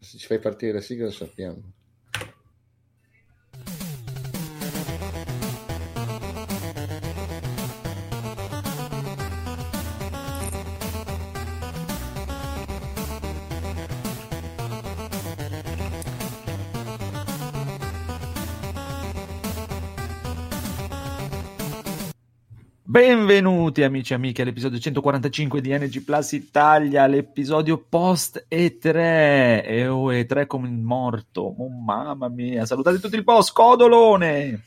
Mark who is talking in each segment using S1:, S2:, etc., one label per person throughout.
S1: se ci fai partire la sigla lo sappiamo.
S2: Benvenuti amici e amiche all'episodio 145 di NG Plus Italia, l'episodio post E3, e oh, E3 come il morto, oh, mamma mia, salutate tutti il post, Codolone!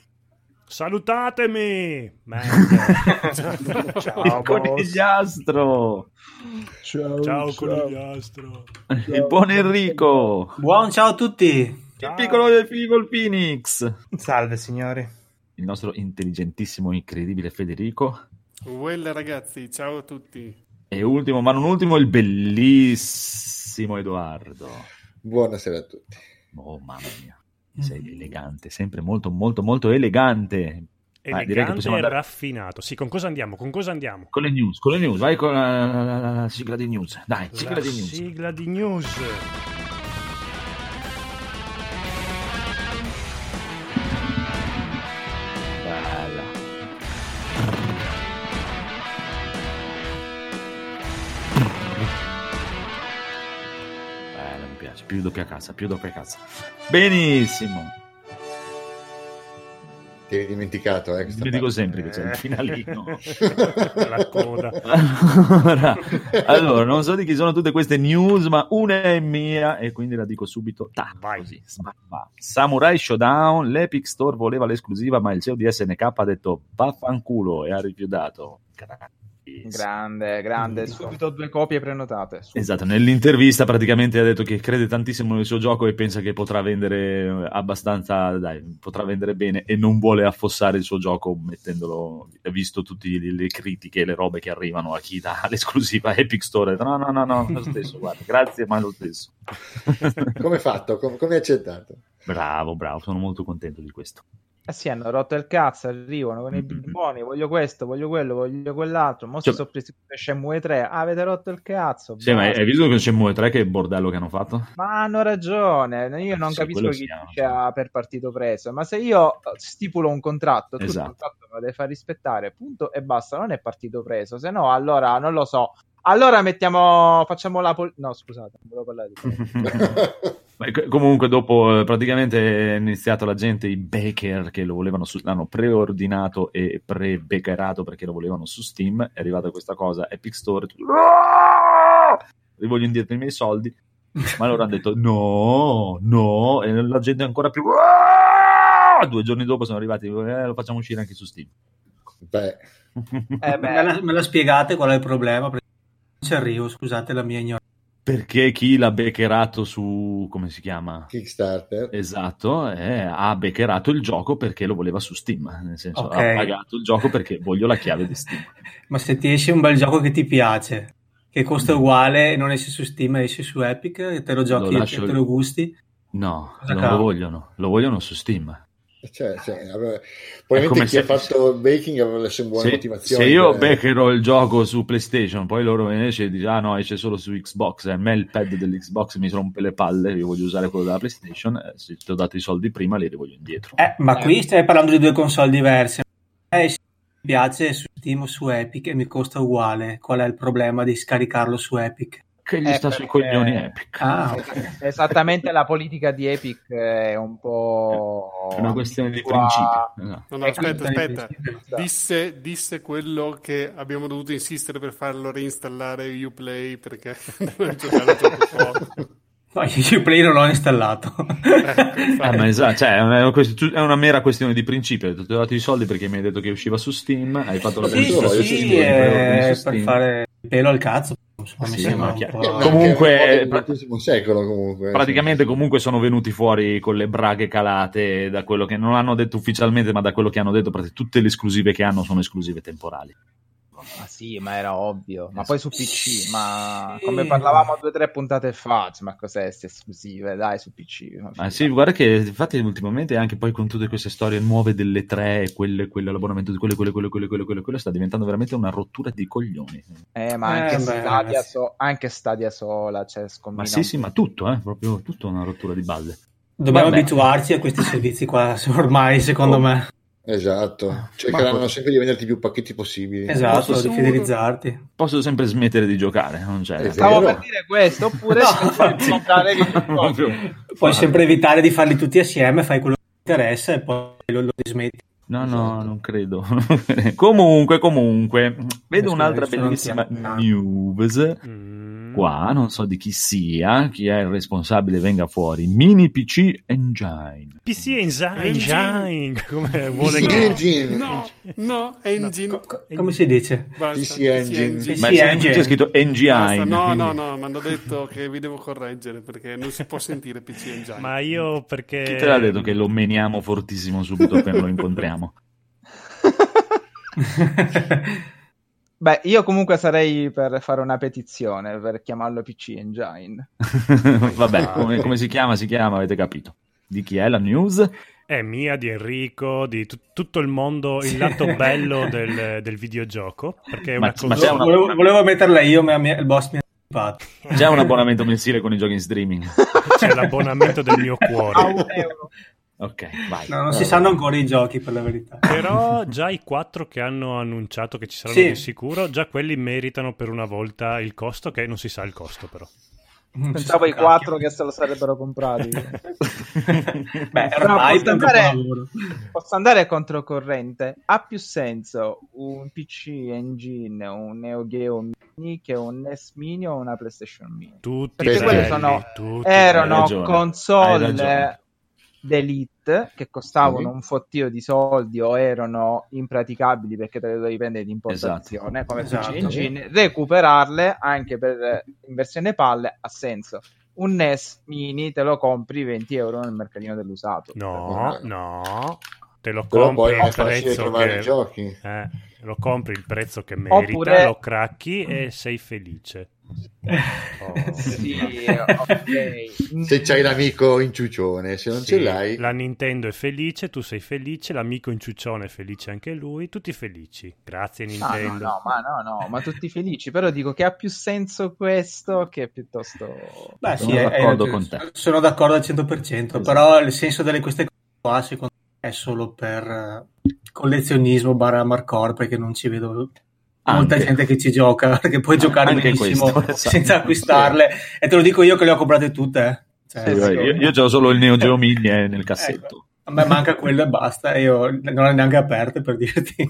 S3: Salutatemi!
S2: il conigliastro!
S3: Ciao, ciao, conigliastro!
S2: Il buon Enrico!
S4: Buon ciao a tutti!
S2: Il piccolo del Figol Phoenix!
S4: Salve signori!
S2: il nostro intelligentissimo, incredibile Federico.
S5: Well ragazzi, ciao a tutti.
S2: E ultimo, ma non ultimo, il bellissimo Edoardo.
S1: Buonasera a tutti.
S2: Oh mamma mia, sei mm. elegante, sempre molto molto molto elegante.
S3: Elegante ah, e andare... raffinato. Sì, con cosa andiamo? Con cosa andiamo?
S2: Con le news, con le news, vai con la, la, la, la sigla di news. Dai, sigla di news.
S3: Sigla di news.
S2: più doppia casa, più doppia casa. Benissimo.
S1: Ti eri dimenticato, eh?
S2: Lo dico sempre che c'è il finalino.
S3: La coda.
S2: Allora, allora, non so di chi sono tutte queste news, ma una è mia e quindi la dico subito. Ta, vai. Così, va. Samurai Showdown, l'Epic Store voleva l'esclusiva, ma il CEO di SNK ha detto vaffanculo e ha rifiutato. Grazie.
S4: Grande, grande. Subito due copie prenotate. Subito.
S2: Esatto, nell'intervista praticamente ha detto che crede tantissimo nel suo gioco e pensa che potrà vendere eh, abbastanza, dai, potrà vendere bene e non vuole affossare il suo gioco mettendolo, visto tutte le critiche e le robe che arrivano a chi dà l'esclusiva Epic Store. No, no, no, no, lo stesso, guarda, grazie, ma lo stesso.
S1: come fatto? Come accettato?
S2: Bravo, bravo, sono molto contento di questo.
S4: Eh sì, hanno rotto il cazzo, arrivano con i bimboni, voglio questo, voglio quello, voglio quell'altro, mo cioè, si sono presi Shenmue 3, ah, avete rotto il cazzo.
S2: Sì, basta. ma hai visto con Shenmue 3 che bordello che hanno fatto?
S4: Ma hanno ragione, eh, io non sì, capisco chi siamo, dice sì. per partito preso, ma se io stipulo un contratto, tu esatto. il contratto me lo devi far rispettare, punto e basta, non è partito preso, se no allora non lo so, allora mettiamo, facciamo la... Pol- no, scusate, non volevo parlare di
S2: Beh, Comunque dopo eh, praticamente è iniziato la gente, i baker che lo volevano su, l'hanno preordinato e pre-bakerato perché lo volevano su Steam, è arrivata questa cosa, Epic Store, tu... vi voglio indietro i miei soldi, ma loro hanno detto no, no, e la gente è ancora più... Due giorni dopo sono arrivati, eh, lo facciamo uscire anche su Steam.
S1: Beh.
S4: Eh, beh me, la, me la spiegate qual è il problema? ci arrivo, scusate la mia ignoranza.
S2: Perché chi l'ha beccherato su, come si chiama?
S1: Kickstarter.
S2: Esatto, eh, ha beccherato il gioco perché lo voleva su Steam, nel senso okay. ha pagato il gioco perché voglio la chiave di Steam.
S4: Ma se ti esce un bel gioco che ti piace, che costa
S2: Mm.
S4: uguale e non esce su Steam, esce su Epic e te lo giochi lo lascio... e te lo gusti?
S2: No, Cosa non cavo? lo vogliono, lo vogliono su Steam.
S1: Cioè, cioè, allora, probabilmente chi ha fatto il baking aveva le sue buone
S2: se,
S1: motivazioni. Eh,
S2: Se io per... beccherò il gioco su PlayStation, poi loro me ne esce e dice ah no, esce solo su Xbox, e eh, a me il pad dell'Xbox mi rompe le palle, io voglio usare quello della PlayStation, eh, se ti ho dato i soldi prima li voglio indietro.
S4: Eh, ma qui stai parlando di due console diverse. Eh, se mi piace su Steam o su Epic e mi costa uguale, qual è il problema di scaricarlo su Epic?
S2: che gli eh, sta perché... sui coglioni Epic.
S4: Ah, esattamente la politica di Epic eh, è un po'...
S2: È una questione di principio.
S5: No, no, aspetta, aspetta.
S6: esatto.
S5: Disse, disse, quello che abbiamo dovuto insistere per farlo reinstallare Uplay perché non giocare troppo forte.
S4: No, Uplay non l'ho installato.
S2: eh, ma esatto, cioè, è, una, è, una, mera questione di principio. Ti ho dato i soldi perché mi hai detto che usciva su Steam, hai fatto la
S4: sì, persona, sì, sì, sì eh, per fare pelo al cazzo.
S2: Sì, chiar- comunque,
S1: pra- secolo, comunque
S2: praticamente sì. comunque sono venuti fuori con le braghe calate da quello che non hanno detto ufficialmente ma da quello che hanno detto tutte le esclusive che hanno sono esclusive temporali
S4: Ma sì, ma era ovvio. Ma poi su PC, ma come parlavamo due o tre puntate fa, cioè, ma cos'è queste esclusive? Dai, su PC.
S2: Ma sì, guarda che infatti ultimamente anche poi con tutte queste storie nuove delle tre, quelle, quelle l'abbonamento di quelle, quelle, quelle, quelle, quelle, quelle, quelle, sta diventando veramente una rottura di coglioni.
S4: Eh, ma anche, eh, Stadia, so- anche Stadia sola, cioè scombina.
S2: Ma sì, sì, ma tutto, eh, proprio tutto una rottura di balle.
S6: Dobbiamo Vabbè. abituarci a questi servizi qua, ormai, secondo oh. me.
S1: Esatto, cercheranno Ma... sempre di venderti più pacchetti possibili.
S6: Esatto, posso... di fidelizzarti.
S2: Posso sempre smettere di giocare, non c'è.
S4: Esatto. Stavo per dire questo, oppure no, infatti, comprare
S6: puoi fatti. sempre evitare di farli tutti assieme, fai quello che ti interessa e poi lo, lo smetti.
S2: No, esatto. no, non credo. comunque, comunque, vedo un'altra bellissima no. news. Mm. Qua non so di chi sia, chi è il responsabile, venga fuori. Mini PC Engine.
S3: PC Engine, engine. come vuole
S5: PC Engine. No, no, Engine. No.
S6: Co- come si dice?
S1: Basta. PC Engine. PC
S2: Ma engine. c'è scritto Engine.
S5: No, no, no, mi hanno detto che vi devo correggere perché non si può sentire PC Engine.
S3: Ma io perché...
S2: Chi te l'ha detto che lo meniamo fortissimo subito appena lo incontriamo?
S4: Beh, io comunque sarei per fare una petizione per chiamarlo PC Engine.
S2: Vabbè, come, come, si chiama? Si chiama, avete capito. Di chi è la news?
S3: È mia, di Enrico, di t- tutto il mondo, il lato bello del, del videogioco. Perché
S6: ma, cosa... ma una... volevo, volevo, metterla io, ma mia, il boss mi ha anticipato.
S2: C'è un abbonamento mensile con i giochi in streaming.
S3: C'è l'abbonamento del mio cuore.
S4: A un euro.
S2: Ok, vai.
S6: No, non si sanno ancora i giochi per la verità.
S3: Però già i quattro che hanno annunciato che ci saranno sì. di sicuro, già quelli meritano per una volta il costo, che non si sa il costo però.
S4: Pensavo i quattro che se lo sarebbero comprati.
S6: Beh, ormai
S4: posso, andare, posso andare controcorrente. Ha più senso un PC Engine, un Neo Geo Mini che un NES Mini o una PlayStation Mini?
S3: Tutti
S4: Perché
S3: belli,
S4: quelle sono,
S3: tutti
S4: erano ragione, console d'elite che costavano sì. un fottio di soldi o erano impraticabili perché te le dovevi prendere di importazione esatto. come esatto. PC Engine, recuperarle anche per, in versione palle ha senso. Un NES mini te lo compri 20 euro nel mercatino dell'usato.
S3: No, no, te lo Però compri al prezzo che...
S1: giochi.
S3: Eh, lo compri il prezzo che merita, Oppure... lo cracchi e sei felice.
S4: Oh. Sì, okay.
S1: Se c'hai l'amico in ciuccione, se non sì, ce l'hai.
S3: La Nintendo è felice, tu sei felice, l'amico in ciuccione è felice anche lui, tutti felici. Grazie Nintendo.
S4: No, no, no, ma no, no, ma tutti felici, però dico che ha più senso questo che piuttosto
S6: Beh, sono sì, d'accordo è, con te. Sono d'accordo al 100%, esatto. però il senso delle queste cose qua secondo me è solo per eh, collezionismo barra hardcore perché non ci vedo molta anche. gente che ci gioca perché puoi giocare anche benissimo questo, senza acquistarle sì. e te lo dico io che le ho comprate tutte eh.
S2: cioè, sì, io, io, io ho solo il Neo Geo Mini nel cassetto ecco.
S6: a me manca quello e basta io non l'ho neanche aperta per dirti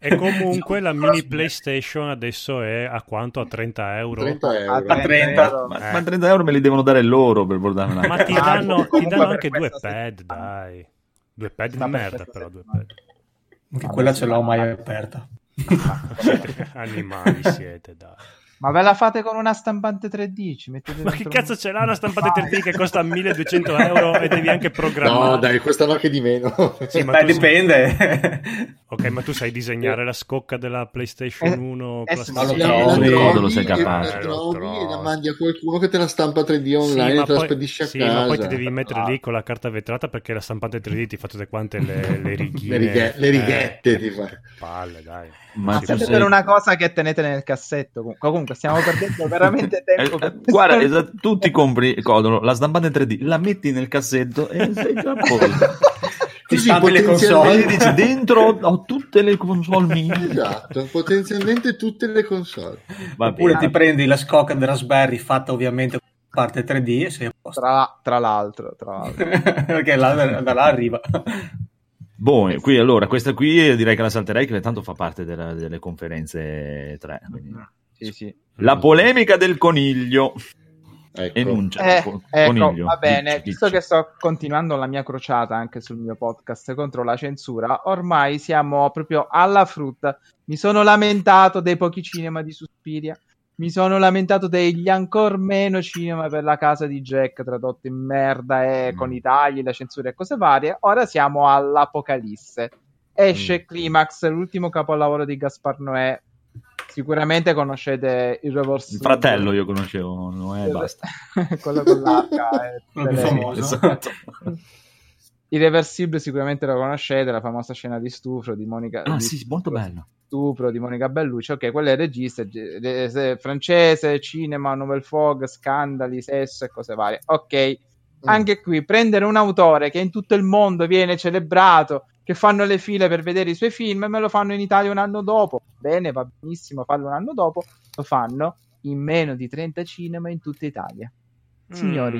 S3: e comunque la mini PlayStation adesso è a quanto? A 30 euro?
S1: 30
S4: Ah,
S1: euro.
S6: A 30.
S2: Ma, eh. ma 30 euro me li devono dare loro per portarmela
S3: ma
S4: Ah,
S3: ti danno, ti danno anche due pad dai due pad di merda però due pad
S6: anche quella ce l'ho mai aperta
S3: Animali siete, dai.
S4: Ma ve la fate con una stampante 3D? Ci
S3: Ma che cazzo un... ce l'ha una stampante 3D che costa 1200 euro e devi anche programmare?
S1: No, dai, questa no che di meno.
S6: Sì, ma dipende. Sai...
S3: Ok, ma tu sai disegnare la scocca della PlayStation 1?
S4: Eh,
S3: plastica...
S4: ma lo trovi,
S2: lo, lo sei capace.
S1: eh, Lo trovi e la mandi a qualcuno che te la stampa 3D online sì, e te la spedisce a
S3: sì,
S1: casa.
S3: ma poi ti devi mettere lì con la carta vetrata perché la stampante 3D ti fa tutte quante le, le righine.
S1: le, righe, le righette, eh, ti fa.
S3: Palle, dai.
S4: Ma, ma sempre sei... per una cosa che tenete nel cassetto comunque comunque stiamo perdendo veramente tempo.
S2: Eh, guarda, esatto, tu ti compri Codolo, la stampante 3D, la metti nel cassetto e sei già a posto.
S6: Così potenzialmente
S2: dici dentro ho tutte le console mie.
S1: Esatto, potenzialmente tutte le console.
S6: Va Oppure
S2: Esatto.
S6: bene. ti prendi la scocca del Raspberry fatta ovviamente parte 3D e sei a posto.
S4: Tra, tra l'altro, tra l'altro.
S6: perché là, da là arriva.
S2: Boh, qui allora, questa qui direi che la salterei che tanto fa parte della, delle conferenze 3. Quindi...
S4: Sì, sì.
S2: La polemica del coniglio.
S1: Ecco.
S2: Enuncia,
S4: eh, co- ecco, coniglio. va bene, dici, visto dici. che sto continuando la mia crociata anche sul mio podcast contro la censura, ormai siamo proprio alla frutta. Mi sono lamentato dei pochi cinema di Suspiria, mi sono lamentato degli ancor meno cinema per la casa di Jack tradotto in merda e mm. con i tagli, la censura e cose varie. Ora siamo all'apocalisse. Esce mm. Climax, l'ultimo capolavoro di Gaspar Noè, Sicuramente conoscete il reverse.
S2: Il fratello io conoscevo, no, eh,
S4: Esatto.
S2: basta.
S4: quello con l'H.
S6: Quello più famoso.
S2: Esatto.
S4: Irreversible sicuramente la conoscete, la famosa scena di stupro di Monica.
S2: Ah
S4: di
S2: sì, molto bello.
S4: Stupro di Monica Bellucci, ok, quello è il regista ge- de- se- francese, cinema, novel fog, scandali, sesso e cose varie. Ok,
S1: Mm.
S4: anche qui prendere un autore che in tutto il mondo viene celebrato, che fanno le file per vedere i suoi film, me lo fanno in Italia un anno dopo. Bene, va benissimo farlo un anno dopo, lo fanno in meno di 30 cinema in tutta Italia.
S3: Mm.
S4: Signori,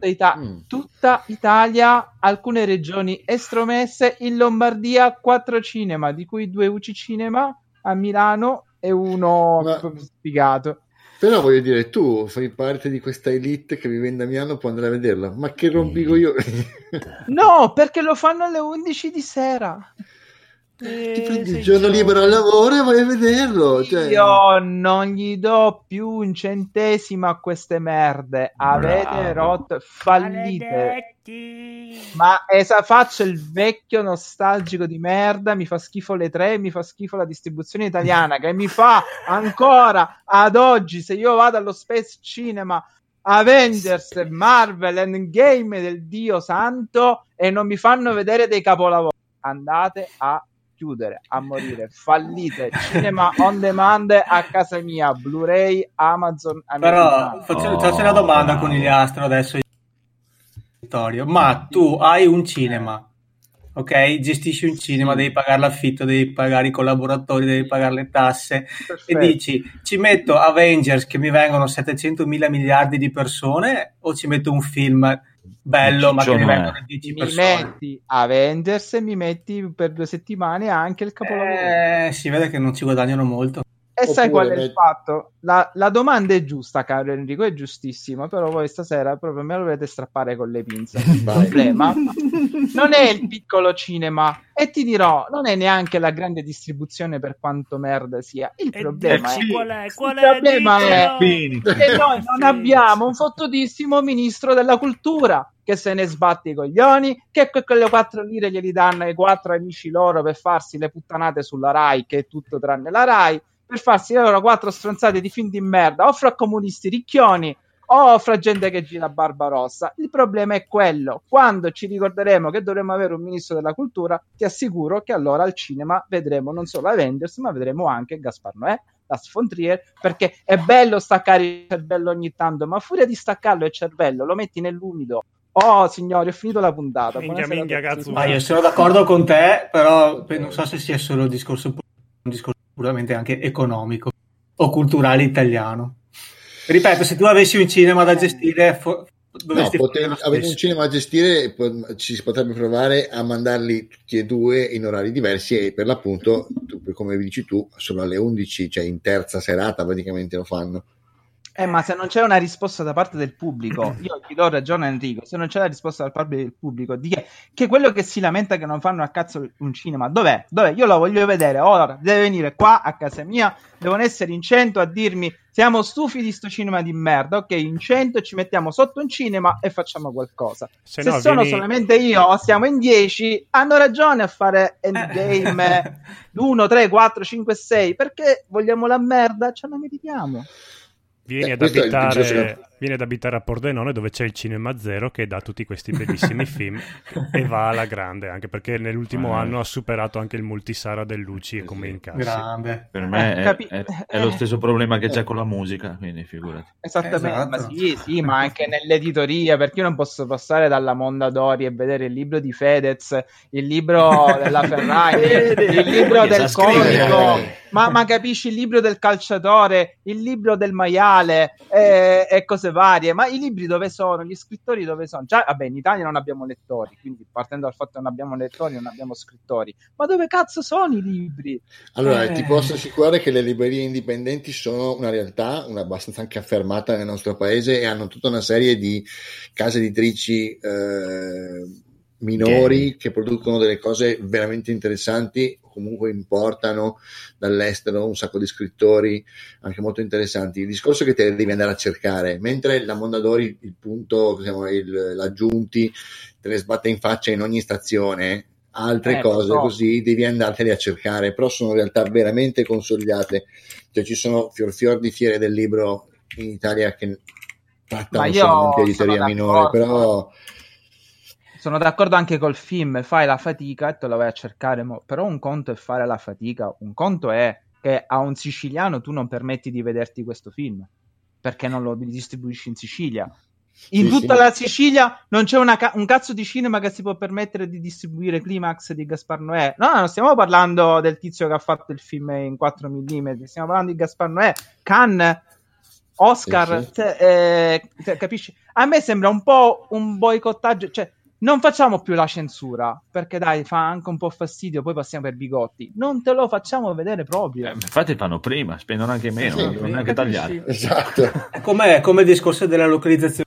S4: tutta, Ita-
S1: Mm.
S4: tutta Italia, alcune regioni estromesse, in Lombardia 4 cinema, di cui due UC Cinema a Milano e uno
S1: Ma-
S4: spiegato.
S1: Però voglio dire, tu fai parte di questa elite che vivendo a Milano può andare a vederla, ma che rompigo io.
S4: No, perché lo fanno alle 11 di sera.
S1: Ti prendi il giorno libero al lavoro e vai a vederlo. Cioè,
S4: Io non gli do più un centesimo a queste merde.
S2: Bravo.
S4: Avete rotto, fallite. Ma esa, faccio il vecchio nostalgico di merda. Mi fa schifo le tre, mi fa schifo la distribuzione italiana. Che mi fa ancora ad oggi. Se io vado allo Space Cinema, Avengers, Marvel, Endgame del Dio Santo e non mi fanno vedere dei capolavori. Andate a chiudere, a morire, fallite. Cinema on demand a casa mia, Blu-ray, Amazon.
S6: Però
S4: americano.
S6: faccio,
S2: Oh,
S6: faccio una domanda
S2: bravo.
S6: con Iliastro adesso. Vittorio. Ma tu hai un cinema, ok? Gestisci un cinema, devi pagare l'affitto, devi pagare i collaboratori, devi pagare le tasse e
S4: Perfetto.
S6: dici ci metto Avengers che mi vengono 700 mila miliardi di persone o ci metto un film bello ma che mi
S2: Ciccione.
S6: vengono 10
S4: mi
S6: persone?
S4: metti Avengers e mi metti per due settimane anche il capolavoro.
S6: Eh, si vede che non ci guadagnano molto.
S4: E sai
S1: Oppure
S4: qual è il
S1: metti-
S4: fatto? La, la domanda è giusta, caro Enrico, è giustissima, però voi stasera proprio me lo dovete strappare con le pinze. Il
S1: Vai.
S4: problema non è il piccolo cinema e ti dirò, non è neanche la grande distribuzione per quanto merda sia. Il problema
S2: dici
S4: è
S2: qual
S3: è?
S4: qual è, problema è-
S2: Fini.
S4: che noi non
S3: Sì.
S4: abbiamo un fottutissimo ministro della cultura che se ne sbatte i coglioni, che que- quelle quattro lire glieli danno ai quattro amici loro per farsi le puttanate sulla Rai, che è tutto tranne la Rai, per farsi le loro quattro stronzate di film di merda, o fra comunisti ricchioni, o fra gente che gira Barbarossa. Il problema è quello, quando ci ricorderemo che dovremmo avere un ministro della cultura, ti assicuro che allora al cinema vedremo non solo Avengers, ma vedremo anche Gaspar Noè, la Sfontrier, perché è bello staccare il cervello ogni tanto, ma a furia di staccarlo il cervello lo metti nell'umido. Oh signori, ho finito la puntata.
S3: Minchia,
S4: Buonasera
S3: minchia,
S4: a tutti.
S3: cazzo.
S6: Ma io sono d'accordo con te, però pe- non so se sia solo un discorso, un discorso puramente anche economico o culturale italiano. Ripeto, se tu avessi un cinema da gestire, fo-
S1: No,
S6: dovresti
S1: pote-
S6: fare lo
S1: avete
S6: stesso.
S1: un cinema a gestire, po- ci si potrebbe provare a mandarli tutti e due in orari diversi e per l'appunto, tu- come dici tu, solo alle 11, cioè in terza serata praticamente lo fanno.
S4: Eh, ma se non c'è una risposta da parte del pubblico, io gli do ragione a Enrico, se non c'è la risposta da parte del pubblico, di che, che quello che si lamenta che non fanno a cazzo un cinema, dov'è? Dov'è? Io lo voglio vedere, ora deve venire qua a casa mia, devono essere in cento a dirmi siamo stufi di sto cinema di merda, ok, in cento ci mettiamo sotto un cinema e facciamo qualcosa.
S3: Se
S4: Se,
S3: no,
S4: sono
S3: vieni-
S4: solamente io o siamo in 10, hanno ragione a fare Endgame eh, 1, 3, 4, 5, 6, perché vogliamo la merda, ce la meritiamo.
S3: Vieni
S1: Eh,
S3: ad,
S1: questo è il
S3: abitare,
S1: principio.
S3: vieni ad abitare a Pordenone dove c'è il Cinema Zero che dà tutti questi bellissimi film e va alla grande anche perché nell'ultimo
S2: Ah.
S3: anno ha superato anche il multisara dell'UCI
S2: Sì,
S3: come
S2: sì.
S3: incassi.
S6: Grande.
S2: Per me è,
S4: Eh, Capi- Eh.
S2: è- è lo stesso problema che c'è con la musica, quindi figurati.
S4: Esattamente,
S6: Esatto.
S4: ma sì, sì, ma anche nell'editoria, perché io non posso passare dalla Mondadori e vedere il libro di Fedez, il libro Oh, della Ferragni, il libro
S2: Che sa
S4: del
S2: scrivere. eh.
S4: comico, ma, ma capisci il libro del calciatore, il libro del maiale eh, e cose varie, ma i libri dove sono, gli scrittori dove sono? Già, vabbè, in Italia non abbiamo lettori, quindi partendo dal fatto che non abbiamo lettori, non abbiamo scrittori, ma dove cazzo sono i libri?
S1: Allora,
S6: Eh.
S1: ti posso assicurare che le librerie indipendenti sono una realtà, una abbastanza anche affermata nel nostro paese e hanno tutta una serie di case editrici eh, minori
S2: Gay.
S1: che producono delle cose veramente interessanti, comunque importano dall'estero un sacco di scrittori anche molto interessanti. Il discorso è che te li devi andare a cercare, mentre la Mondadori, il punto, diciamo, il- l'aggiunti, te le sbatte in faccia in ogni stazione. altre eh, cose so. così devi andartene a cercare però sono realtà veramente consolidate cioè ci sono fior fior di fiere del libro in Italia che trattano solamente editoria minore però
S4: sono d'accordo anche col film fai la fatica e te la vai a cercare mo. però un conto è fare la fatica un conto è che a un siciliano tu non permetti di vederti questo film perché non lo distribuisci in Sicilia in sì, tutta sì. la Sicilia non c'è ca- un cazzo di cinema che si può permettere di distribuire Climax di Gaspar Noè. No, non stiamo parlando del tizio che ha fatto il film in 4 mm, stiamo parlando di Gaspar Noè, Cannes, Oscar. Sì, te, eh, te, capisci? A me sembra un po' un boicottaggio, cioè non facciamo più la censura perché dai fa anche un po' fastidio poi passiamo per bigotti non te lo facciamo vedere proprio eh,
S2: infatti fanno prima spendono anche meno sì, eh, non neanche tagliare
S1: esatto
S6: come, come il discorso della localizzazione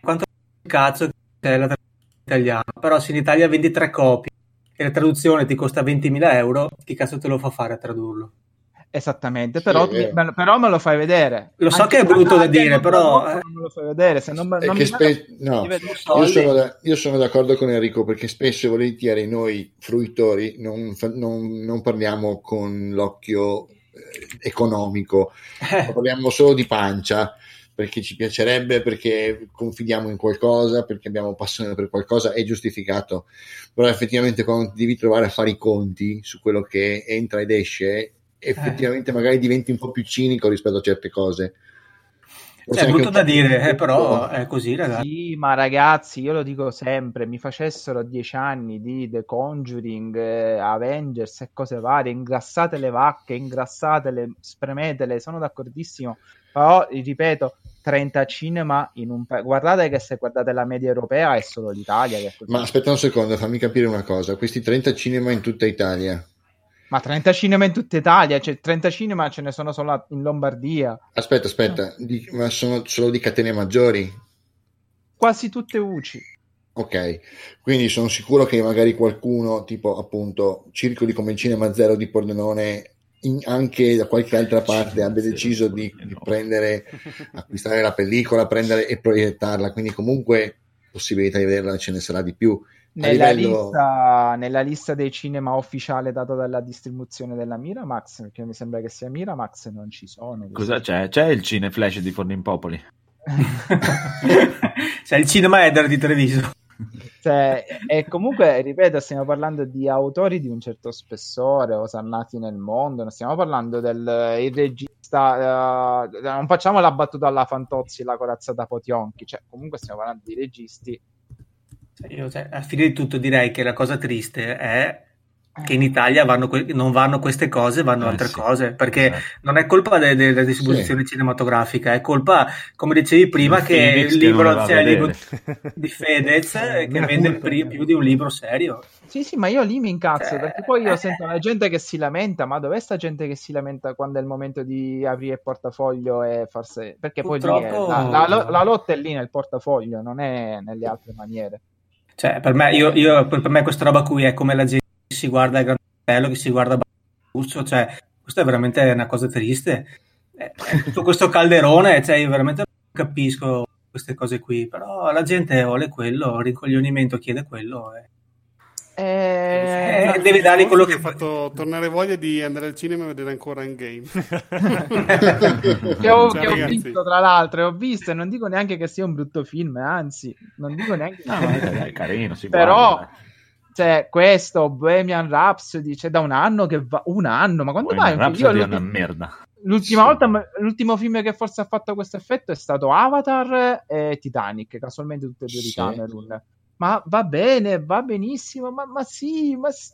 S6: quanto cazzo c'è la traduzione italiana però se in Italia vendi tre copie e la traduzione ti costa 20.000 euro chi cazzo te lo fa fare a tradurlo
S4: Esattamente, però, sì, mi, però, me lo fai vedere.
S6: Lo so Anche che è brutto da dire, però...
S4: Eh. Non lo fai vedere, se non, non mi
S1: spe... no.
S6: Eh,
S1: io, sono da, io, sono d'accordo con Enrico perché spesso e volentieri noi fruitori non, non, non parliamo con l'occhio eh, economico, eh.
S6: cioè,
S1: parliamo solo di pancia perché ci piacerebbe, perché confidiamo in qualcosa, perché abbiamo passione per qualcosa, è giustificato. Però effettivamente quando ti devi trovare a fare i conti su quello che entra ed esce, effettivamente eh. magari diventi un po' più cinico rispetto a certe cose.
S6: Forse è brutto da dire, eh, però è così, ragazzi.
S4: Sì, ma ragazzi, io lo dico sempre: mi facessero dieci anni di The Conjuring, eh, Avengers e cose varie, ingrassate le vacche, ingrassatele, spremetele, sono d'accordissimo. Però, ripeto, 30 cinema in un paese. Guardate che se guardate la media europea è solo l'Italia. È
S1: ma aspetta un secondo, fammi capire una cosa: questi 30 cinema in tutta Italia,
S4: ma 30 cinema in tutta Italia, cioè 30 cinema ce ne sono solo in Lombardia.
S1: Aspetta, aspetta, di, ma sono solo di catene maggiori?
S4: Quasi tutte UCI.
S1: Ok, quindi sono sicuro che magari qualcuno, tipo appunto Circoli come il Cinema Zero di Pordenone, in, anche da qualche altra parte abbia deciso di, di prendere, acquistare la pellicola, prendere e proiettarla, quindi comunque possibilità di vederla ce ne sarà di più.
S4: Nella, livello... lista, nella, lista, dei cinema ufficiale data dalla distribuzione della Miramax, perché mi sembra che sia Miramax, non ci sono.
S2: Cosa c'è? C'è il Cineflash di Fornimpopoli?
S6: c'è il Cinema Eder di Treviso.
S4: Cioè, e comunque, ripeto, stiamo parlando di autori di un certo spessore, osannati nel mondo, non stiamo parlando del eh, regista, uh, non facciamo la battuta alla Fantozzi, la corazzata Potionchi, cioè comunque stiamo parlando di registi
S6: io, cioè, a fine di tutto direi che la cosa triste è che in Italia vanno que- non vanno queste cose, vanno eh, altre sì. cose, perché eh. non è colpa della de- de distribuzione sì. cinematografica, è colpa, come dicevi prima, il che il libro, c'è il libro di Fedez eh, che vende pri- più di un libro serio.
S4: Sì, sì, ma io lì mi incazzo, perché poi io sento la gente che si lamenta, ma dov'è sta gente che si lamenta quando è il momento di aprire il portafoglio e farsi... Perché Purtroppo... poi lì è, la, la, la
S2: Mm.
S4: lotta è lì nel portafoglio, non è nelle altre maniere.
S6: Cioè, per me, io, io, per me, questa roba qui è come la gente che si guarda il Grande che si guarda Barbuccio, cioè, questa è veramente una cosa triste. È, è tutto questo calderone, cioè, io veramente non capisco queste cose qui, però la gente vuole quello, il ricoglionimento chiede quello. E... Eh, eh, devi dargli quello che
S5: ha fatto tornare voglia di andare al cinema e vedere ancora in game
S6: Eh,
S4: che, ho, Ciao, che ho, visto tra l'altro ho visto e non dico neanche che sia un brutto film anzi non dico neanche
S2: no, è carino
S4: però guarda. cioè, questo Bohemian Rhapsody c'è da un anno che va un anno ma quanto mai
S2: Rhapsody è una merda
S4: L'ultima sì. volta, l'ultimo film che forse ha fatto questo effetto è stato Avatar e Titanic, casualmente tutte e due di sì. Cameron ma va bene, va benissimo, ma, ma sì, ma sì.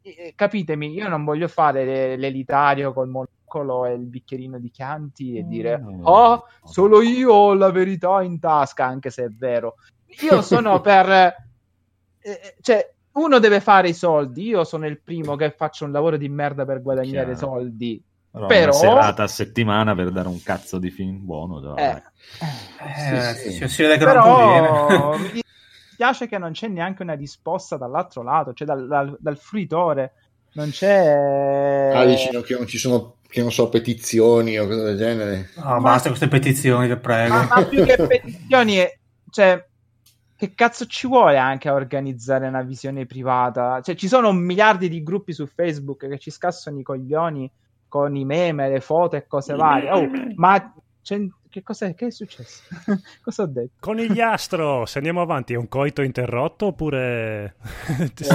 S4: Eh, capitemi, io non voglio fare le, l'elitario col monocolo e il bicchierino di Chianti e dire, oh, solo io ho la verità in tasca, anche se è vero. Io sono per... Eh, cioè, uno deve fare i soldi, io sono il primo che faccio un lavoro di merda per guadagnare Chiaro. soldi, però, però...
S2: serata a settimana per dare un cazzo di film buono. Cioè, eh,
S6: eh, sì, sì. Si vede che però... non conviene.
S4: dispiace che non c'è neanche una risposta dall'altro lato, cioè dal, dal, dal fruitore. Non c'è.
S1: Ah, dici che non ci sono che non so, petizioni o cose del genere.
S4: Ah,
S6: No, ma... basta queste petizioni, che prego.
S4: Ma, ma più che petizioni, eh, cioè, che cazzo ci vuole anche a organizzare una visione privata? Cioè, ci sono miliardi di gruppi su Facebook che ci scassano i coglioni con i meme, le foto e cose varie. Oh, ma che, cos'è, che è successo? cosa ho detto?
S3: Conigliastro, se andiamo avanti, è un coito interrotto oppure...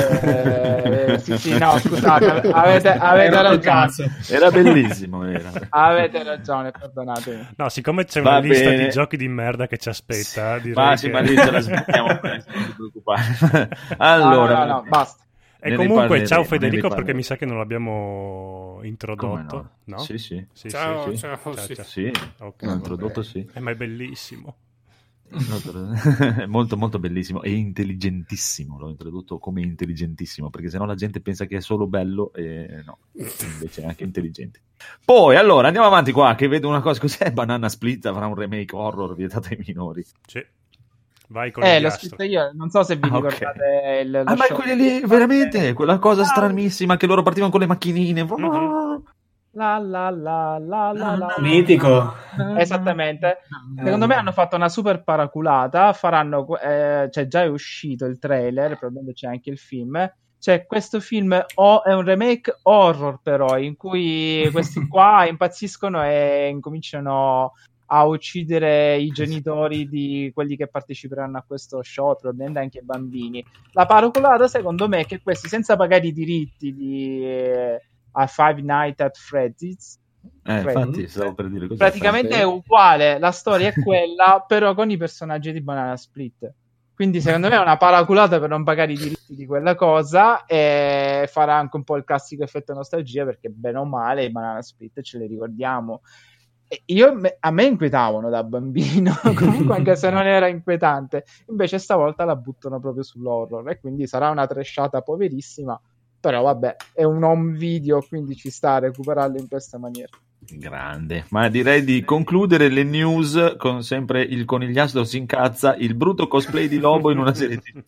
S4: eh, sì, sì, no, scusate, avete, avete
S2: era
S4: ragione.
S2: Era bellissimo, era.
S4: Avete ragione, perdonatemi.
S3: No, siccome c'è Va una bene. lista di giochi di merda che ci aspetta, direi
S2: Ma
S3: che...
S2: sì, ma lì ce la smettiamo, non preoccupare. allora...
S4: No, no, no, basta.
S3: E comunque, ciao Federico, perché mi sa che non l'abbiamo introdotto. No? no?
S2: Sì, sì.
S5: sì, ciao, sì. ciao, ciao, sì. ciao.
S2: Sì, okay, introdotto sì.
S3: Eh, ma è bellissimo.
S2: è molto molto bellissimo e intelligentissimo l'ho introdotto come intelligentissimo perché sennò la gente pensa che è solo bello e no invece è anche intelligente poi allora andiamo avanti qua che vedo una cosa cos'è Banana Split avrà un remake horror vietato ai minori
S3: sì Vai con
S4: eh,
S3: il
S4: l'ho scritto io, non so se vi ah, ricordate okay. il,
S2: Ah, ma quelli lì, veramente, quella cosa ah. Mhm. stranissima che loro partivano con le macchinine.
S4: Mm-hmm. La la la la la la.
S6: Mitico.
S4: Esattamente. Secondo me
S6: Eh,
S4: hanno fatto una super paraculata, faranno eh, cioè già è uscito il trailer, probabilmente c'è anche il film. C'è questo film o è un remake horror però in cui questi qua impazziscono e incominciano a uccidere i genitori di quelli che parteciperanno a questo show, probabilmente anche i bambini. La paraculata, secondo me, è che questi, senza pagare i diritti di eh, A Five Nights at Freddy's,
S2: eh, Freddy's infatti, stavo per dire così.
S4: Praticamente è uguale, la storia è quella, però con i personaggi di Banana Split. Quindi secondo me è una paraculata per non pagare i diritti di quella cosa e farà anche un po' il classico effetto nostalgia perché bene o male i Banana Split ce li ricordiamo. Io, a me inquietavano da bambino, comunque anche se non era inquietante. Invece stavolta la buttano proprio sull'horror e quindi sarà una tresciata poverissima, però vabbè, è un home video, quindi ci sta a recuperarlo in questa maniera.
S2: Grande, ma direi di concludere le news con sempre il conigliastro si incazza, il brutto cosplay di Lobo in una serie TV.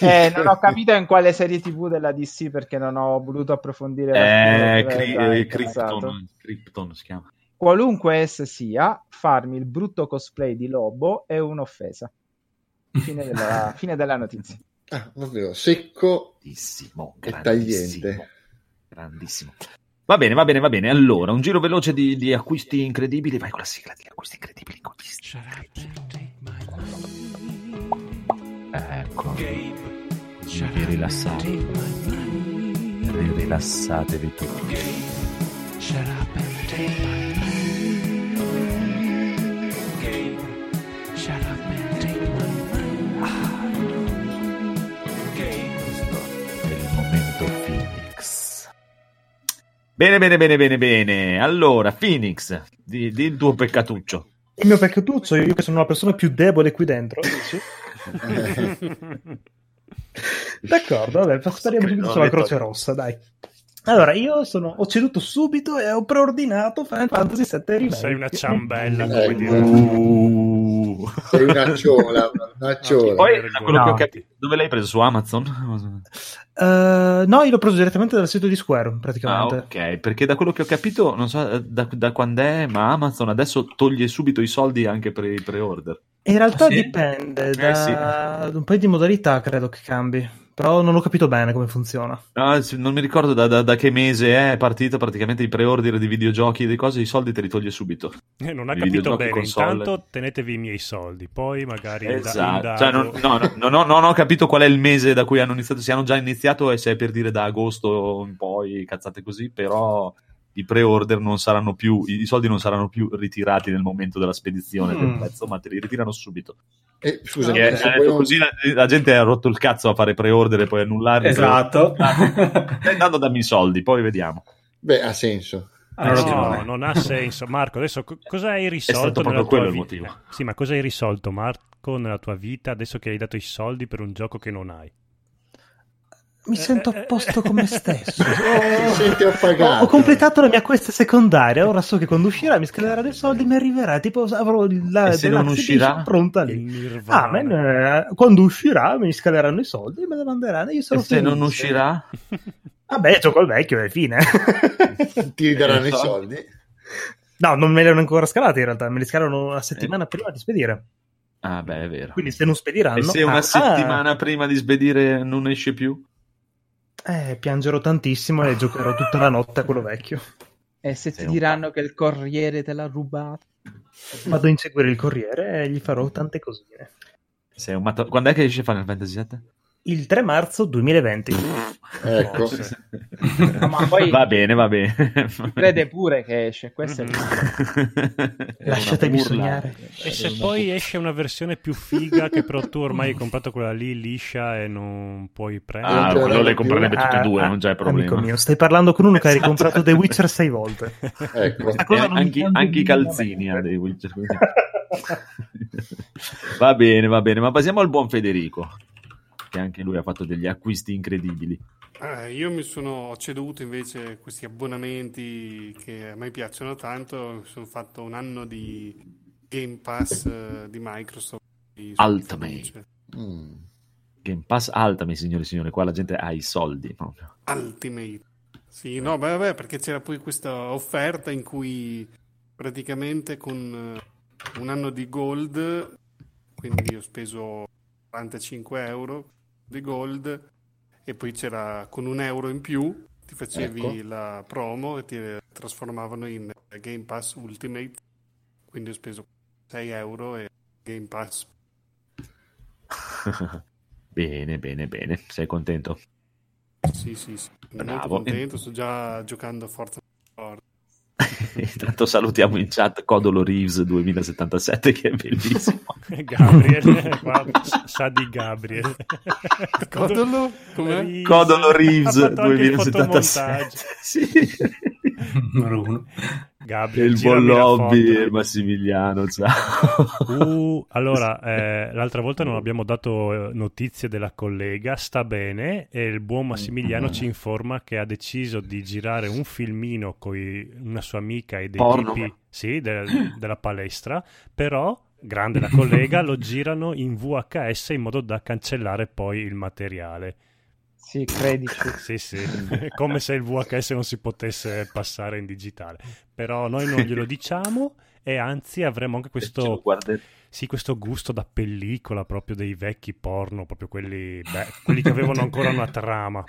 S4: Eh, non ho capito in quale serie TV della DC perché non ho voluto approfondire.
S2: Eh, cri- eh, Krypton, Krypton si chiama
S4: esatto. qualunque essa sia, farmi il brutto cosplay di Lobo è un'offesa. Fine della, fine della notizia.
S1: Ah, proprio secco
S2: grandissimo,
S1: e tagliente.
S2: Grandissimo. Va bene, va bene, va bene. Allora, un giro veloce di, di acquisti incredibili. Vai con la sigla di acquisti incredibili. Ecco. Vi rilassate. Vi rilassatevi tutti. Shut up and take my
S7: Ah.
S2: Bene, bene, bene, bene, bene. Allora, Phoenix, di, di, il tuo peccatuccio.
S7: Il mio peccatuccio, io che sono la persona più debole qui dentro. D'accordo, vabbè, speriamo subito sulla Croce Rossa, dai. Allora, io sono, ho ceduto subito e ho preordinato Final Fantasy VII Remake.
S3: Sei una ciambella,
S1: eh, come dire. Uh, sei una ciola, una ciola. Ah,
S2: poi, da quello no. che ho capito, dove l'hai preso? Su Amazon?
S7: Uh, no, io l'ho preso direttamente dal sito di Square, praticamente.
S2: Ah, ok, perché da quello che ho capito, non so da, da quando è, ma Amazon adesso toglie subito i soldi anche per i pre-order.
S7: In
S2: Ah,
S7: realtà sì? dipende da eh, sì. un paio di modalità, credo che cambi. Però non ho capito bene come funziona.
S2: No, Ah, non mi ricordo da, da, da, che mese è partito praticamente il pre-order di videogiochi e di cose, i soldi te li toglie subito.
S3: Eh, non ha capito bene, console. intanto tenetevi i miei soldi, poi magari...
S2: Esatto, da, cioè, non, no, no, no, non ho capito qual è il mese da cui hanno iniziato, se hanno già iniziato e se è per dire da agosto in poi, cazzate così, però i pre-order non saranno più, i soldi non saranno più ritirati nel momento della spedizione mm. del pezzo, ma te li ritirano subito.
S1: Eh, scusa,
S2: eh, eh, non... così la, la, gente ha rotto il cazzo a fare pre-order e poi annullare.
S6: Esatto.
S4: Ah.
S2: Andando dammi i soldi, poi vediamo.
S1: Beh, ha senso.
S3: Ah, no, non ha senso. Marco, adesso co- cosa hai risolto? nella tua vita? Sì, ma cosa hai risolto, Marco, nella tua vita adesso che hai dato i soldi per un gioco che non hai?
S7: mi sento a posto con me stesso.
S1: Oh,
S7: Eh, ho, completato la mia quest secondaria. Ora so che quando uscirà mi scalerà dei soldi. Mi arriverà. Tipo, avrò la,
S2: e se non uscirà,
S7: pronta lì. Ah, me, quando uscirà mi scaleranno i soldi e me la manderanno. Io sono e
S2: felice. se non uscirà,
S7: vabbè, gioco al vecchio e fine.
S1: Ti ridaranno i soldi.
S7: No, non me li hanno ancora scalati in realtà. Me li scalano una settimana eh. prima di spedire.
S2: Ah, beh, è vero.
S7: Quindi se non spediranno... E
S2: se una ah, settimana ah. prima di spedire non esce più?
S7: Eh, piangerò tantissimo e giocherò tutta la notte a quello vecchio.
S4: E se Sei ti diranno un... che il corriere te l'ha rubato?
S7: Vado a inseguire il corriere e gli farò tante cosine.
S2: Sei un matto... Quando è che esce Final Fantasy VII?
S7: Il 3 marzo 2020.
S2: Eh,
S1: ecco.
S2: No, ma poi va bene, va bene.
S4: Crede pure che esce, questo è
S7: il... Lasciatemi sognare.
S3: E se poi esce una versione più figa che però tu ormai hai comprato quella lì liscia e non puoi prendere.
S2: Ah, quello le comprerebbe tutte e due, ah, non c'è problema.
S7: eh, Amico mio, stai parlando con uno
S2: Esatto.
S7: che ha ricomprato The Witcher 6 volte.
S2: Ecco. Anche, anche i calzini a The Witcher. va bene, va bene, ma passiamo al buon Federico anche lui ha fatto degli acquisti incredibili.
S5: Ah, io mi sono ceduto invece questi abbonamenti che a me piacciono tanto, mi sono fatto un anno di Game Pass uh, di Microsoft. Di cioè,
S2: Ultimate. Mm. Game Pass Ultimate, signore e signori, qua la gente ha i soldi proprio.
S5: Ultimate. Sì, no, beh, vabbè, perché c'era poi questa offerta in cui praticamente con eh, un anno di gold, quindi ho speso 45 euro, di gold e poi c'era con un euro in più ti facevi ecco. la promo e ti trasformavano in Game Pass Ultimate quindi ho speso 6 euro e Game Pass
S2: bene bene bene sei contento?
S5: sì sì, sì. Bravo. molto contento sto già giocando a Forza Sport
S2: Intanto salutiamo in chat Codolo Reeves 2077 che è bellissimo.
S3: Gabriel, guarda, sa di Gabriel.
S5: Codolo, Com'è?
S2: Codolo Reeves 2077. Sì.
S7: Numero uno.
S2: Gabriel, il buon lobby e Massimiliano, ciao.
S3: Uh, allora, eh, l'altra volta non abbiamo dato eh, notizie della collega, sta bene e il buon Massimiliano mm-hmm. ci informa che ha deciso di girare un filmino con una sua amica e dei Porno. tipi sì, de- della palestra, però grande la collega, lo girano in VHS in modo da cancellare poi il materiale.
S4: Sì, credici.
S3: Sì, sì, come se il VHS non si potesse passare in digitale. Però noi non glielo diciamo e anzi avremo
S2: Eh,
S3: anche questo, sì, questo gusto da pellicola proprio dei vecchi porno, proprio quelli, beh, quelli che avevano ancora una trama.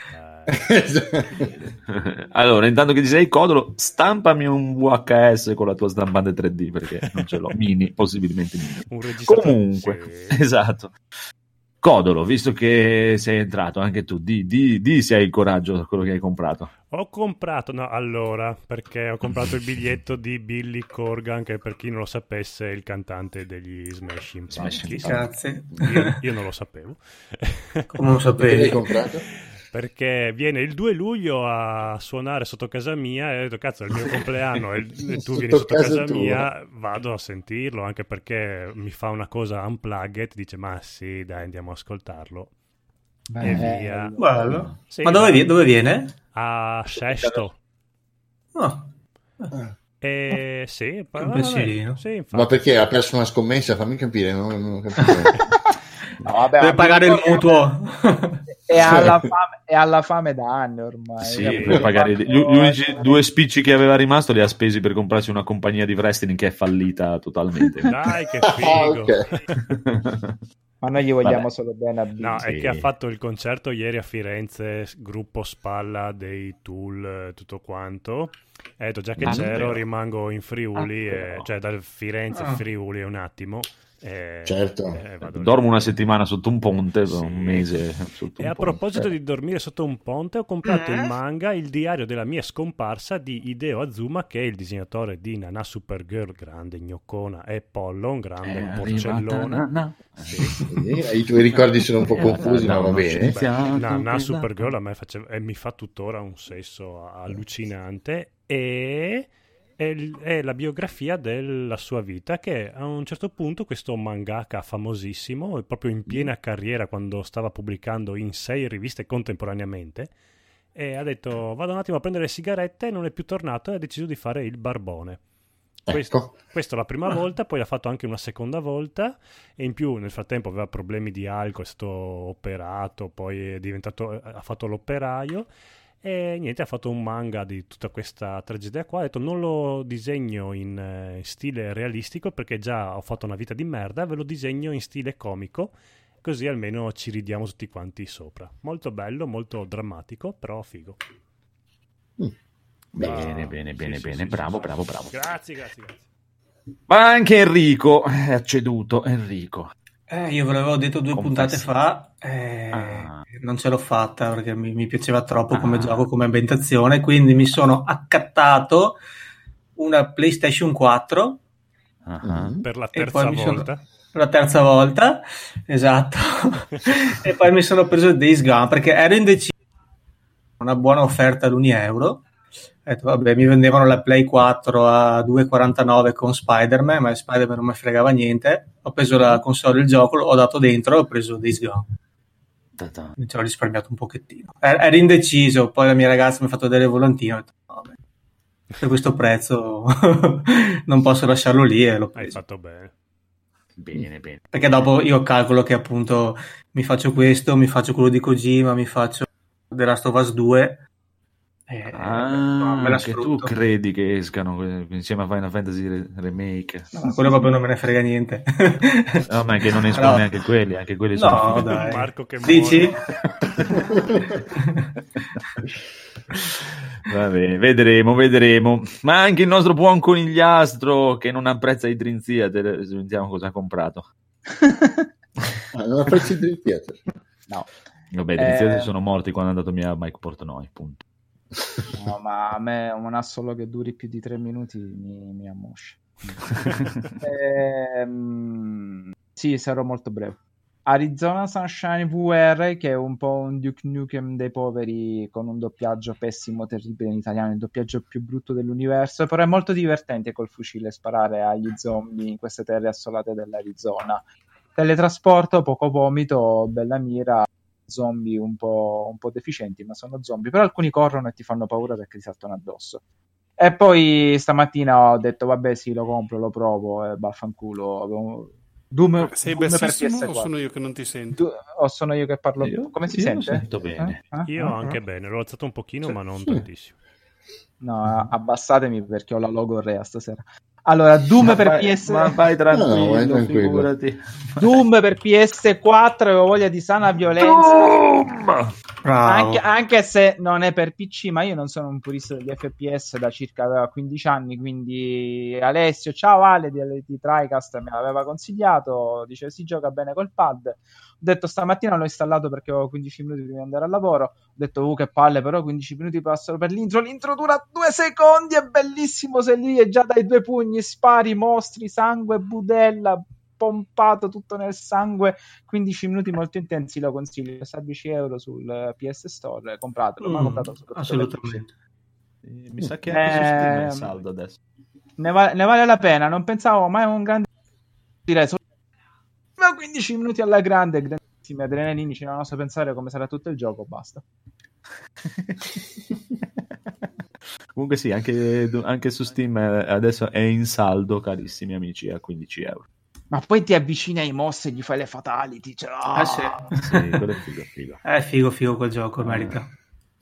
S2: Eh. allora, intanto che ti sei codolo, stampami un VHS con la tua stampante 3D perché non ce l'ho, mini, possibilmente mini. Un registratore. Comunque, sì. esatto. Codolo, visto che sei entrato anche tu, di, di, di se hai il coraggio di quello che hai comprato.
S3: Ho comprato, no, allora, perché ho comprato il biglietto di Billy Corgan, che per chi non lo sapesse è il cantante degli Smash Impact.
S6: Grazie.
S3: Io, io, non lo sapevo.
S6: Come lo sapevi?
S1: L'hai comprato?
S3: Perché viene il 2 luglio a suonare sotto casa mia e ho detto cazzo è il mio compleanno e, e tu vieni sotto casa, casa mia, vado a sentirlo anche perché mi fa una cosa unplugged, dice ma sì dai andiamo a ascoltarlo. Beh, e via.
S6: Bello. Sì, ma dove, dove Ah. viene?
S3: a Sesto.
S6: Oh.
S3: Eh. E oh. sì, parla, sì
S1: ma perché ha perso una scommessa? Fammi capire. No? Non, capire.
S6: no, vabbè, per pagare il mutuo.
S4: È alla, fame, è alla fame da anni ormai.
S2: Sì, per pagare gli unici due spicci che aveva rimasto li ha spesi per comprarsi una compagnia di wrestling che è fallita totalmente.
S3: Dai, che figo! Ah,
S4: okay. Ma noi gli vogliamo Vabbè. solo bene a
S3: No, è che ha fatto il concerto ieri a Firenze, gruppo spalla dei Tool, eh, tutto quanto. E detto,
S1: Ah,
S3: già che c'ero, rimango in Friuli, e, cioè da Firenze a Friuli un attimo. E,
S1: certo.
S2: E Dormo lì. una settimana sotto un ponte, sì. un mese. Sotto
S3: e
S2: un
S3: a proposito
S1: Eh.
S3: ponte. di dormire sotto un ponte, ho comprato eh? il manga Il diario della mia scomparsa di Hideo Azuma, che è il disegnatore di Nana Supergirl, grande gnoccona, e Pollo, un grande eh, porcellona. Na,
S1: sì. sì. I tuoi ricordi sono
S2: Eh,
S1: un po' confusi, ma va bene.
S2: Ah,
S3: Nana Supergirl a me faceva, e mi fa tuttora un sesso allucinante. E è, la biografia della sua vita che a un certo punto questo mangaka famosissimo, proprio in piena carriera quando stava pubblicando in sei riviste contemporaneamente, ha detto vado un attimo a prendere le sigarette, non è più tornato e ha deciso di fare il barbone.
S1: Ecco.
S3: Questo, questo, la prima
S2: Ah.
S3: volta, poi l'ha fatto anche una seconda volta e in più nel frattempo aveva problemi di alcol, è stato operato, poi è diventato, ha fatto l'operaio E niente, ha fatto un manga di tutta questa tragedia qua. Ha detto non lo disegno in eh, stile realistico perché già ho fatto una vita di merda, ve lo disegno in stile comico, così almeno ci ridiamo tutti quanti sopra. Molto bello, molto drammatico, però figo.
S2: Mm. Bene, ah, bene, sì, bene, sì, bene, sì, bravo, bravo, bravo.
S3: Grazie, grazie, grazie.
S2: Ma anche Enrico è acceduto, Enrico.
S6: Eh, io ve l'avevo detto due Confessi. puntate fa, eh, ah. non ce l'ho fatta perché mi, mi piaceva troppo come ah. gioco, come ambientazione, quindi mi sono accattato una PlayStation 4
S3: uh-huh.
S1: Mm.
S3: per la terza volta.
S6: Sono, per la terza volta, esatto. e poi mi sono preso il Days Gone perché ero indeciso, una buona offerta ad 1 euro. Detto, vabbè, mi vendevano la Play 4 a 2,49 con Spider-Man, ma Spider-Man non mi fregava niente. Ho preso la console il gioco, l'ho dato dentro e ho preso Days Gone. Mi ci ho risparmiato un pochettino. Er- ero indeciso, poi la mia ragazza mi ha fatto vedere il volantino. Ho detto, vabbè, per questo prezzo non posso lasciarlo lì e l'ho preso.
S3: Hai fatto bene.
S2: Bene, bene.
S6: Perché dopo io calcolo che appunto mi faccio questo, mi faccio quello di Kojima, mi faccio The Last of Us 2
S2: eh, ah, no, tu credi che escano eh, insieme a Final Fantasy Remake?
S6: No, quello proprio non me ne frega niente.
S2: no, ma è che non escono no. neanche quelli, anche quelli
S6: no, sono dai.
S3: Marco che
S6: Dici?
S2: Va bene, vedremo, vedremo. Ma anche il nostro buon conigliastro che non apprezza i Dream Theater, sentiamo cosa ha comprato.
S1: ah, non apprezza i Dream Theater?
S4: No.
S2: Vabbè, i Dream eh... Theater sono morti quando è andato via Mike Portnoy, punto.
S4: No, ma a me un assolo che duri più di tre minuti mi, mi ammoscia. ehm, sì, sarò molto breve. Arizona Sunshine VR, che è un po' un Duke Nukem dei poveri con un doppiaggio pessimo, terribile in italiano, il doppiaggio più brutto dell'universo, però è molto divertente col fucile sparare agli zombie in queste terre assolate dell'Arizona. Teletrasporto, poco vomito, bella mira, zombie un po', un po', deficienti, ma sono zombie. Però alcuni corrono e ti fanno paura perché ti saltano addosso. E poi stamattina ho detto, vabbè sì, lo compro, lo provo, e Boh, baffanculo. Avevo... Doom,
S5: Sei
S4: Doom
S5: per PS4. o sono io che non ti sento?
S4: o sono io che parlo? Io, Come si sente?
S2: sento bene.
S4: Ah,
S3: Eh? Eh? Io eh? anche bene, l'ho alzato un pochino, sì. ma non sì. tantissimo.
S4: No, abbassatemi perché ho la logo rea stasera. Allora, Doom ma per vai, PS...
S2: Ma vai tranquillo, no, vai tranquillo. figurati.
S4: Doom per PS4 avevo voglia di sana violenza. Anche, anche, se non è per PC, ma io non sono un purista degli FPS da circa 15 anni, quindi Alessio, ciao Ale di, di Tricast, me l'aveva consigliato, dice si gioca bene col pad. Ho detto stamattina l'ho installato perché avevo 15 minuti prima di andare al lavoro. Ho detto, uh, che palle, però 15 minuti passano per l'intro. L'intro dura due secondi, è bellissimo. Sei lì e già dai due pugni, spari, mostri, sangue, budella, pompato tutto nel sangue. 15 minuti molto intensi, lo consiglio. Sta 10 euro sul PS Store, compratelo. Mm, ma comprato
S6: assolutamente.
S2: Eh, mi sa che
S4: Ehm.
S2: anche eh, su saldo adesso.
S4: Ne, va- ne, vale la pena, non pensavo mai a un grande... Direi solo 15 minuti alla grande, grandissimi adrenalinici, non so pensare come sarà tutto il gioco, basta.
S2: Comunque sì, anche, anche, su Steam eh, adesso è in saldo, carissimi amici, a 15 euro.
S4: Ma poi ti avvicini ai mosse e gli fai le fatality, cioè...
S6: Ah, sì.
S2: sì, quello è figo, figo. Eh.
S6: È Eh, figo, figo quel gioco, merita.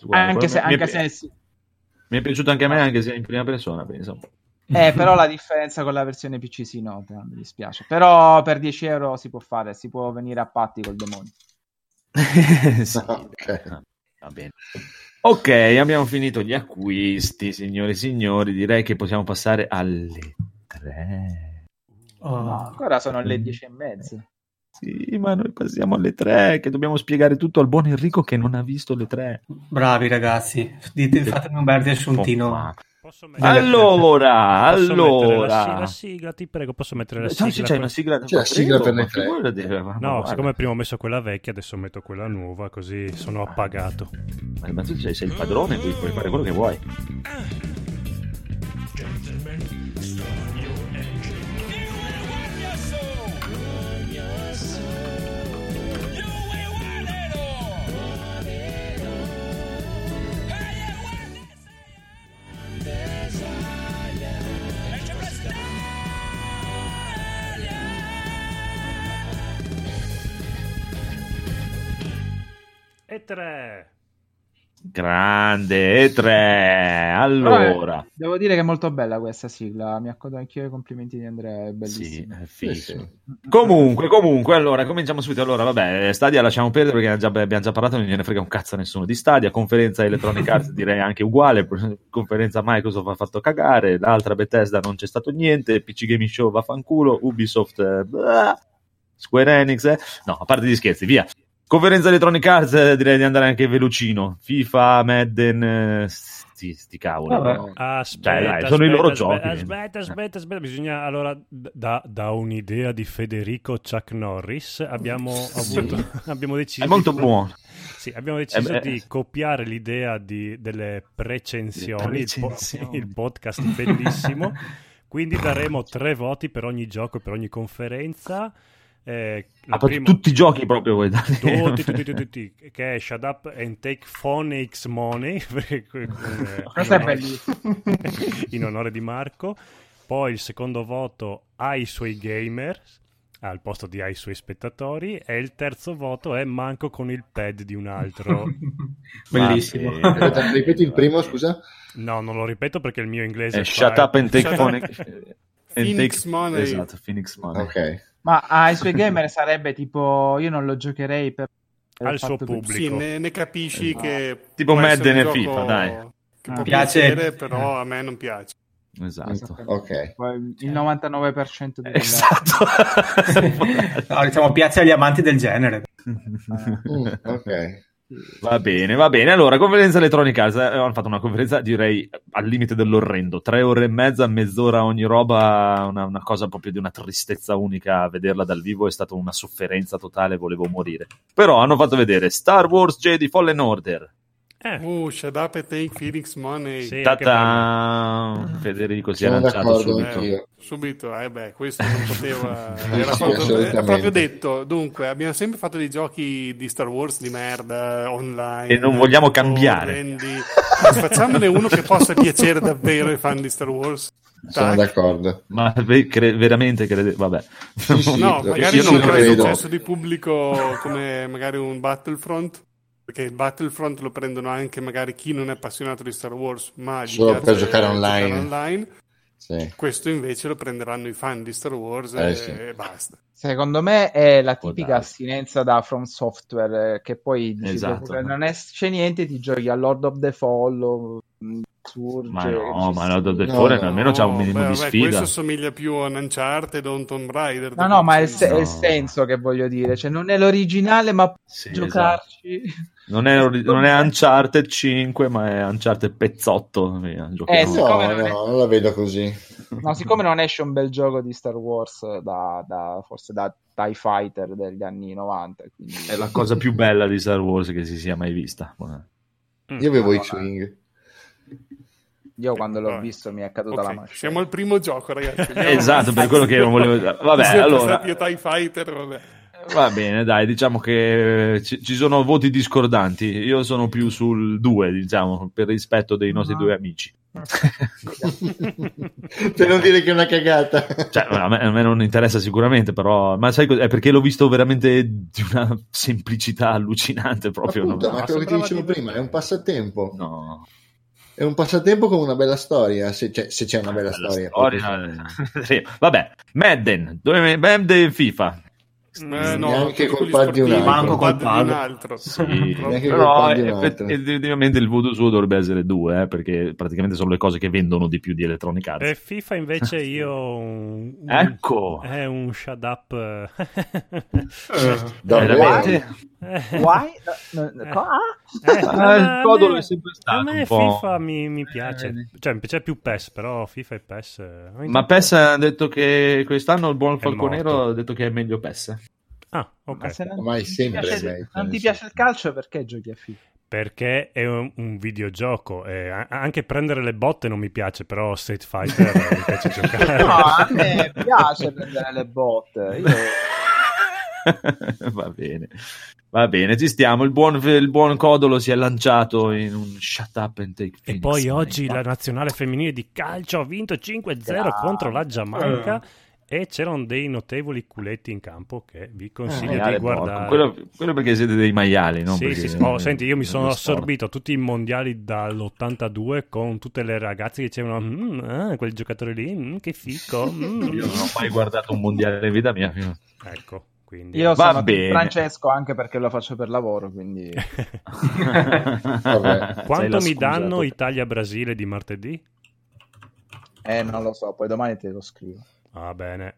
S4: Guarda, anche se... Anche mi, è, se sì.
S2: mi è piaciuto anche a me, anche se in prima persona, penso un po'.
S4: Eh, però la differenza con la versione PC si nota, mi dispiace. Però per 10 euro si può fare, si può venire a patti col demonio.
S2: sì,
S1: Ah,
S2: okay. Va bene. Ok, abbiamo finito gli acquisti, signore e signori. Direi che possiamo passare alle 3.
S4: Oh,
S6: Ah,
S4: no, ancora sono le 10 e mezza.
S2: Sì, ma noi passiamo alle 3, che dobbiamo spiegare tutto al buon Enrico che non ha visto le 3.
S6: Bravi ragazzi, Dite, fatemi un bel riassuntino.
S2: Posso mettere... Allora, posso allora.
S3: Mettere la, la, sigla, ti prego, posso mettere la
S2: c'è,
S3: sigla?
S2: C'è, per... una sigla,
S1: c'è la sigla per le tre.
S3: No, guarda. siccome prima ho messo quella vecchia, adesso metto quella nuova, così sono appagato.
S2: Ma, ma tu sei, sei, il padrone, puoi, puoi fare quello che vuoi.
S3: E tre.
S2: Grande, e tre. Allora, Vabbè,
S4: eh, devo dire che è molto bella questa sigla. Mi accodo anch'io ai complimenti di Andrea. È bellissima.
S2: Sì, eh, è sì. Comunque, comunque, allora cominciamo subito. Allora, vabbè, eh, Stadia lasciamo perdere perché già, abbiamo già parlato. Non gliene frega un cazzo a nessuno di Stadia. Conferenza Electronic Arts direi anche uguale. Conferenza Microsoft ha fatto cagare. L'altra Bethesda non c'è stato niente. PC Gaming Show vaffanculo. Ubisoft, eh, blah. Square Enix, eh. no, a parte gli scherzi, via. Conferenza Electronic Arts eh, direi di andare anche velocino. FIFA, Madden, sti, sti cavolo.
S3: Vabbè. No? Aspetta,
S2: Beh, Cioè, dai, sono aspetta, i loro
S3: aspetta,
S2: giochi.
S3: Aspetta, aspetta, aspetta. Bisogna allora, da, da un'idea di Federico Chuck Norris, abbiamo, avuto, sì. abbiamo deciso.
S2: È molto di... buono.
S3: Sì, abbiamo deciso eh di copiare l'idea di, delle precensioni, precensioni. Il, po- il podcast bellissimo. Quindi daremo tre voti per ogni gioco e per ogni conferenza.
S2: Eh, ah, prima... tutti i giochi proprio voi date.
S3: Tutti, tutti, tutti, tutti, che è Shut Up and Take Phonics Money. eh,
S4: Questo è bellissimo.
S3: in onore di Marco. Poi il secondo voto ai suoi gamer, al posto di ai suoi spettatori. E il terzo voto è Manco con il pad di un altro.
S6: bellissimo.
S1: Aspetta, ripeti il primo, scusa?
S3: No, non lo ripeto perché il mio inglese è...
S2: Eh, Shut Up and Take Phonics...
S5: And Phoenix take... Money.
S2: Esatto, Phoenix Money.
S1: Ok.
S4: Ma ai suoi gamer sarebbe tipo: Io non lo giocherei per.
S3: Al suo pubblico.
S5: Sì, ne, ne capisci esatto. che.
S2: Tipo Madden e FIFA, dai. Eh.
S5: Che ah, piace, piacere, però a me non piace.
S2: Esatto,
S1: ok.
S4: Poi il 99%
S2: di esatto.
S6: no, diciamo, piace agli amanti del genere.
S1: Ah. Mm, ok.
S2: Esatto. Va bene, va bene. Allora, conferenza elettronica. Eh, Hanno fatto una conferenza, direi, al limite dell'orrendo. Tre ore e mezza, mezz'ora ogni roba, una, una, cosa proprio di una tristezza unica. Vederla dal vivo è stata una sofferenza totale, volevo morire. Però hanno fatto vedere Star Wars Jedi Fallen Order.
S5: Eh. Uh, shut up and take Phoenix Money.
S2: Sì, Federico si è lanciato subito.
S5: Eh, subito, eh beh, questo non poteva... Era proprio, era proprio, detto, dunque, abbiamo sempre fatto dei giochi di Star Wars di merda, online.
S2: E non vogliamo cambiare. Quindi,
S5: facciamone uno che possa piacere davvero ai fan di Star Wars.
S1: Sono Tac. d'accordo.
S2: Ma cre- veramente crede... Vabbè.
S5: Sì, sì, no, magari non crede successo di pubblico come magari un Battlefront perché il Battlefront lo prendono anche magari chi non è appassionato di Star Wars, ma
S1: solo per giocare online. Giocare
S5: online. Sì. Questo invece lo prenderanno i fan di Star Wars eh, e, sì. e basta.
S4: Secondo me è la tipica oh, astinenza da From Software eh, che poi dici, esatto. non esce niente, ti giochi a Lord of the Fall o mm, Surge,
S2: ma no, ma Lord of the Fall no, no, almeno no, c'ha un minimo beh, di sfida. Beh,
S5: questo somiglia più a un Uncharted o un Tomb Raider. diciamo.
S4: No, no, ma è il, se- il, senso che voglio dire, cioè non è l'originale, ma sì, giocarci.
S2: Esatto. Non è, non è, Uncharted 5, ma è Uncharted pezzotto. Via,
S1: eh, no, no, è... non la vedo così.
S4: No, siccome non esce un bel gioco di Star Wars da, da, forse da TIE Fighter degli anni 90. Quindi...
S2: È la cosa più bella di Star Wars che si sia mai vista.
S1: Io avevo no, X-Wing.
S4: Io quando
S2: eh,
S4: l'ho visto mi è caduta okay, la mano.
S5: Siamo al primo gioco, ragazzi.
S2: esatto, per quello che non volevo... Vabbè, allora...
S5: Io TIE Fighter, vabbè.
S2: Va bene, dai, diciamo che ci sono voti discordanti. Io sono più sul 2, diciamo, per rispetto dei nostri no. due amici.
S1: per non dire che è una cagata.
S2: Cioè, a, me, a, me, non interessa sicuramente, però, ma sai cos'è? Perché l'ho visto veramente di una semplicità allucinante proprio.
S1: Appunto, no? Ma quello che ti dicevo di... prima, è un passatempo. No è un passatempo con una bella storia se c'è, se c'è una bella, bella storia,
S2: storia. sì. vabbè Madden dove, Madden FIFA
S1: eh, no, neanche colpa di un altro
S6: manco colpa
S5: di un altro
S2: sì. però effettivamente il voto suo dovrebbe essere due eh, perché praticamente sono le cose che vendono di più di Electronic Arts
S3: per FIFA invece io un,
S2: un, ecco
S1: Eh,
S3: è un shut up
S5: Eh.
S1: uh, veramente
S4: Why? No, ah? no, no.
S2: Eh, eh, il codolo è sempre stato.
S3: A me FIFA mi, mi, piace, cioè mi piace più PES, però FIFA e PES.
S2: Eh, Ma PES ha detto che quest'anno il buon Falconero ha detto che è meglio PES.
S3: Ah, ok.
S1: Se non, Ormai sempre
S4: piace,
S1: lei,
S4: non ti piace il calcio perché giochi a FIFA?
S3: Perché è un, un videogioco. anche prendere le botte non mi piace, però Street Fighter eh, mi piace giocare.
S4: No, a me piace prendere le botte. Eh, Io...
S2: va bene, va bene, ci stiamo. Il buon, il buon, Codolo si è lanciato in un shut up and take
S3: E poi oggi la nazionale femminile di calcio ha vinto 5-0 ah. contro la Giamaica. Ah.
S2: Eh.
S3: e c'erano dei notevoli culetti in campo che vi consiglio eh, di guardare.
S2: Quello, quello, perché siete dei maiali, non
S3: sì, sì, sì. Oh, senti, io mi sono assorbito a tutti i mondiali dall'82 con tutte le ragazze che dicevano mm, ah, quel giocatore lì, mm, che fico. Mm.
S2: Io non ho mai guardato un mondiale in vita mia. Fino.
S3: Ecco.
S4: Quindi... Io Va sono bene. Francesco anche perché lo faccio per lavoro, quindi...
S2: Eh,
S3: Vabbè, Quanto mi danno te. Italia-Brasile di martedì?
S4: Eh, non lo so, poi domani te lo scrivo.
S3: Va ah, bene.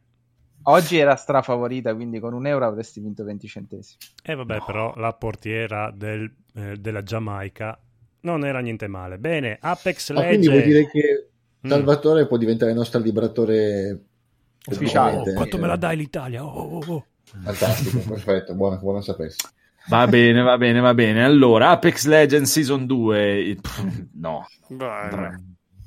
S4: Oggi era strafavorita, quindi con un euro avresti vinto 20 centesimi.
S3: E eh vabbè, no. però la portiera del, eh, della Giamaica non era niente male. Bene, Apex Legends. Ah,
S1: quindi vuol dire che Salvatore mm. può diventare il nostro liberatore
S3: ufficiale. Oh, quanto me la dai l'Italia? Oh, oh,
S1: Fantastico, perfetto, buono, buono sapersi.
S2: Va bene, va bene, va bene. Allora, Apex Legends Season 2, Pff, no,
S3: eh.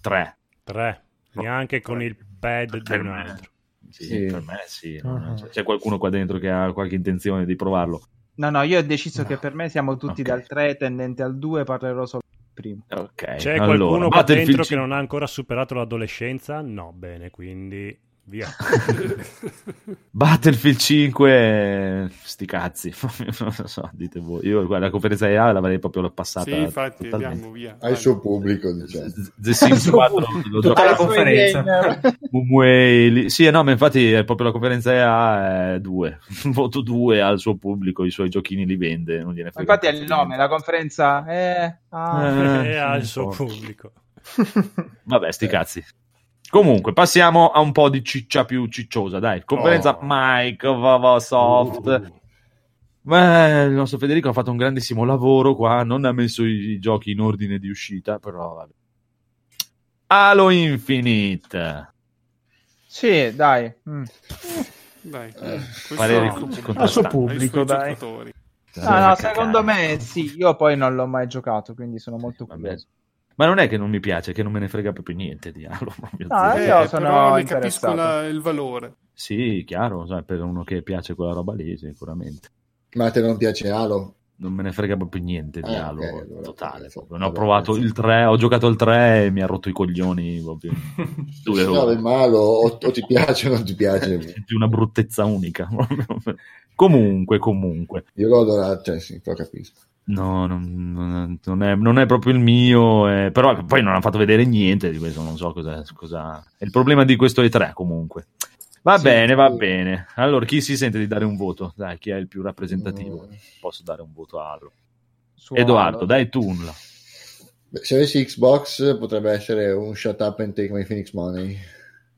S2: 3.
S3: 3, neanche con il pad di
S2: Eh,
S3: un altro.
S2: Sì, sì, per me sì. Uh-huh. Cioè, c'è qualcuno qua dentro che ha qualche intenzione di provarlo?
S4: No, no, io ho deciso no. che per me siamo tutti okay. dal 3 tendente al 2, parlerò solo del primo.
S2: Okay.
S3: C'è allora, qualcuno qua dentro che non ha ancora superato l'adolescenza? No, bene, quindi via.
S2: Battlefield 5, sti cazzi, non lo so, dite voi. Io guarda, la conferenza EA l'avrei proprio passata.
S5: Sì, infatti, totalmente. andiamo via.
S1: Al suo pubblico, diciamo.
S2: The Sims 4 lo
S4: Ah,
S6: Tutta la conferenza.
S2: Mumway, sì, no, ma infatti è proprio la conferenza EA 2. Voto 2 al suo pubblico, i suoi giochini li vende, non gliene frega.
S4: Infatti è il nome, la conferenza eh, ah. è
S3: Eh,
S2: Eh,
S3: al suo pubblico.
S2: Vabbè,
S5: Eh.
S2: sti cazzi. Comunque, passiamo a un po' di ciccia più cicciosa, dai. Conferenza oh. Microsoft. Uh. Beh, il nostro Federico ha fatto un grandissimo lavoro qua, non ha messo i giochi in ordine di uscita, però vabbè. Halo Infinite.
S4: Sì, dai. Mm.
S1: Eh.
S5: Dai.
S2: Parere
S7: al suo pubblico, dai.
S5: Giocatori.
S4: No, no, secondo me sì, io poi non l'ho mai giocato, quindi sono molto
S2: vabbè. curioso. Ma non è che non mi piace, che non me ne frega proprio niente di Halo.
S4: No, eh, io sono
S5: però ne capisco la, il valore.
S2: Sì, chiaro, sai, per uno che piace quella roba lì, sicuramente.
S1: Ma te non piace Halo?
S2: Non me ne frega proprio niente di eh, Halo, okay, allora, totale. Proprio. Ne ho provato il 3, ho giocato il 3 e mi ha rotto i coglioni proprio.
S1: Due ore. No, malo, o, o ti piace o non ti piace.
S2: Senti una bruttezza unica. comunque, comunque.
S1: Io l'ho adorato, cioè sì, lo capisco.
S2: No, non, non, è, non, è, proprio il mio, eh, però poi non hanno fatto vedere niente di questo, non so cosa, cosa... è il problema di questo E3 comunque. Va sì, bene, va sì. bene. Allora, chi si sente di dare un voto? Dai, chi è il più rappresentativo? Mm. Posso dare un voto a Allo. Edoardo, dai tu nulla.
S1: Se avessi Xbox potrebbe essere un shut up and take my Phoenix money.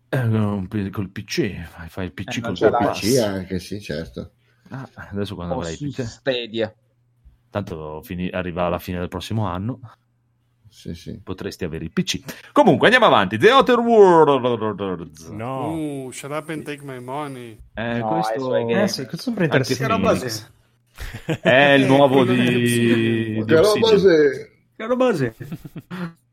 S2: Eh, no, col PC, fai, fai il PC eh, col
S1: PC anche, sì, certo.
S2: Ah, adesso quando
S4: o
S2: avrai
S4: il PC? Stadia
S2: tanto fini- arriva alla fine del prossimo anno.
S1: Sì, sì.
S2: Potresti avere il PC. Comunque andiamo avanti. The Outer Worlds.
S1: Mm.
S5: No. Uh, shut up and take my money.
S2: Eh, no, questo è
S7: eh, sì, sempre interessante.
S2: È il nuovo di
S1: Che roba
S6: Che roba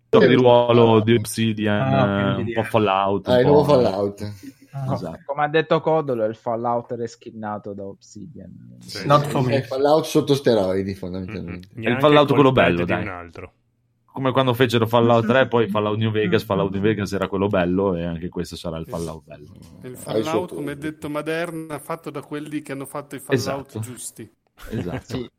S2: Gioco di ruolo di Obsidian, ah, un po' Fallout.
S1: ah,
S2: Un po'... eh.
S1: il nuovo Fallout.
S4: Ah, esatto. Come ha detto Codolo, il Fallout reschinnato da Obsidian.
S1: Sì. È Fallout sotto steroidi, fondamentalmente.
S2: Mm, è il Fallout quello bello, dai. Come quando fecero Fallout 3, poi Fallout New Vegas, Fallout New Vegas era quello bello e anche questo sarà il Fallout bello.
S5: Il Fallout, come detto Moderna, fatto da quelli che hanno fatto i Fallout
S2: esatto.
S5: giusti.
S2: Esatto. sì.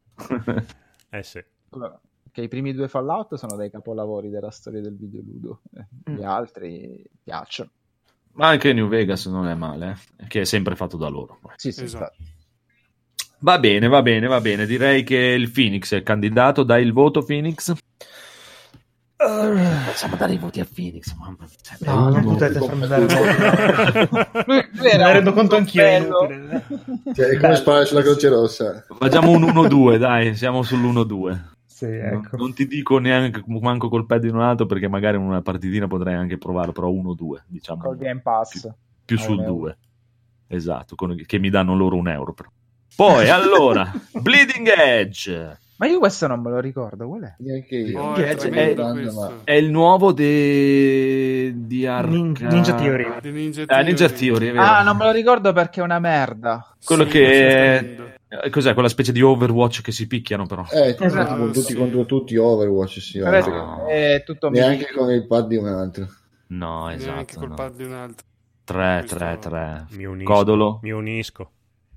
S3: eh sì.
S4: Allora che i primi due Fallout sono dei capolavori della storia del videoludo, gli mm. altri piacciono.
S2: Ma anche New Vegas non è male, eh? che è sempre fatto da loro.
S4: Sì, sì, esatto.
S2: Va bene, va bene, va bene. Direi che il Phoenix è il candidato. Dai il voto, Phoenix.
S6: Uh, facciamo dare i voti a Phoenix, mamma.
S7: Cioè, no,
S2: Mm-hmm.
S7: non, non potete farmi dare voti. Me ne rendo conto anch'io. eh. Bello.
S1: Cioè, è come sparare sulla Croce Rossa.
S2: Facciamo un 1-2, dai, siamo sull'1-2.
S7: Sì, ecco.
S2: non, non, ti dico neanche manco col pad in un altro perché magari in una partitina potrei anche provarlo però 1-2 diciamo
S4: col game pass
S2: più, più
S7: eh.
S2: sul 2 esatto con, che mi danno loro un euro però. poi allora Bleeding Edge
S4: ma io questo non me lo ricordo qual è?
S1: neanche io
S5: oh, è,
S2: è, è, il nuovo de... di Ar-
S7: Ninja, Ninja Theory,
S5: di Ninja Theory.
S2: Ah, Ninja Theory
S4: ah non me lo ricordo perché è una merda
S2: quello sì, che Eh, Cos'è quella specie di Overwatch che si picchiano, però?
S1: Eh, esatto. tutti sì. contro tutti Overwatch, sì.
S4: No. È tutto
S1: Neanche mitico. con il pad di un altro.
S2: No, esatto.
S5: Neanche col
S2: no.
S5: pad di un altro.
S2: 3, 3, 3. Mi unisco. Codolo.
S3: Mi unisco.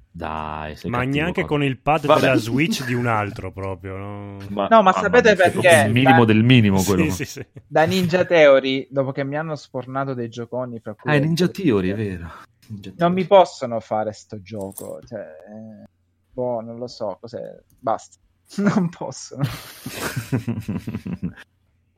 S2: Dai, sei
S3: ma
S2: cattivo,
S3: neanche
S2: Codolo.
S3: con il pad
S2: Vabbè.
S3: della Switch di un altro proprio. No?
S2: mamma
S4: No, ma sapete
S2: mia,
S4: perché?
S2: proprio Il minimo
S4: Beh,
S2: del minimo quello.
S3: sì, sì, sì.
S4: Da Ninja Theory, dopo che mi hanno spornato dei gioconi, fra cui cioè,
S2: Ah, è Ninja Theory, è vero. Ninja
S4: non
S2: Theory.
S4: mi possono fare sto gioco. Cioè, eh, boh, non lo so cos'è. Basta. Non possono.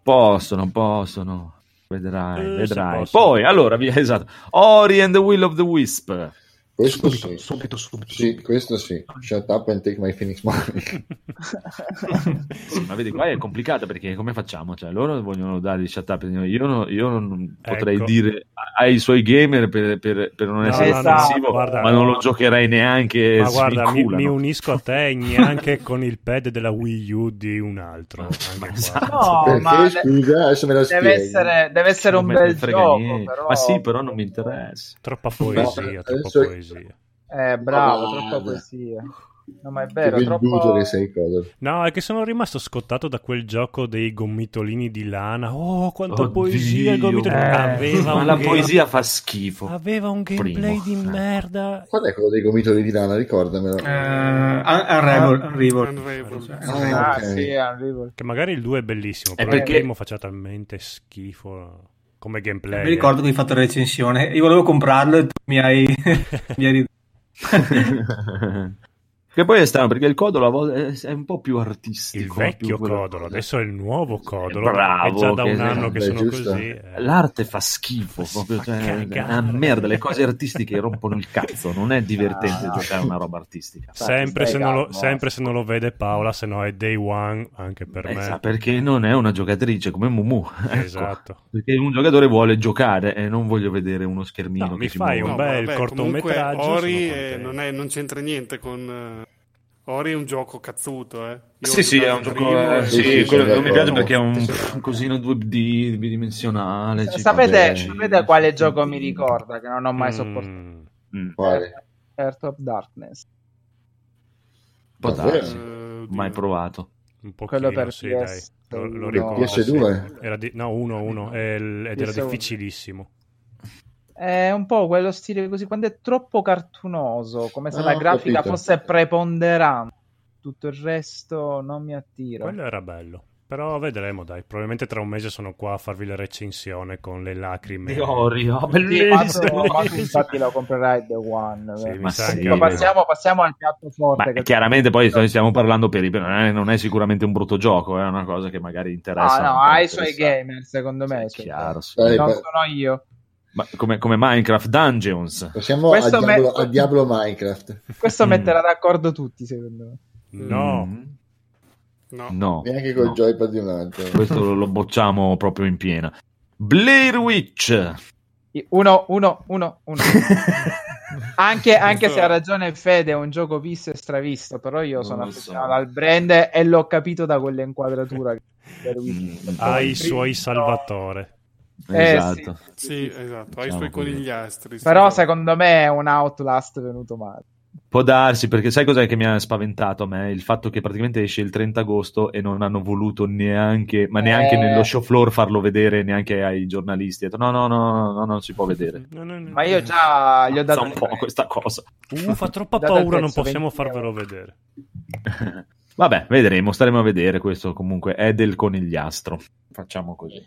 S2: possono, possono. Vedrai,
S3: Eh, se
S2: vedrai.
S3: possono.
S2: Poi, allora, via, esatto. Ori and the Will of the Wisp.
S1: Questo
S7: Subito,
S1: sì.
S7: subito, subito.
S1: Sì, questo sì. Shut up and take my Phoenix money.
S2: Sì, ma vedi, qua è complicata perché come facciamo? Cioè, loro vogliono dare di shut up. Io, non- io non
S3: Ecco.
S2: potrei dire ai suoi gamer per, per- per non
S3: No,
S2: essere
S4: no, no,
S2: offensivo,
S3: guarda.
S2: ma non lo giocherei neanche.
S3: Ma guarda, mi,
S2: svinculano.
S3: mi unisco a te e neanche con il pad della Wii U di un altro. Anche qua.
S2: esatto.
S4: No,
S1: Perché,
S4: ma de-
S1: scusa, adesso me la spiego.
S4: deve essere, deve essere
S2: Non
S4: un
S2: me ne
S4: bel
S2: frega
S4: gioco.
S2: niente.
S4: Però...
S2: Ma sì, però non mi interessa.
S3: Troppa poesia,
S1: No,
S3: troppa
S1: adesso-
S3: poesia.
S4: Eh, bravo,
S1: Guarda.
S4: troppa poesia. No, ma è
S1: Ah, Che
S4: vero,
S1: venduto
S4: troppo...
S1: che sei, cosa.
S3: No, è che sono rimasto scottato da quel gioco dei gommitolini di lana. Oh, quanta
S2: Oddio.
S3: poesia il gomitolino.
S7: Eh,
S3: aveva,
S2: Ma
S3: un
S2: la
S3: game-
S2: poesia fa schifo.
S3: aveva un gameplay
S2: Primo.
S3: di
S2: Eh.
S3: merda.
S1: Qual è quello dei gomitoli di lana? Ricordamelo.
S6: Eh, Unravel. Unravel.
S5: Unravel.
S6: Cioè,
S1: Ah,
S6: Unravel.
S4: Ah,
S1: ok.
S4: sì,
S2: eh,
S4: è un rival.
S3: Che magari il 2 è bellissimo,
S2: È
S3: però
S2: perché-
S3: il primo faceva talmente schifo come gameplay.
S6: Mi ricordo che hai fatto la recensione. Io volevo comprarlo e tu mi hai. mi hai rid-
S2: che poi è strano perché il codolo a volte è- è un po' più
S3: eh. Il
S2: artistico. più
S3: vecchio
S2: quella
S3: codolo,
S2: cosa.
S3: adesso è il nuovo codolo.
S2: bravo,
S3: è già da
S2: che- esatto,
S3: un anno che
S1: Beh,
S3: sono
S1: giusto.
S3: così. eh.
S2: L'arte fa schifo,
S3: Si
S2: proprio,
S3: fa
S2: cioè, è
S3: cagare.
S2: una merda, le cose artistiche rompono il cazzo, non è divertente
S4: Ah.
S2: giocare a una roba artistica.
S3: Sempre,
S4: Stai
S3: se non lo,
S4: calmo,
S3: sempre se non lo vede Paola, se no è day one anche per
S2: Eh, sa,
S3: me.
S2: perché non è una giocatrice come Mumu, ecco.
S3: Esatto.
S2: perché un giocatore vuole giocare e non voglio vedere uno schermino
S3: No,
S2: che
S3: mi
S2: si
S3: fai
S2: muove.
S3: un
S5: No,
S3: bel
S5: vabbè,
S3: cortometraggio,
S5: comunque Ori
S3: sono
S5: eh,
S3: contento.
S5: non, è- non c'entra niente con... eh, Ori è un gioco cazzuto, eh. Io ho
S2: Sì, sì, è
S5: giocato
S2: un
S5: il
S2: gioco.
S5: primo
S2: eh,
S5: e-
S1: sì,
S2: sì,
S1: sì,
S2: quello
S1: sì,
S2: non mi piace
S1: d'accordo.
S2: perché è un, un cosino 2D bidimensionale. ci
S4: Eh, Sapete,
S2: capisci.
S4: sapete quale gioco mi ricorda che non ho mai
S3: Mm.
S4: sopportato?
S2: Mm, può
S1: Quale?
S4: Earth of Darkness.
S2: darsi.
S1: Davvero?
S5: Eh,
S2: Ah, Mai
S5: oddio.
S2: provato.
S3: un pochino,
S4: Quello per
S3: sì, dai.
S4: PS,
S3: Lo, lo
S4: no.
S3: ricordo, sì.
S1: PS2?
S3: Era di- no, 1-1 ed era
S4: PS1.
S3: difficilissimo.
S4: È un po' quello stile così, quando è troppo cartunoso, come se
S1: Ah,
S4: la
S1: ho
S4: grafica
S1: capito.
S4: fosse preponderante. Tutto il resto non mi attira.
S3: Quello era bello. Però vedremo, dai. Probabilmente tra un mese sono qua a farvi la recensione con le lacrime.
S2: Di Ori, oh,
S4: Sì,
S2: bellissimo.
S4: ma tu- ma tu infatti lo comprerai The One.
S3: Sì,
S4: vero?
S3: mi sa
S2: sì,
S3: anche-
S4: Ma passiamo, passiamo al piatto forte.
S2: Ma
S4: che-
S2: chiaramente poi noi stiamo parlando per i non è, non è sicuramente un brutto gioco, è una cosa che magari interessa.
S4: Ah, no,
S2: non
S4: ha i
S2: interessa.
S4: suoi gamer, secondo me. cioè.
S2: Sì, chiaro, sì.
S1: Dai,
S4: Non
S1: pa-
S4: sono io.
S2: Ma come, come Minecraft Dungeons.
S1: Passiamo a
S4: Questo
S1: Diablo,
S4: me-
S1: a Diablo Minecraft.
S4: Questo
S2: Mm.
S4: metterà d'accordo tutti, secondo me.
S3: No,
S2: Mm.
S5: No.
S2: no.
S1: Neanche col
S2: no.
S1: joypad di un altro.
S2: Questo lo- lo bocciamo proprio in piena. Blair
S4: Eh,
S2: Witch.
S4: Uno, uno, uno, uno. Anche, anche se ha ragione Fede, è un gioco visto e stravisto, però io
S2: Non
S4: sono
S2: lo so.
S4: affezionato al brand e l'ho capito da quell'inquadratura.
S2: Mm,
S3: ha i
S4: Poi-
S3: suoi salvatore.
S4: Eh,
S2: esatto.
S5: Sì, esatto, ha
S2: Diciamo
S5: i suoi
S2: così.
S5: conigliastri. sì.
S4: Però secondo me è un Outlast venuto male.
S2: Può darsi, perché sai cos'è che mi ha spaventato a me? Il fatto che praticamente esce il 30 agosto e non hanno voluto neanche, ma neanche
S4: Eh.
S2: nello show floor farlo vedere neanche ai giornalisti. Ho detto, no, no, no, no, no, non si può vedere.
S3: No, no, no.
S4: Ma io già Ah, gli
S2: Sa
S4: ho dato...
S2: un po' questa cosa.
S3: Uh, fa troppa
S4: Date il
S3: paura, non
S4: prezzo,
S3: possiamo
S4: 20 euro.
S3: farvelo vedere.
S2: Vabbè, vedremo, staremo a vedere. Questo comunque è del conigliastro. Facciamo così.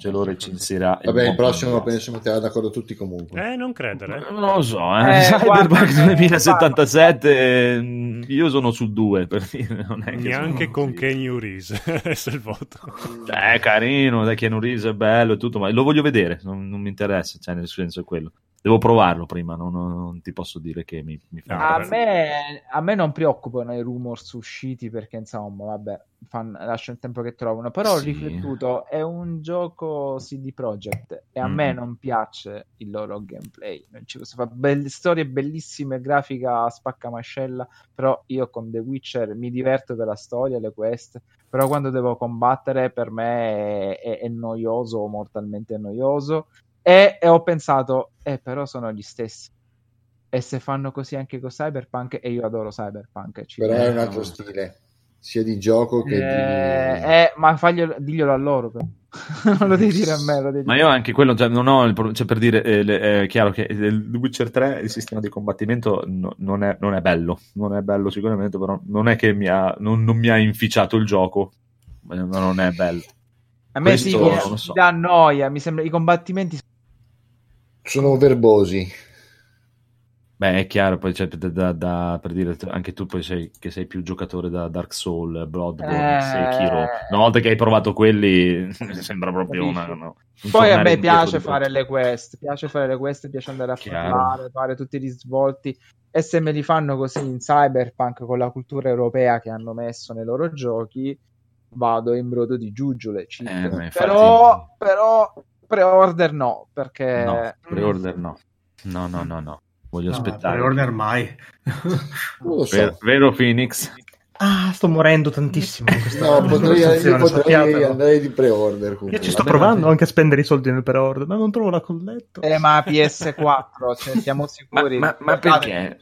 S2: Ce lo recensirà.
S1: Vabbè,
S2: buon
S1: il prossimo
S2: conigliastro.
S1: penso metterà d'accordo tutti comunque.
S3: Eh, non credere.
S2: Non lo so, eh.
S4: Eh,
S2: Cyberpunk
S4: guarda, eh,
S2: 2077, ehm, io sono su due per dire. Non è che
S3: Neanche
S2: sono-
S3: con
S2: sì.
S3: Kenny Reese. Adesso il voto.
S2: Cioè, è carino, dai, Keanu Reeves è bello e tutto, ma lo voglio vedere, non, non mi interessa, cioè, nel senso è quello. Devo provarlo prima, non, non- non ti posso dire che mi, mi fa...
S3: No,
S4: A
S3: vabbè.
S4: me, a me non preoccupano i rumors usciti perché insomma, vabbè, fan, lascio il tempo che trovano. Però ho
S2: Sì.
S4: riflettuto, è un gioco CD Projekt e a
S2: Mm.
S4: me non piace il loro gameplay. Non ci posso fare belle storie bellissime, grafica spaccamascella, però io con The Witcher mi diverto per la storia, le quest, però quando devo combattere per me è, è- è noioso, mortalmente noioso. E, e ho pensato, eh, però sono gli stessi. E se fanno così anche con Cyberpunk, e io adoro Cyberpunk, ci
S1: Però è un
S2: Eh,
S4: credo.
S1: altro stile. sia di gioco che
S4: eh,
S1: di...
S4: Eh, ma faglielo, diglielo a loro. Però. non lo devi dire a me. Dire.
S2: Ma io anche quello, cioè, non ho il pro- cioè, per dire, eh, le, è chiaro che il Witcher 3 il sistema di combattimento no, non, è, non, è, bello, non è bello sicuramente, però non è che mi ha, non, non mi ha inficiato il gioco, ma non è bello.
S4: A me Questo, sì, mi, so. dà noia, mi sembra i combattimenti
S1: sono verbosi.
S2: Beh, è chiaro, poi c'è da, da, da, per dire, anche tu poi sei, che sei più giocatore da Dark Souls, Bloodborne, eh... Sekiro. Una volta che hai provato quelli, sembra proprio una... No,
S4: un poi a me piace fare le quest, piace fare le quest, piace andare a farmare, fare tutti gli svolti. E se me li fanno così in cyberpunk con la cultura europea che hanno messo nei loro giochi, vado in brodo di giuggiole. Eh, infatti... Però, però pre-order no, perché... Mm.
S2: No, pre-order no. No, no, no, no. Voglio no, aspettare.
S6: Pre-order mai.
S2: So. Ver- vero Phoenix?
S7: Ah, sto morendo tantissimo.
S1: no, potrei, potrei andare di pre-order. Comunque.
S7: Io ci sto Vabbè, provando anche a spendere i soldi nel pre-order, ma non trovo la colletta.
S4: Eh, ma PS4, cioè, siamo sicuri.
S2: ma, ma, ma perché?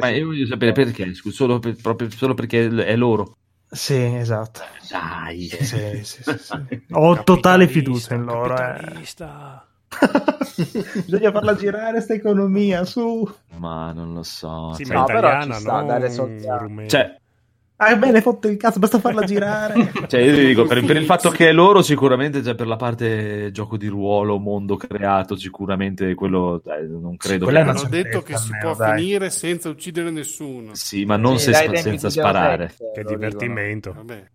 S2: Ma io voglio sapere perché, solo, per, proprio, solo perché è loro.
S7: Sì, esatto.
S2: Dai.
S7: Sì, sì, sì, Ho totale fiducia in loro. eh. Bisogna farla girare sta economia, su.
S2: Ma non lo so.
S4: Sì, cioè, no, italiana, però ci sta, no, dare soldi a...
S2: Cioè...
S7: Ah, bene, fotte il cazzo, basta farla girare.
S2: cioè, io ti dico, per, per, il fatto che è loro, sicuramente, cioè, per la parte gioco di ruolo, mondo creato, sicuramente quello, dai, non credo.
S5: Sì, che... Hanno detto che si può dai. finire senza uccidere nessuno.
S2: Sì, ma non sì, se dai, senza sparare.
S3: Sette, che divertimento. Dico, no. Vabbè.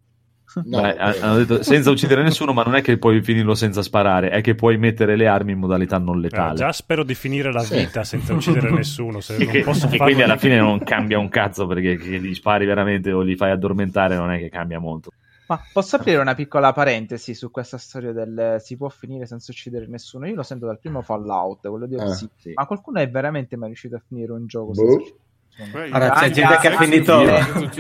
S2: No, Beh, hanno detto senza uccidere nessuno, ma non è che puoi finirlo senza sparare, è che puoi mettere le armi in modalità non letale. Eh,
S3: Ah, già spero di finire la vita sì. senza uccidere nessuno. Se
S2: e,
S3: che,
S2: e quindi alla fine non cambia un cazzo perché che li spari veramente o li fai addormentare, non è che cambia molto.
S4: Ma posso aprire una piccola parentesi su questa storia del eh, si può finire senza uccidere nessuno? Io lo sento dal primo Fallout, voglio dire eh, sì. sì. Ma qualcuno è veramente mai riuscito a finire un gioco boh. senza uccidere?
S6: Allora, c'è gente che ha finito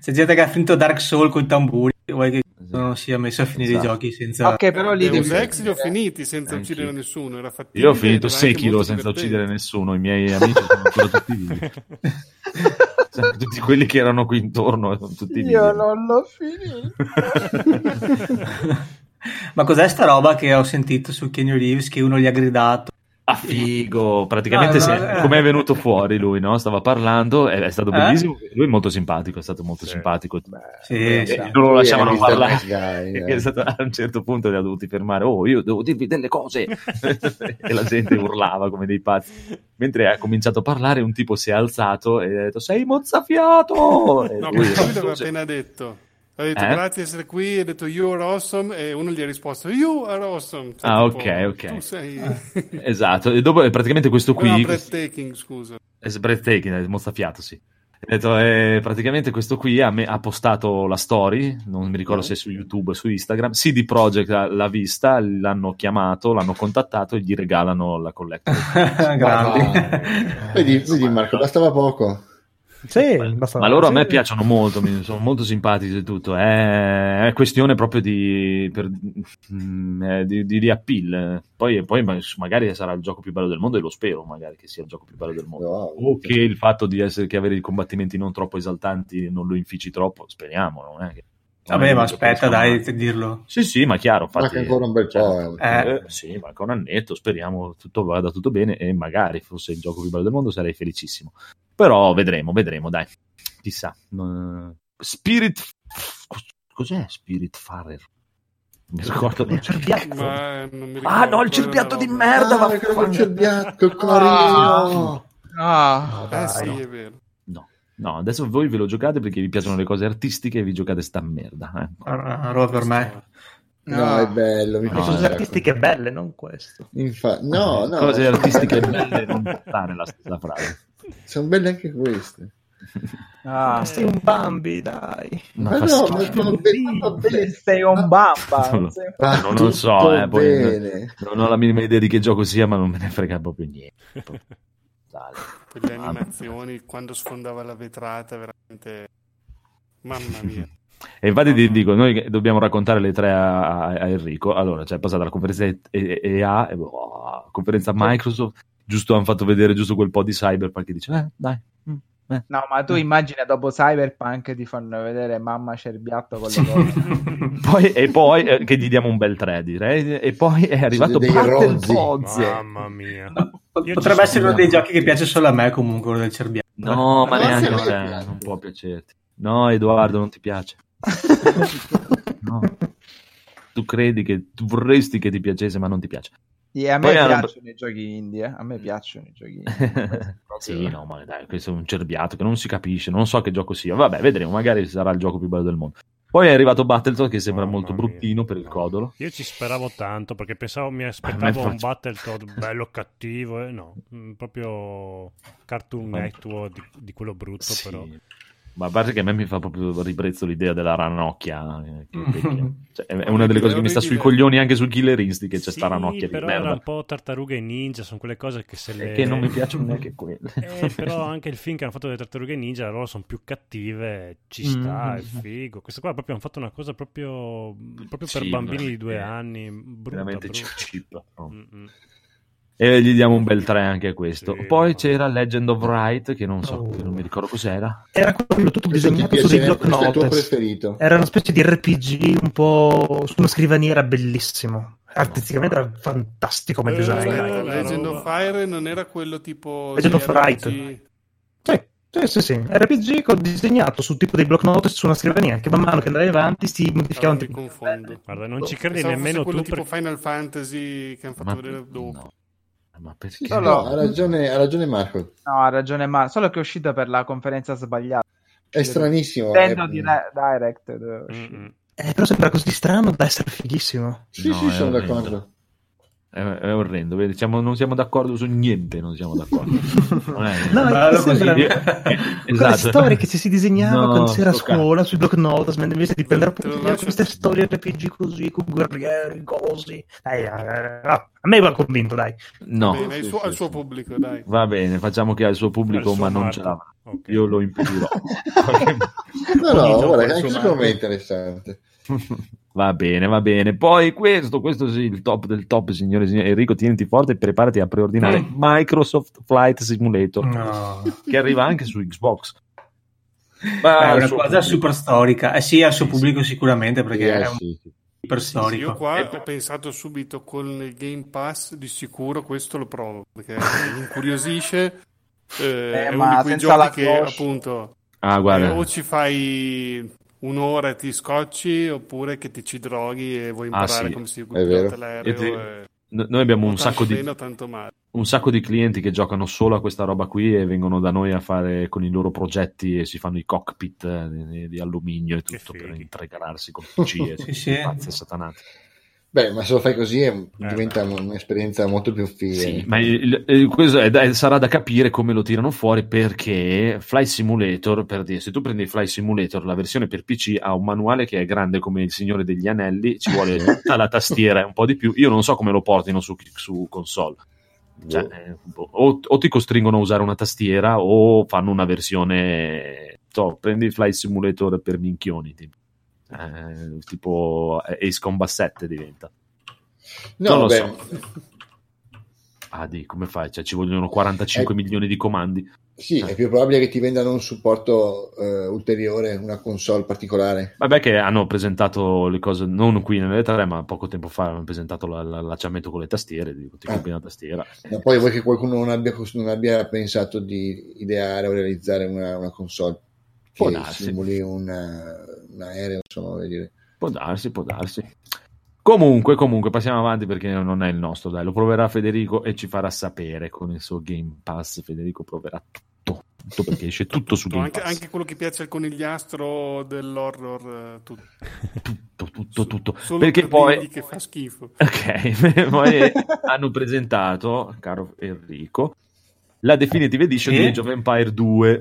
S6: c'è gente che ha finito Dark Souls con i tamburi vuoi che non sia messo a finire esatto. i giochi senza
S4: ok però lì
S5: Deus Ex li ho finiti senza Anch'io. uccidere nessuno era fattibile,
S2: Eh, io ho finito Sekiro senza uccidere nessuno i miei amici sono ancora tutti vivi Cioè, tutti quelli che erano qui intorno sono tutti vivi
S4: io non l'ho finito
S6: ma cos'è sta roba che ho sentito su Kenny Reeves che uno gli ha gridato
S2: Ah, figo! Praticamente, no, no, no. come è venuto fuori lui, no? stava parlando, è, è stato bellissimo. Eh? Lui è molto simpatico, è stato molto sì. simpatico. Beh,
S4: Eh,
S2: sì, sì. Non lo lasciavano parlare. Guy, stato, a un certo punto li ha dovuti fermare. Oh, io devo dirvi delle cose! e la gente urlava come dei pazzi. Mentre ha cominciato a parlare, un tipo si è alzato e ha detto: Sei mozzafiato!
S5: E no, lui, lui l'aveva appena detto. Ha detto eh? grazie di essere qui, ha detto you are awesome e uno gli ha risposto you are awesome.
S2: Cioè, ah tipo, ok, ok. Sei... esatto, e dopo praticamente questo qui... No,
S5: breathtaking, scusa.
S2: È breathtaking, è mozzafiato, sì. Detto, eh, praticamente questo qui ha, me- ha, postato la story, non mi ricordo se su YouTube o su Instagram, CD Projekt l'ha vista, l'hanno chiamato, l'hanno contattato e gli regalano la collection. Ah,
S6: Grande.
S1: Vedi, vedi Marco, bastava poco.
S7: Sì,
S2: ma loro a me piacciono molto, sono molto simpatici e tutto. eh, È, questione proprio di, per, mm, eh, di, di, di appeal. Poi, poi, magari sarà il gioco più bello del mondo e lo spero magari che sia il gioco più bello del mondo. Wow, o
S1: Cioè,
S2: che il fatto di essere, che avere i combattimenti non troppo esaltanti non lo infici troppo, speriamo. Non è che...
S6: Vabbè, ma aspetta, dai, a dirlo.
S2: Sì, sì, ma chiaro. Infatti,
S1: anche ancora un bel po'.
S2: Eh. Eh, sì, manca un annetto. Speriamo tutto vada tutto bene. E magari fosse il gioco più bello del mondo, sarei felicissimo. Però vedremo, vedremo, dai. Chissà. eh, Spirit. Cos'è Spirit Farer? Mi ricordo del cerbiatto.
S5: Ma eh, non mi ricordo
S2: ah, no, il cerbiatto di merda.
S1: Ah, va il cerbiatto, Corino.
S4: Ah,
S5: ah dai, eh, sì, no. è vero.
S2: No, adesso voi ve lo giocate perché vi piacciono le cose artistiche e vi giocate sta merda. Ecco.
S6: Ah, roba per me.
S1: No, no, è bello.
S7: Mi no, cose artistiche racconto. belle, non questo.
S1: Infa- no, no.
S2: Eh, Cose artistiche belle, non portare la stessa frase.
S1: Sono belle anche queste.
S7: Ah, eh. sei un Bambi, dai.
S1: Ma, ma no, fastidio. ma sono
S4: be- sei un Bamba.
S2: Non, Ah, non lo so, eh, poi, non ho la minima idea di che gioco sia, ma non me ne frega proprio niente.
S5: Quelle animazioni quando sfondava la vetrata, veramente. Mamma mia.
S2: E infatti ti dico, noi dobbiamo raccontare le tre a, a Enrico. Allora, cioè, è passata la conferenza EA, e, boh,
S1: Mm.
S2: oh, conferenza Microsoft, giusto hanno fatto vedere giusto quel po' di Cyberpunk e dice, eh, dai, Eh.
S4: No, ma tu immagina dopo Cyberpunk ti fanno vedere mamma cerbiatto con le cose.
S2: poi, e poi eh, che gli diamo un bel 3 direi. E poi è arrivato
S1: Dei
S2: Battle
S1: rozzi.
S2: Pozze.
S3: Mamma mia. Io
S6: Potrebbe
S3: ci
S6: essere uno dei giochi che piace solo a me comunque, quello del Cerbiano.
S2: No, ma
S1: Ma se
S2: neanche a
S1: non
S2: te,
S1: ti piace.
S2: non può piacerti. No, Edoardo, non ti piace. No. Tu credi che tu vorresti che ti piacesse, ma non ti piace.
S4: Sì, a me
S2: Poi Mm. hanno-
S4: piacciono i giochi indie, eh. a me piacciono i giochi indie. Proprio-
S2: Sì, no, ma dai, questo è un cerbiato che non si capisce, non so che gioco sia. Vabbè, vedremo, magari sarà il gioco più bello del mondo. Poi è arrivato Battletoad che sembra
S3: Mamma
S2: molto
S3: mia.
S2: bruttino per il codolo.
S3: Io ci speravo tanto perché pensavo mi
S2: Ah,
S3: aspettavo
S2: ma
S3: un
S2: infatti.
S3: Battletoad bello cattivo e no, mm, proprio Cartoon
S2: Ma-
S3: Network di, di quello brutto
S2: Sì.
S3: però.
S2: Ma a parte che a me mi fa proprio ribrezzo l'idea della ranocchia. eh, che pecchia. Cioè, è- è una
S5: Vabbè,
S2: delle cose che mi sta
S5: orribile.
S2: sui coglioni anche su Killer Instinct che c'è
S3: Sì,
S2: sta ranocchia di
S3: però era
S2: merda.
S3: un po' tartarughe ninja, sono quelle cose che se le...
S2: Che non mi piacciono neanche quelle.
S3: Eh, però anche il film che hanno fatto delle tartarughe ninja loro sono più cattive ci sta
S6: Mm.
S3: è figo questo qua proprio hanno fatto una cosa proprio, proprio per
S2: Sì,
S3: bambini di due
S2: veramente.
S3: anni brutta,
S2: veramente
S3: brutta.
S2: chip chip. no?
S3: Mm-mm.
S2: E gli diamo un bel 3 anche a questo.
S3: Sì,
S2: Poi
S3: ma-
S2: c'era Legend of Wright, che non so,
S7: Oh.
S2: che non mi ricordo cos'era.
S7: Era quello tutto
S1: Questo ti
S7: disegnato su dei
S1: piace, eh? questo è il tuo
S7: block
S1: preferito.
S7: Era una specie di RPG un po' su una scrivaniera bellissimo. Artisticamente era fantastico come
S3: Eh, dai,
S7: design.
S3: la
S5: Eh, Legend of
S3: roba.
S5: Fire non era quello tipo
S7: Legend
S5: di
S7: of Wright.
S5: RPG?
S7: Sì, sì, sì, sì. RPG con- disegnato su tipo dei block notes su una scrivania che man mano che andavi avanti si modificavano
S5: Allora, mi
S7: tipo-
S5: confondo.
S3: guarda non
S7: Oh,
S3: ci credi
S5: Pensavo fosse
S3: nemmeno
S5: quello
S3: tu
S5: tipo
S3: per...
S5: Final Fantasy che hanno fatto vedere dopo.
S2: no. Ah, Ma perché?
S1: No, no, ha ragione, ha ragione Marco.
S4: No, ha ragione, ma solo che è uscita per la conferenza sbagliata.
S1: È stranissimo. eh.
S4: Nintendo
S1: è-
S4: Dire- Direct.
S2: Mm,
S4: doveva uscire.
S3: Mm-mm.
S7: Eh, però sembra così strano da essere fighissimo.
S1: Sì,
S2: No,
S1: sì,
S2: è
S1: sono
S2: orrendo.
S1: d'accordo.
S2: È, è orrendo, vedi, siamo- non siamo d'accordo su niente, non siamo d'accordo. Non è-
S7: No,
S6: Bello
S7: questo sembra-
S2: Io-
S7: Quelle
S2: Eh, esatto.
S7: storie che ci si disegnava
S2: No,
S7: quando si era a
S2: sto cazzo.
S7: scuola sui block notes, ma invece di prendere
S5: Te lo
S7: appunti
S5: lascio-
S7: con queste storie RPG così, con guerrieri, così. Dai, eh, a me va convinto, dai.
S2: No.
S5: Bene, al suo, al suo pubblico, dai.
S2: Va bene, facciamo che ha il suo pubblico,
S3: Al suo
S2: ma non
S3: Marco.
S2: ce l'avrà.
S3: Ok.
S2: Io lo impedirò.
S1: No, no, Eh, guarda,
S3: Ogni gioco ha il suo
S1: anche secondo
S3: marchio.
S1: me è interessante.
S2: Va bene, va bene. Poi questo, questo sì, il top del top, signore e signori. Enrico, tieniti forte e preparati a preordinare Microsoft Flight Simulator,
S6: Mm. No.
S2: che arriva anche su Xbox.
S6: Beh,
S2: Ma
S6: è una
S2: su-
S6: cosa super storica. Eh sì, al suo
S2: Sì, sì.
S6: pubblico sicuramente perché
S1: Eh,
S6: è un
S1: sì, sì.
S6: super
S5: Sì,
S6: storico.
S5: Io qua
S2: E-
S5: ho pensato subito con il Game Pass, di sicuro questo lo provo, perché mi incuriosisce. Eh,
S4: Eh,
S5: è uno
S4: ma
S5: di quei
S4: senza la
S5: giochi che
S4: cloche.
S5: appunto
S2: Ah,
S5: eh, o
S2: guarda.
S5: ci fai un'ora e ti scocci oppure che ti ci droghi e vuoi
S2: Ah,
S5: imparare
S2: sì,
S5: come si
S1: vero.
S5: guida
S2: E ti-
S5: l'aereo. e-
S2: No- Noi abbiamo
S5: o
S2: un
S5: tanto
S2: sacco, di,
S5: bene o tanto male.
S2: un sacco di clienti che giocano solo a questa roba qui e vengono da noi a fare con i loro progetti e si fanno i cockpit eh, di, di alluminio e
S3: Che
S2: tutto
S3: fighi.
S2: per intregarsi con PC
S6: Sì,
S2: e
S6: sì.
S2: pazze satanate.
S1: Beh, ma se lo fai così è- diventa
S3: beh.
S1: un'esperienza molto più figa.
S2: Eh, Sì, ma il- il- questo è da- sarà da capire come lo tirano fuori perché Fly Simulator, per dire, se tu prendi Fly Simulator, la versione per PC ha un manuale che è grande come il Signore degli Anelli, ci vuole tutta la tastiera e un po' di più. Io non so come lo portino su, su console. Cioè, eh, boh, o, o ti costringono a usare una tastiera o fanno una versione... so, prendi Fly Simulator per minchioni, tipo, Eh, tipo eh, Ace Combat 7 diventa.
S1: no,
S2: non lo
S1: beh,
S2: so. Ah, di, come fai? Cioè, ci vogliono 45
S1: Eh.
S2: milioni di comandi.
S1: sì,
S2: Eh.
S1: è più probabile che ti vendano un supporto eh, ulteriore, una console particolare.
S2: Vabbè, che hanno presentato le cose non qui nelle tre, ma poco tempo fa hanno presentato la- la- l'allacciamento con le tastiere. Dico, ti
S1: Ah.
S2: compri una tastiera.
S1: Ma poi vuoi che qualcuno non abbia, cos- non abbia pensato di ideare o realizzare una, una console
S2: Può
S1: che
S2: darsi.
S1: simuli una- un aereo, insomma, voglio dire.
S2: Può darsi, può darsi. Comunque, comunque, passiamo avanti perché non è il nostro. Dai, lo proverà Federico e ci farà sapere con il suo Game Pass. Federico proverà tutto, tutto perché esce tutto su Game
S5: Anche,
S2: Pass.
S5: anche quello che piace al conigliastro dell'horror, eh, tutto.
S2: Tutto, tutto, tutto.
S5: Solo
S2: Perché
S5: per
S2: poi.
S5: dirgli che fa schifo.
S2: Ok, poi hanno presentato, caro Enrico, la Definitive Edition
S6: Sì?
S2: di Age of Empire 2,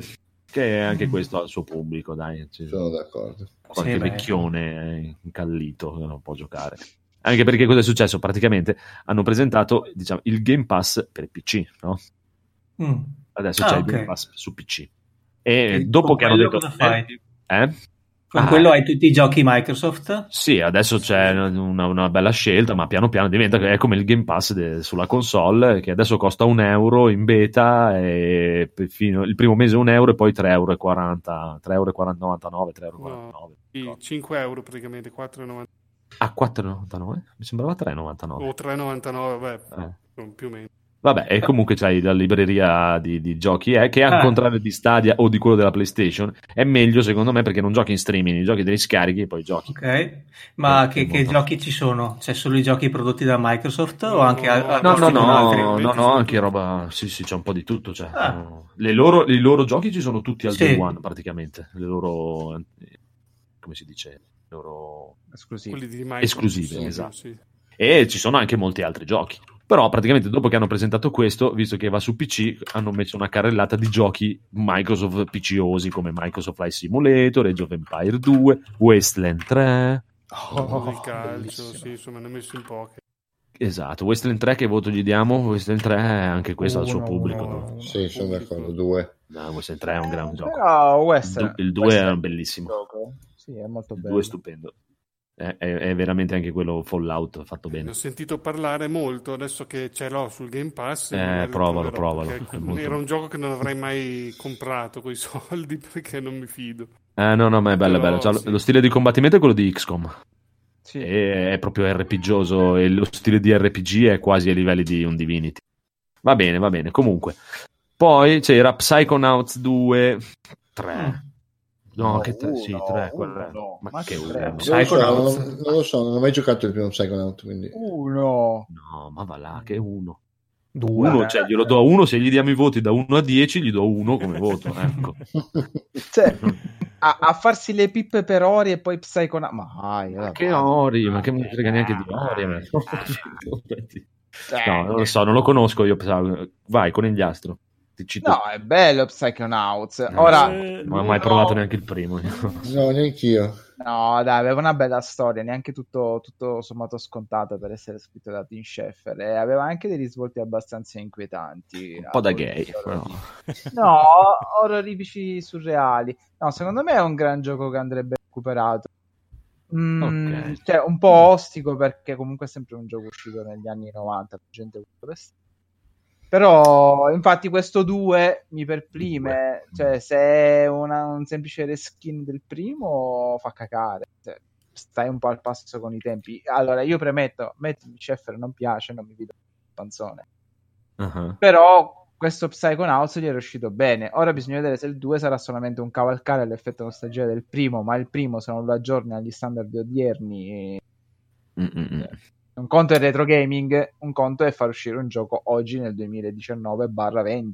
S2: che è anche questo al suo pubblico, dai, c'è
S1: Sono d'accordo.
S2: qualche
S6: Sì, beh.
S2: vecchione eh, incallito che non può giocare. Anche perché cosa è successo? Praticamente hanno presentato diciamo, il Game Pass per PC, no?
S6: Mm.
S2: Adesso
S6: Ah,
S2: c'è il
S6: ok.
S2: Game Pass su PC. E
S6: E
S2: dopo
S6: con
S2: che hanno
S6: quello
S2: detto...
S6: cosa fai?
S2: Eh?
S6: Con ah. quello hai tutti i giochi Microsoft?
S2: Sì, adesso c'è una, una bella scelta, ma piano piano diventa è come il Game Pass de, sulla console, che adesso costa un euro in beta, e fino, il primo mese un euro e poi 3,40 euro, 3,49 euro, 3,49 euro. No,
S4: Ecco.
S5: sì, 5 euro praticamente, 4,99.
S2: Ah, 4,99? Mi sembrava 3,99. O
S5: oh, 3,99, beh, eh. più o meno.
S2: Vabbè, e comunque c'hai la libreria di, di giochi eh, che al ah. contrario di Stadia o di quello della PlayStation è meglio secondo me perché non giochi in streaming, giochi degli scarichi e poi giochi.
S6: Ok, ma eh, che, che giochi ci sono? C'è solo i giochi prodotti da Microsoft no, o anche a, a
S2: No, no, no, altri, no, no, anche roba, sì, sì, c'è un po' di tutto. Cioè, ah. loro, I loro giochi ci sono tutti al sì. day one praticamente, le loro, come si dice, le loro...
S5: Esclusive.
S2: Esclusive, sì, esatto. Sì. E ci sono anche molti altri giochi però praticamente dopo che hanno presentato questo visto che va su PC hanno messo una carrellata di giochi Microsoft PCosi come Microsoft Flight Simulator Age of Empire 2 Wasteland 3
S5: oh, oh il calcio sì, insomma ne ho messo in poche
S2: esatto Wasteland 3 che voto gli diamo Wasteland 3 anche questo al suo pubblico no.
S1: sì sono d'accordo 2
S2: no, Wasteland 3 è un gran eh, gioco
S4: però Western,
S2: il 2 era bellissimo
S4: gioco. sì è molto bello
S2: il 2 è stupendo è, è, veramente anche quello Fallout fatto bene. Ne
S5: ho sentito parlare molto adesso che ce l'ho sul Game Pass.
S2: Eh, provalo, provalo.
S5: Molto... Era un gioco che non avrei mai comprato con i soldi perché non mi fido.
S2: Eh, no, no, ma è bello, Però, bello. Cioè, sì. Lo stile di combattimento è quello di XCOM. Sì. è proprio RPGioso e lo stile di RPG è quasi ai livelli di un Divinity. Va bene, va bene. Comunque, poi c'era Psychonauts 2, 3. Ah. No, no, che tre, uno, sì, tre, uno, no. cioè.
S1: Ma, ma, che uno? Psychonauts? Non, non, lo so, non ho mai giocato il primo Psychonaut, quindi...
S4: Uno!
S2: No, ma va là, che uno. Due.
S7: eh.
S2: Uno, cioè, glielo do a uno, se gli diamo i voti da 1 a 10, gli do uno come voto, ecco.
S4: cioè, a, a, farsi le pippe per Ori e poi Psychonaut... Ma,
S2: vai, ma che Ori, ma che mi frega neanche di Ori, ma...
S4: Cioè,
S2: No, non lo so, non lo conosco io. Vai, con il diastro.
S4: No, è bello Psychonauts. Ora,
S2: eh, non ho mai provato no. neanche il primo. Io.
S1: No, neanche io.
S4: No, dai, aveva una bella storia, neanche tutto, tutto sommato scontata per essere scritto da Tim Sheffer. E aveva anche dei risvolti abbastanza inquietanti.
S2: Un po' da gay, però.
S4: No, orrorifici surreali. No, secondo me è un gran gioco che andrebbe recuperato. Mm, okay. Cioè, un po' ostico perché comunque è sempre un gioco uscito negli anni 90, gente però infatti questo 2 mi perplime cioè se è una, un semplice reskin del primo fa cacare cioè, stai un po' al passo con i tempi allora io premetto a me Sheffer non piace non mi vedo il panzone
S2: Mm,
S4: uh-huh. però questo Psychonauts gli è riuscito bene ora bisogna vedere se il 2 sarà solamente un cavalcare all'effetto nostalgia del primo ma il primo se non lo aggiorni agli standard odierni
S2: mm, Eh,
S4: Mm-mm. Un conto è retro gaming, un conto è far uscire un gioco oggi nel 2019-20.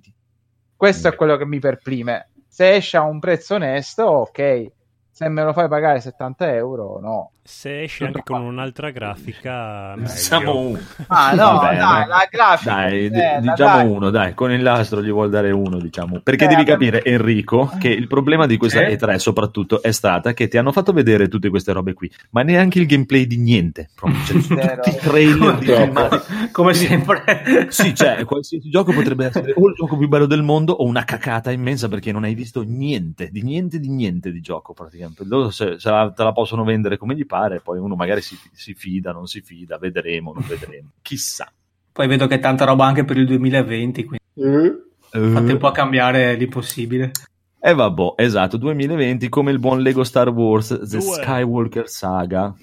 S4: Questo è quello che mi perplime. Se esce a un prezzo onesto, ok. Se me lo fai pagare 70 euro, no.
S3: Se esce anche con un'altra grafica,
S2: diciamo uno.
S4: Ah, no, Vabbè, dai, la grafica.
S2: Dai,
S4: eh,
S2: bella, diciamo dai. uno, dai, con il lastro gli vuol dare uno, diciamo. Perché eh, devi capire, Enrico, che il problema di questa eh? E3 soprattutto è stata che ti hanno fatto vedere tutte queste robe qui, ma neanche il gameplay di niente. Proprio. Cioè, tutti i trailer di
S6: filmati. Come sempre.
S2: sì, cioè, qualsiasi gioco potrebbe essere o il gioco più bello del mondo o una cacata immensa perché non hai visto niente, di niente, di niente di gioco praticamente. Loro se, se la, te la possono vendere come gli pare poi uno magari si, si, fida, non si fida, vedremo, non vedremo, chissà.
S6: Poi vedo che è tanta roba anche per il 2020, quindi mm. fate un po' a cambiare l'impossibile.
S2: E eh, vabbè, esatto, 2020 come il buon Lego Star Wars, Due. The Skywalker Saga.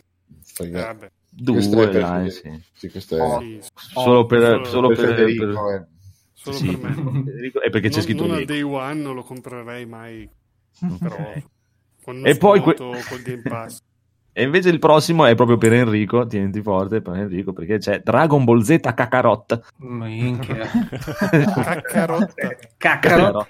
S5: Eh,
S2: Eh.
S1: Vabbè.
S2: Due, dai, sì.
S1: sì, questo è... Eh. Oh, sì.
S2: Solo per... Solo, solo per, Federico, eh.
S5: per... Oh,
S1: eh.
S5: Solo sì. per me.
S2: È perché c'è
S5: non,
S2: scritto...
S5: Non
S2: Lego.
S5: day one non lo comprerei mai. Okay. Però,
S2: e poi... Que...
S5: Col Game Pass.
S2: E invece il prossimo è proprio per Enrico, tieniti forte per Enrico, perché c'è Dragon Ball Z Kakarot.
S6: Minchia.
S5: Kakarot.
S6: Kakarot.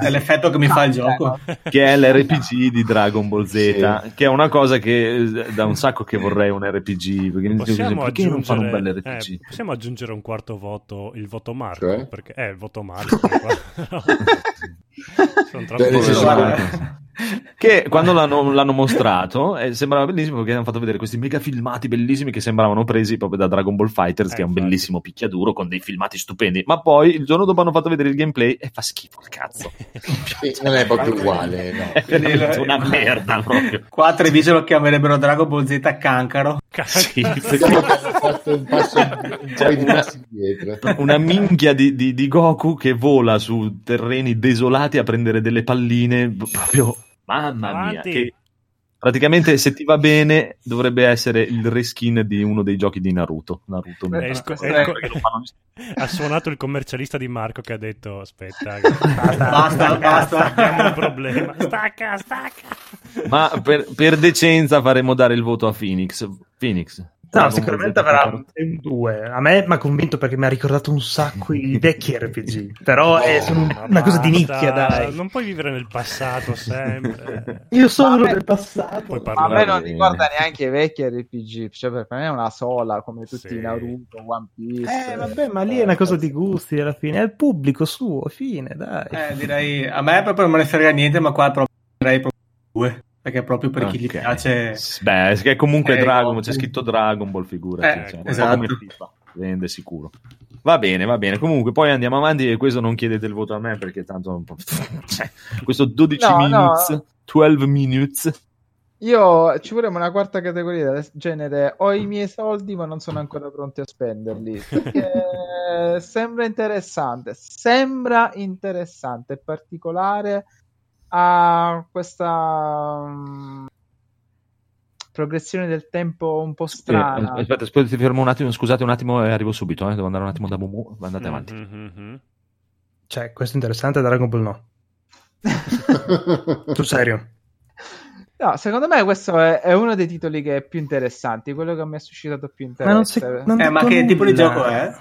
S6: È l'effetto che mi fa il
S4: Eh,
S6: gioco.
S2: Che è l'RPG di Dragon Ball Z, sì. che è una cosa che eh, da un sacco che vorrei un RPG. Perché,
S3: possiamo,
S2: perché
S3: aggiungere, non fanno un bel RPG? Eh, possiamo aggiungere un quarto voto, il voto Marco, cioè? perché è eh, il voto Marco. Sono troppo...
S2: che quando l'hanno, l'hanno mostrato eh, sembrava bellissimo perché hanno fatto vedere questi mega filmati bellissimi che sembravano presi proprio da Dragon Ball
S3: Eh,
S2: Fighters, che è un bellissimo picchiaduro con dei filmati stupendi. Ma poi il giorno dopo hanno fatto vedere il gameplay e fa schifo il cazzo.
S1: Sì, non è proprio uguale, no.
S2: È veramente una merda proprio.
S6: Qua a Treviso lo chiamerebbero Dragon Ball Z Cancaro.
S2: Sì, fatto un passo cioè, una, una minchia di, di, di Goku che vola su terreni desolati a prendere delle palline proprio mamma Avanti. mia che praticamente se ti va bene dovrebbe essere il reskin di uno dei giochi di Naruto Naruto
S7: Eh.
S3: Beh, esco, esco, ha suonato il commercialista di Marco che ha detto aspetta basta basta, basta. abbiamo un problema stacca stacca
S2: ma per, per, decenza faremo dare il voto a Phoenix Phoenix
S7: No, sicuramente avrà un 2. A me mi ha convinto perché mi ha ricordato un sacco i vecchi RPG. Però
S6: eh,
S7: è oh, una basta, cosa di nicchia, dai.
S3: Non puoi vivere nel passato sempre.
S7: Io sono nel passato.
S4: Ma a me non riguarda neanche i vecchi RPG. Cioè, per me è una sola, come tutti sì. Naruto, One Piece.
S7: Eh, vabbè, ma lì è una cosa di gusti alla fine. È il pubblico suo, fine, dai.
S6: Eh, direi a me proprio non me ne frega niente, ma qua proprio direi proprio 2 perché proprio per okay. chi gli piace
S2: beh che comunque eh, Dragon Ball, c'è scritto Dragon Ball figura eh, cioè, esatto. FIFA, vende sicuro va bene va bene comunque poi andiamo avanti e questo non chiedete il voto a me perché tanto non... cioè, questo 12 no, minutes no. 12 minutes
S4: io ci vorremmo una quarta categoria del genere ho i miei soldi ma non sono ancora pronti a spenderli perché sembra interessante sembra interessante e particolare ha questa um, progressione del tempo un po' strana.
S2: Eh, aspetta, aspetta, ti fermo un attimo, scusate un attimo e arrivo subito, eh. devo andare un attimo da Mumu, andate avanti. Mm-hmm.
S7: Cioè, questo è interessante, Dragon Ball no. Sul serio.
S4: No, secondo me questo è, è, uno dei titoli che è più interessanti, quello che mi ha suscitato più interesse.
S6: Ma, si, eh, ma che tipo di gioco è?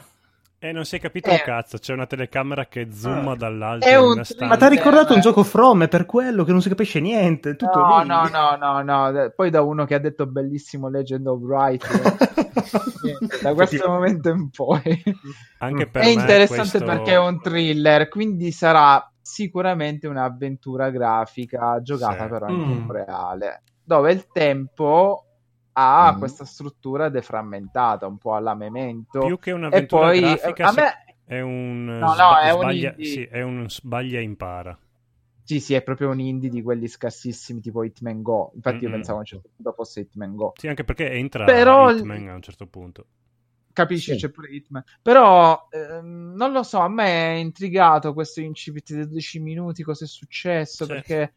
S3: Eh, non si è capito eh. un cazzo. C'è una telecamera che zooma ah. dall'alto.
S7: Un... Ma ti
S6: Eh,
S7: ha ricordato un gioco From? È per quello che non si capisce niente. Tutto
S4: no,
S7: lì.
S4: no, no, no, no. Poi da uno che ha detto bellissimo Legend of Wright. niente, da questo momento in poi.
S3: Anche per
S4: è interessante
S3: questo...
S4: perché è un thriller, quindi sarà sicuramente un'avventura grafica giocata sì. però in mm. tempo reale. Dove il tempo ha mm. questa struttura deframmentata un po' alla memento.
S3: Più che un'avventura poi, grafica, me... è un no, no, sba- è, sbaglia, un sì, è un sbaglia impara.
S4: Sì, sì, è proprio un indie di quelli scarsissimi tipo Hitman Go. Infatti Mm-mm. io pensavo a un certo punto fosse Hitman Go.
S3: Sì, anche perché entra Però... Hitman a un certo punto.
S4: Capisci, sì. c'è pure Hitman. Però ehm, non lo so, a me è intrigato questo incipit dei 12 minuti, cosa è successo, sì. perché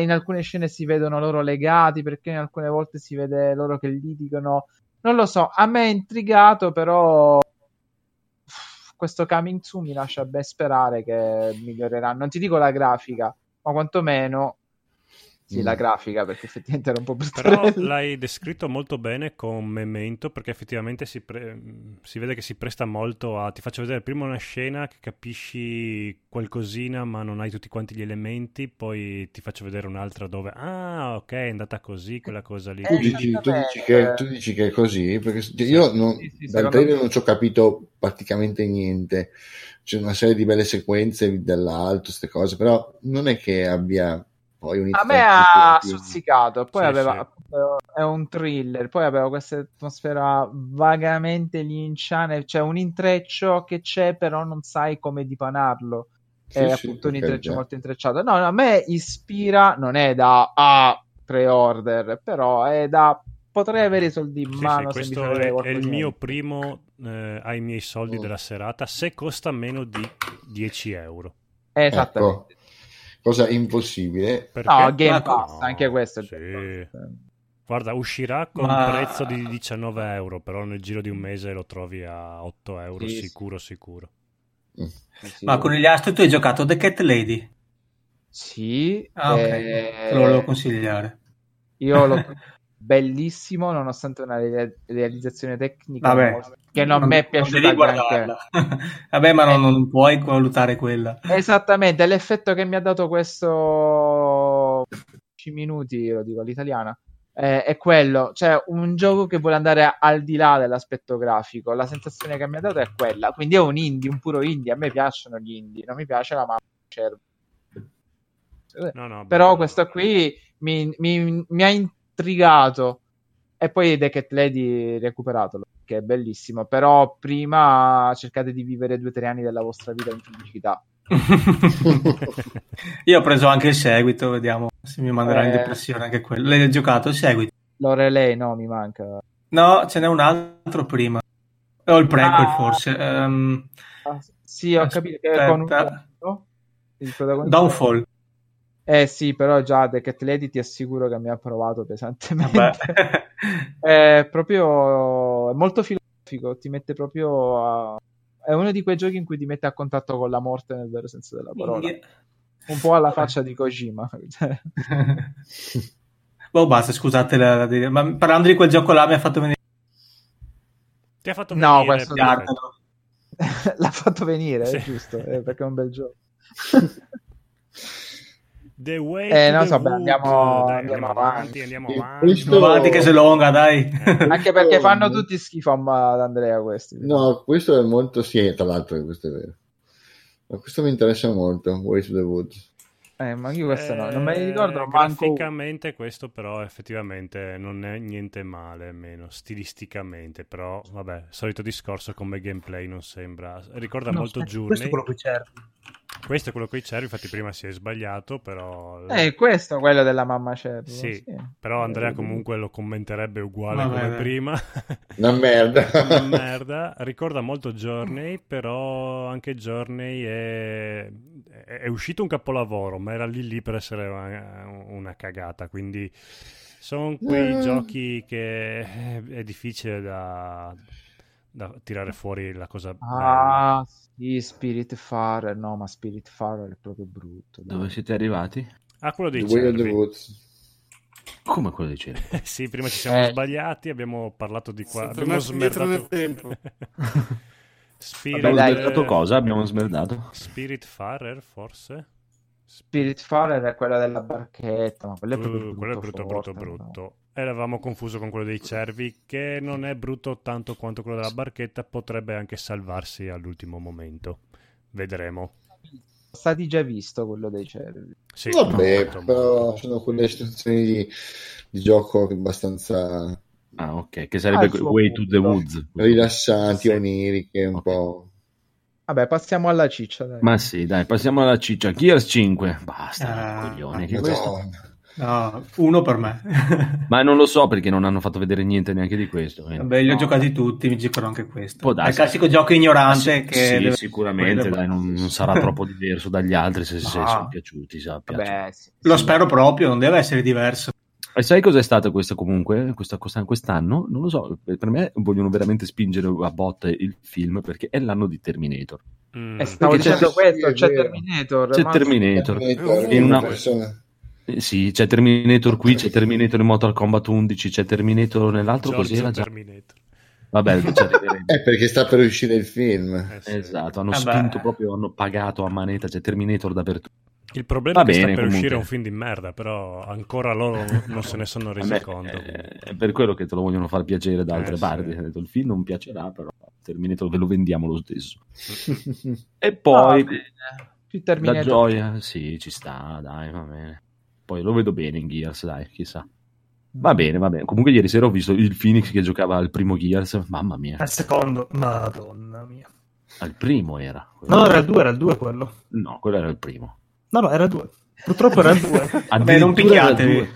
S4: in alcune scene si vedono loro legati perché in alcune volte si vede loro che litigano. Non lo so, a me è intrigato, però questo coming to mi lascia ben sperare che migliorerà. Non ti dico la grafica, ma quantomeno sì, mm. la grafica perché effettivamente era un po'
S3: brutale. Però l'hai descritto molto bene con Memento perché effettivamente si, pre- si, vede che si presta molto a ti faccio vedere prima una scena che capisci qualcosina ma non hai tutti quanti gli elementi, poi ti faccio vedere un'altra dove ah ok è andata così quella cosa lì.
S4: Eh,
S1: Tu dici, tu dici, che, tu dici che, è così perché io sì, non, sì, sì, dal trailer me... non ci ho capito praticamente niente. C'è una serie di belle sequenze dall'alto, queste cose, però non è che abbia
S4: a me ha stuzzicato poi sì, aveva sì. è un thriller poi aveva questa atmosfera vagamente linciana cioè un intreccio che c'è però non sai come dipanarlo sì, è eh, appunto un intreccio già. molto intrecciato no, no, a me ispira non è da ah, pre-order però è da potrei avere i soldi in mano
S3: questo è, è, il mio primo eh, ai miei soldi mm. della serata se costa meno di 10 euro
S4: Eh, esattamente
S1: ecco cosa impossibile.
S4: Perché? No,
S3: Ah,
S4: Game Pass, no, anche questo. Sì.
S3: Guarda, uscirà con Ma... un prezzo di 19 euro, però nel giro di un mese lo trovi a 8 euro, sì, sicuro, sì. sicuro.
S6: Ma con gli astro tu hai giocato The Cat Lady?
S4: Sì.
S6: Ah, eh... ok. Te lo volevo consigliare.
S4: Io l'ho... bellissimo nonostante una realizzazione tecnica
S6: Vabbè,
S4: che non, non mi è piaciuta Eh.
S6: Vabbè, ma non, non, puoi valutare quella.
S4: Esattamente, l'effetto che mi ha dato questo 10 minuti, lo dico all'italiana, eh, è quello, cioè un gioco che vuole andare al di là dell'aspetto grafico. La sensazione che mi ha dato è quella, quindi è un indie, un puro indie, a me piacciono gli indie, non mi piace la mappa cervo. cose. No, no, Però bello. questo qui mi, mi, mi, ha intrigato. E poi Decathlon Lady recuperatelo, che è bellissimo. Però prima cercate di vivere due o tre anni della vostra vita in felicità.
S6: Io ho preso anche il seguito, vediamo se mi manderà eh... in depressione anche quello. Lei ha giocato il seguito?
S4: Lorelei no, mi manca.
S6: No, ce n'è un altro prima. O il prequel ah, forse. Um,
S4: ah, sì, ho aspetta. capito
S6: che è con un... Downfall.
S4: Eh sì, però già The Cat Lady ti assicuro che mi ha provato pesantemente. è proprio è molto filosofico, ti mette proprio a... È uno di quei giochi in cui ti mette a contatto con la morte nel vero senso della parola. Minchia. Un po'
S3: Eh.
S4: alla faccia di Kojima. Cioè,
S6: boh, basta, scusate, la, la, ma parlando di quel gioco là mi ha fatto venire
S3: ti ha fatto venire?
S4: No, questo L'ha fatto venire, sì. è giusto, eh, perché è un bel gioco.
S3: The way
S4: eh, no,
S3: the
S4: so, beh, andiamo, dai, andiamo,
S3: andiamo, avanti, andiamo avanti.
S6: Questo... avanti che se lunga, dai.
S4: Eh. Anche perché fanno tutti schifo ad Andrea questi.
S1: No, questo è molto sì, tra l'altro questo è vero. Ma questo mi interessa molto, Way to the Woods.
S4: Eh, ma io questo eh, no, non me ne ricordo.
S3: Graficamente manco... questo però effettivamente non è niente male, meno stilisticamente, però vabbè, solito discorso come gameplay non sembra. Ricorda no,
S7: Eh,
S3: molto Journey.
S6: Questo è quello con i cervi.
S3: Questo è quello con i cervi, infatti prima si è sbagliato, però...
S4: Eh, questo è quello della mamma cervo.
S3: Sì, sì, però Andrea comunque lo commenterebbe uguale come prima.
S1: Una merda.
S3: Una merda. Ricorda molto Journey, però anche Journey è è uscito un capolavoro, ma era lì lì per essere una, una cagata. Quindi sono
S4: Eh.
S3: quei giochi che è difficile da, da tirare fuori la cosa.
S4: Ah, bella. sì, Spirit Fire. No, ma Spirit Fire è proprio brutto.
S2: Dai. Dove siete arrivati?
S3: A ah, quello dei cervi.
S2: Come quello dei cervi?
S3: sì, prima ci siamo eh. sbagliati, abbiamo parlato di qua. Sono abbiamo smerdato
S5: nel tempo.
S2: Spirit... Vabbè, dai, cosa abbiamo smerdato?
S3: Spiritfarer forse?
S4: Spiritfarer è quella della barchetta, ma quello è brutto,
S3: uh, quello è brutto,
S4: forte,
S3: brutto, brutto. No. Eravamo confuso con quello dei cervi, che non è brutto tanto quanto quello della barchetta, potrebbe anche salvarsi all'ultimo momento. Vedremo.
S4: Stati già visto quello dei cervi.
S1: Sì, Vabbè, molto, però molto. sono quelle situazioni di, di gioco abbastanza
S2: Ah, ok, che sarebbe Way punto. to the Woods.
S1: Rilassanti, sì. oniriche, un okay. po'.
S4: Vabbè, passiamo alla ciccia. Dai.
S2: Ma sì, dai, passiamo alla ciccia. Gears 5. Basta, ah, coglione. Che questo...
S6: No, uno per me.
S2: Ma non lo so perché non hanno fatto vedere niente neanche di questo.
S6: Eh. Vabbè, li ho no. giocati tutti, mi giocherò anche questo. Può darsi. È il classico gioco ignorante sì, che...
S2: Sì, deve... sicuramente, dai, non, non, sarà troppo diverso dagli altri se, no. se sono piaciuti, sappia.
S6: Ah. Vabbè, sì, lo spero proprio, non deve essere diverso.
S2: E sai cos'è stato questo comunque, questa, quest'anno? Non lo so, eh, per me vogliono veramente spingere a botte il film perché è l'anno di Terminator.
S4: Mm. E stavo perché dicendo c'è, questo, c'è Terminator.
S2: C'è Terminator. Terminator in una... Persona. Eh, Sì, c'è Terminator qui, c'è Terminator in Mortal Kombat 11, c'è Terminator nell'altro, George così era già... Terminator. Vabbè,
S1: è perché sta per uscire il film. Eh
S2: sì. Esatto, hanno Vabbè. spinto proprio, hanno pagato a manetta, c'è Terminator dappertutto.
S3: Il problema Va è che bene, sta per comunque. uscire un film di merda, però ancora loro non se ne sono resi conto.
S2: Eh, è per quello che te lo vogliono far piacere da altre eh, parti. Sì. Detto, il film non piacerà, però Terminator ve lo vendiamo lo stesso. e poi ah, la gioia, sì, ci sta, dai, va bene. Poi lo vedo bene in Gears, dai, chissà. Va bene, va bene. Comunque ieri sera ho visto il Phoenix che giocava al primo Gears, mamma mia.
S6: Al secondo, madonna mia.
S2: Al primo era.
S6: Quello no, era il 2, era il 2 quello.
S2: No, quello era il primo.
S6: No, no, era due. Purtroppo era due.
S2: Beh, non picchiatevi.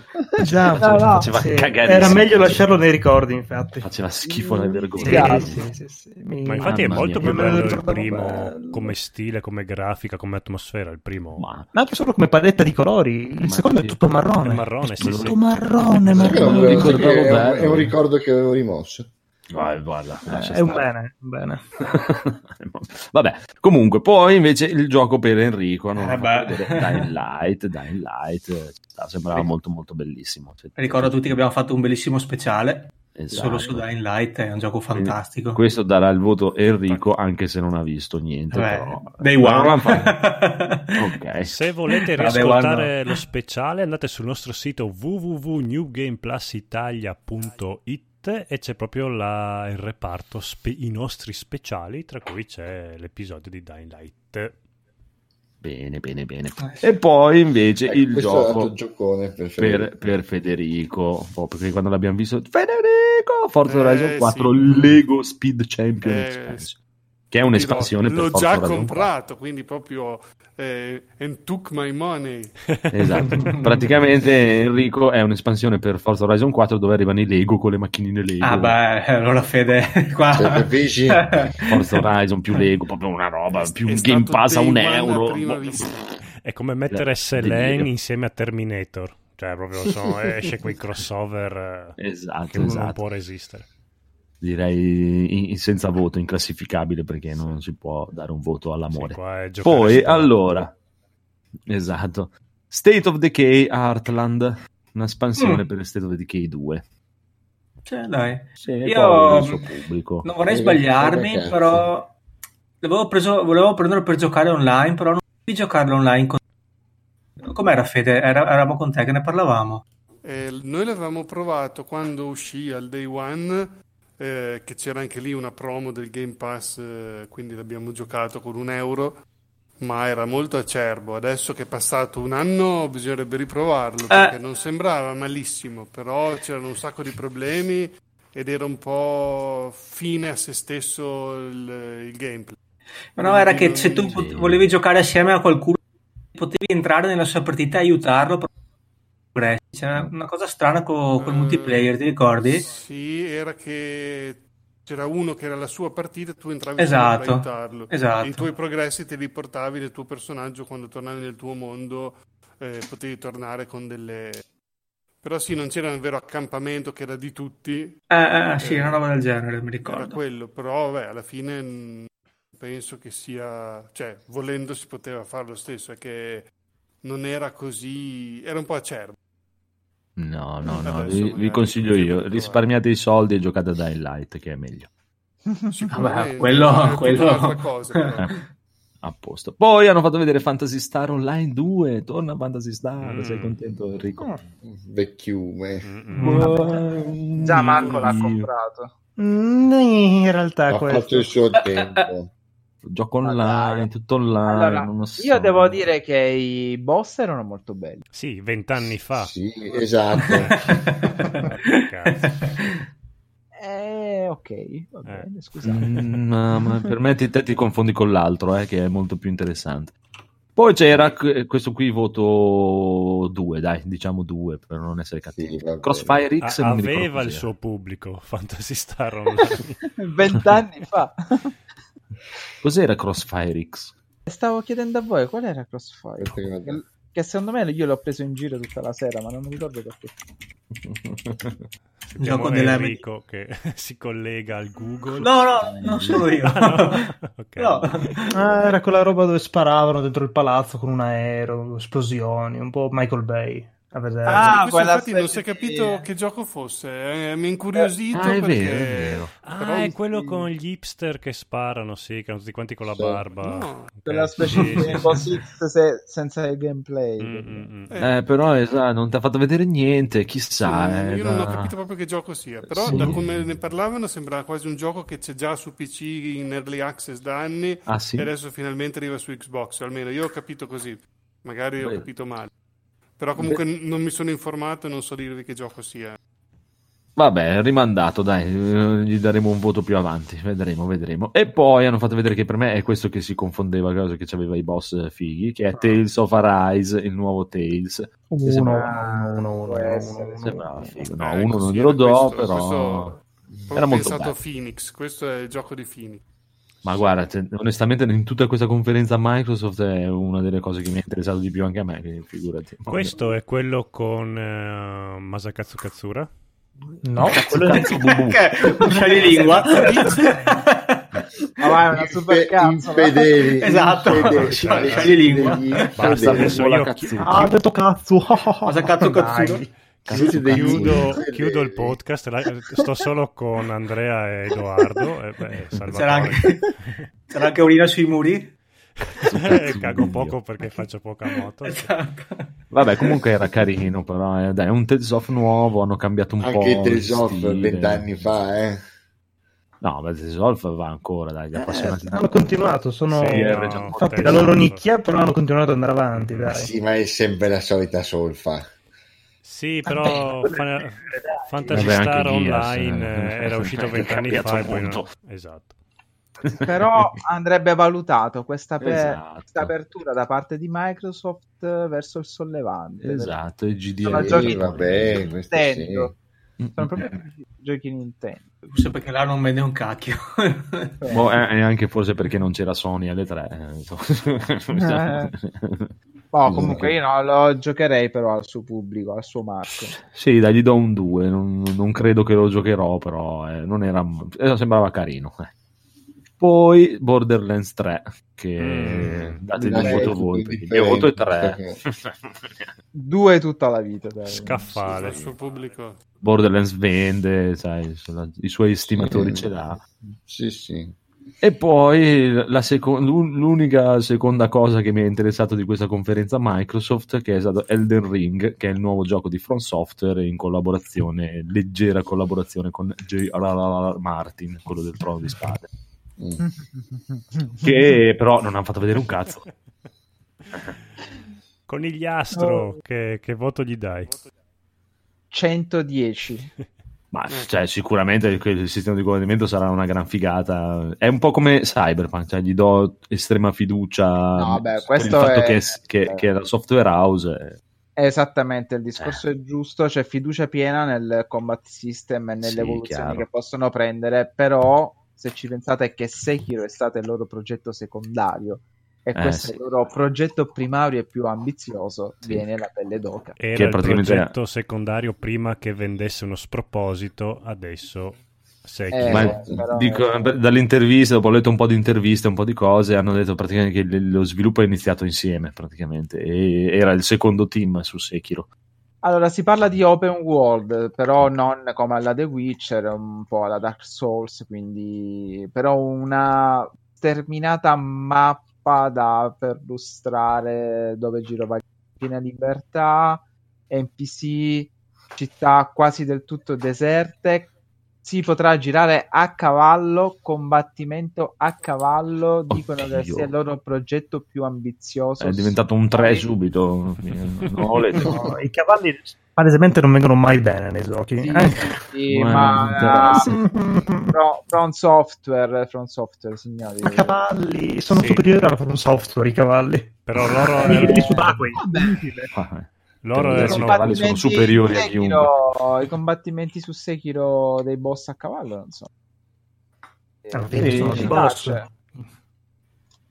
S6: Già, no, no, faceva sì. cagare. Era meglio lasciarlo nei ricordi, infatti.
S2: Faceva schifo la vergogna.
S3: Sì, sì, sì, Mi... Ma infatti Mamma è molto mia, più bello il primo bello. come stile, come grafica, come atmosfera. Il primo,
S6: ma, ma anche solo come paletta di colori. Il ma secondo è tutto marrone. È
S3: marrone, sì,
S6: tutto marrone. marrone.
S1: È, un è un ricordo che avevo rimosso.
S2: Vai, guarda,
S7: Ah,
S6: eh, è un bene, un bene.
S2: Vabbè, comunque, poi invece il gioco per Enrico, no? Dying Light, Dying Light, eh, sembrava molto molto bellissimo. Cioè,
S6: Ricordo a tutti che abbiamo fatto un bellissimo speciale esatto. solo su Dying Light, è un gioco fantastico.
S2: Questo darà il voto Enrico anche se non ha visto niente. Beh, però...
S6: Day One.
S3: okay. Se volete riascoltare lo speciale andate sul nostro sito www.newgameplusitalia.it e c'è proprio la, il reparto, spe, i nostri speciali, tra cui c'è l'episodio di Dying Light.
S2: Bene, bene, bene. E poi invece
S1: Ecco,
S2: il
S1: questo è
S2: gioco
S1: un giocone per
S2: per, per Federico, un po' perché quando l'abbiamo visto, Federico, Forza
S5: Eh,
S2: Horizon
S5: sì.
S2: 4 Lego Speed Champion
S5: Eh,
S2: Expansion, che è un'espansione
S5: L'ho
S2: per Forza
S5: già
S2: Horizon 4.
S5: comprato, quindi proprio eh, and took my money.
S2: Esatto. Praticamente Enrico è un'espansione per Forza Horizon 4 dove arrivano i Lego con le macchinine Lego.
S6: Ah beh, allora Fede, qua...
S1: Se capisci?
S2: Forza Horizon più Lego, proprio una roba, più
S5: È
S2: un
S5: stato
S2: Game Pass a
S5: day
S2: un
S5: one a
S2: euro.
S5: prima
S2: Boh.
S5: vista.
S3: È come mettere
S2: Eh,
S3: SLN
S2: delirio.
S3: insieme a Terminator. Cioè, proprio sono- esce quei crossover eh, che
S2: Esatto,
S3: uno non
S2: esatto.
S3: può resistere.
S2: Direi in- in- senza voto, inclassificabile perché non si può dare un voto all'amore.
S3: Sì, qua è giocare
S2: Poi,
S3: solo.
S2: allora, esatto, State of Decay Heartland, un'espansione
S6: Mm.
S2: per State of Decay 2.
S6: Cioè, dai.
S2: Sì,
S6: Io-
S2: poi il suo pubblico.
S6: Non vorrei
S1: Eh,
S6: sbagliarmi,
S1: cazzo.
S6: però l'avevo preso, volevo prenderlo per giocare online, però non potevi giocarlo online con... Com'era Fede? Era- eravamo con te che ne parlavamo.
S5: Eh, noi l'avevamo provato quando uscì al day one, eh, che c'era anche lì una promo del Game Pass, eh, quindi l'abbiamo giocato con un euro, ma era molto acerbo. Adesso che è passato un anno bisognerebbe riprovarlo,
S6: Eh.
S5: perché non sembrava malissimo, però c'erano un sacco di problemi ed era un po' fine a se stesso il, il gameplay.
S6: Ma no, era che se tu
S5: Sì.
S6: pot- volevi giocare assieme a qualcuno, potevi entrare nella sua partita e aiutarlo. però- C'era una cosa strana co- col
S5: Eh,
S6: multiplayer, ti ricordi?
S5: Sì, era che c'era uno che era la sua partita e tu entravi
S6: Esatto,
S5: solo per aiutarlo.
S6: esatto.
S5: E I tuoi progressi te li portavi del tuo personaggio quando tornavi nel tuo mondo, eh, potevi tornare con delle... Però sì, non c'era un vero accampamento che era di tutti,
S6: Eh, eh, sì,
S5: Eh,
S6: una roba del genere, mi
S5: era
S6: ricordo.
S5: quello, però vabbè, alla fine mh, penso che sia, cioè, volendo si poteva fare lo stesso, è che non era così, era un po' acerbo.
S2: No, no, no,
S5: Adesso
S2: vi,
S5: magari
S2: vi consiglio
S5: bisogna
S2: io,
S5: provare.
S2: risparmiate i soldi e giocate a Dying Light, che è meglio.
S5: Sicuramente,
S6: quello-
S5: è tutta
S6: quello- Eh.
S5: un'altra cosa, però.
S2: A posto. Poi hanno fatto vedere Fantasy Star Online 2, torna Fantasy Star,
S3: Mm.
S2: sei contento Enrico?
S1: vecchiume.
S3: Mm-mm.
S2: Mm.
S4: Già Marco l'ha
S2: Io-
S4: comprato.
S7: Mm, in realtà
S1: Ha fatto
S7: questo.
S1: il suo tempo.
S2: Gioco
S4: Ma dai.
S2: online, tutto online,
S4: Allora,
S2: non lo so.
S4: io devo dire che i boss erano molto belli.
S3: Sì, vent'anni fa.
S1: Sì, esatto.
S4: Eh, ok, va
S3: Eh.
S4: bene, scusate.
S2: Mm, no, ma per me ti, te ti confondi con l'altro, eh, che è molto più interessante. Poi c'era que- questo qui, voto 2, dai, diciamo 2 per non essere cattivi.
S1: Sì, va bene.
S2: Crossfire
S3: A-
S2: X non mi ricordo
S3: aveva il
S2: cos'era.
S3: suo pubblico, Fantasy Star Online.
S4: Vent'anni fa.
S2: Cos'era Crossfire X?
S4: Stavo chiedendo a voi qual era Crossfire.
S1: Aspetta che vado.
S4: Che, che secondo me io l'ho preso in giro tutta la sera, ma non mi ricordo perché.
S3: Sentiamo
S6: Gioco della-
S3: Enrico che si collega al Google.
S6: No, no, non sono io.
S3: Ah, no. Ok.
S6: No.
S7: Ah, era quella roba dove sparavano dentro il palazzo con un aereo, esplosioni, un po' Michael Bay. A vedere.
S4: Ah,
S5: Questo
S4: quella
S5: Eh, infatti non si è
S4: specie di-
S5: capito che gioco fosse, eh, mi è incuriosito
S2: Ah, è
S5: perché...
S2: vero, è vero.
S3: Ah,
S5: Però-
S3: è quello con gli hipster che sparano, sì, che erano tutti quanti con la
S1: Sì.
S3: barba.
S5: No.
S3: Ok,
S4: Quella specie
S3: sì,
S4: di
S3: sì,
S4: Rainbow
S3: sì.
S4: Six se- senza il gameplay.
S3: Mm, mm, mm.
S5: Eh,
S2: Eh, però esatto, non ti ha fatto vedere niente,
S5: sì,
S2: chissà. eh,
S5: io non ho
S2: da-
S5: capito proprio che gioco sia, però
S2: Sì.
S5: da come ne parlavano sembrava quasi un gioco che c'è già su PC in early access da anni
S2: Ah sì?
S5: e adesso finalmente arriva su Xbox, almeno io ho capito così, magari ho
S2: Beh.
S5: capito male. Però comunque n- non mi sono informato e non so dirvi che gioco sia.
S2: Vabbè, rimandato, dai, eh, gli daremo un voto più avanti, vedremo, vedremo. E poi hanno fatto vedere che per me è questo che si confondeva, cosa che aveva i boss fighi, che è Tales of Arise, il nuovo Tales.
S7: uno,
S2: sembra-
S7: uno, uno, uno,
S4: può
S7: uno,
S4: essere,
S7: uno,
S2: Sembrava
S7: uno.
S2: figo, no,
S5: Eh,
S2: uno
S5: così
S2: non
S5: era
S2: glielo do,
S5: questo-
S2: però...
S5: questo- Ho
S2: Era molto
S5: pensato
S2: bello.
S5: a Phoenix, questo è il gioco di Phoenix.
S2: Ma guarda, te- onestamente in tutta questa conferenza Microsoft è una delle cose che mi ha interessato di più anche a me, quindi figurati.
S3: Questo è quello con eh, Masakatsu Katsura.
S7: No, quello è...
S2: Cazzo, bubù.
S6: Che- un scioglilingua.
S4: Ma Ah, vai, è una
S1: Infe-
S4: super cazzo.
S1: infedeli,
S6: Esatto.
S1: infedeli,
S6: Scegli-
S1: degli
S6: scegli lingua.
S1: infedeli.
S3: Basta, adesso io chi-
S7: Ah, ha detto cazzo.
S6: Cosa cazzo cazzo?
S7: Dai.
S1: Siete degli
S3: Chiudo,
S1: infedeli.
S3: chiudo il podcast, la- sto solo con Andrea e Edoardo. E beh,
S6: C'era
S3: Salvatore.
S6: anche, c'era anche urina sui muri?
S3: Eh, Cago poco perché faccio poca moto.
S6: Esatto.
S2: Vabbè, comunque era carino, però eh, dai, è un Tales of nuovo, hanno cambiato un po'.
S1: Anche
S2: il
S1: Tales of
S2: stile.
S1: vent'anni fa, eh.
S2: No, ma Resolve va ancora, dai, gli appassionati.
S7: Eh, hanno continuato, sono sì, no, fatti la loro nicchia, però hanno continuato ad andare avanti. Dai.
S1: Sì, ma è sempre la solita solfa.
S3: Sì, però Fan- Fantasy Vabbè, Star Online eh, era uscito vent'anni fa. E poi no. Esatto.
S4: però andrebbe valutato questa, per... esatto. questa, apertura da parte di Microsoft verso il sollevante.
S2: Esatto,
S4: e
S2: GD.
S4: Sono giochi vabbè, Nintendo. Sì. Sono proprio giochi Nintendo.
S6: Forse perché là non vende un cacchio.
S2: boh, e anche forse perché non c'era Sony alle tre.
S4: eh. Oh, comunque io no, lo giocherei però al suo pubblico, al suo marco.
S2: Sì, dai, gli do un 2, non, non credo che lo giocherò, però eh, non era, eh, sembrava carino. Eh. Poi Borderlands 3, che mm. dategli un voto voi, perché il mio voto è 3.
S4: 2 tutta la vita. Dai.
S3: Scaffale.
S5: Il suo pubblico.
S2: Borderlands vende, sai, i suoi stimatori sì. ce l'ha.
S1: Sì, sì.
S2: E poi seco- l'unica seconda cosa che mi è interessato di questa conferenza Microsoft che è stato Elden Ring, che è il nuovo gioco di From Software in collaborazione, leggera collaborazione con J.R.R. Martin, quello del Trono di Spade. Mm. che però non hanno fatto vedere un cazzo.
S3: Conigliastro, no. che, che voto gli dai?
S4: 110.
S2: Ma cioè, sicuramente il sistema di comandamento sarà una gran figata. È un po' come Cyberpunk, cioè, gli do estrema fiducia
S4: no, beh, eh.
S2: per il fatto è... Che, che, che, è la software house.
S4: È esattamente, il discorso eh. è giusto, c'è cioè fiducia piena nel combat system e nelle sì, evoluzioni chiaro. che possono prendere, però se ci pensate che Sekiro è stato il loro progetto secondario e eh, questo sì. è il loro progetto primario e più ambizioso sì. viene la pelle d'oca
S3: era che praticamente... il progetto secondario prima che vendesse uno sproposito adesso
S2: eh, Ma, però...
S4: eh.
S2: dico,
S4: ecco.
S2: dall'intervista, dopo ho letto un po' di interviste, un po' di cose, hanno detto praticamente che lo sviluppo è iniziato insieme praticamente e era il secondo team su Sekiro.
S4: Allora, si parla di open world, però non come alla The Witcher, un po' alla Dark Souls, quindi però una sterminata mappa da perlustrare dove girava piena libertà, NPC, città quasi del tutto deserte. Si potrà girare a cavallo, combattimento a cavallo. Dicono Oddio. che sia il loro progetto più ambizioso.
S2: È diventato un 3 subito.
S7: no, eh. I cavalli palesemente non vengono mai bene nei giochi. Eh.
S4: Sì, Ah, sì ma uh, From Software, From Software, signori.
S7: Ma cavalli sono sì. superiori alla From Software i cavalli.
S3: Però loro
S7: erano eh, subacquei.
S2: Ah, eh.
S3: Loro erano
S2: cavalli sono superiori a chiunque.
S4: I combattimenti su Sekiro dei boss a cavallo, non so.
S7: Eh, eh, sono i
S4: Ah,
S7: boss.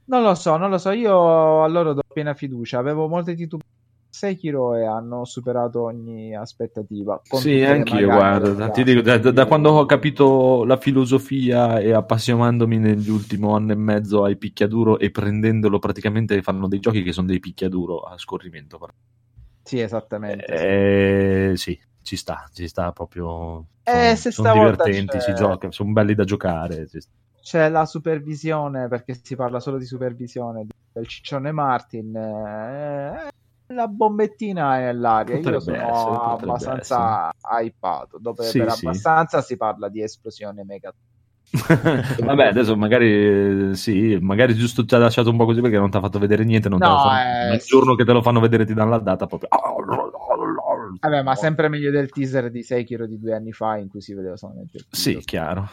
S4: Non lo so, non lo so, io a loro do piena fiducia, avevo molte titubanze Sekiro e hanno superato ogni aspettativa.
S2: Sì, anch'io, guarda, da, dico, da, da, quando ho capito la filosofia e appassionandomi nell'ultimo anno e mezzo ai picchiaduro e prendendolo praticamente fanno dei giochi che sono dei picchiaduro a scorrimento.
S4: Sì, esattamente.
S2: Eh, sì. sì. ci sta, ci sta proprio. Eh, sono, sono divertenti, c'è... si gioca, sono belli da giocare.
S4: C'è la supervisione, perché si parla solo di supervisione del ciccione Martin. Eh, la bombettina è nell'aria. Potrebbe Io sono essere, abbastanza essere. hypato. Dopo sì, per sì. abbastanza si parla di esplosione mega.
S2: Vabbè, adesso magari eh, sì, magari giusto ti ha lasciato un po' così perché non ti ha fatto vedere niente. Non no, fanno... eh, il giorno sì. che te lo fanno vedere ti danno la data proprio.
S4: Vabbè,
S2: Oh.
S4: ma sempre meglio del teaser di Sekiro di due anni fa in cui si vedeva solamente il
S2: Sì, chiaro.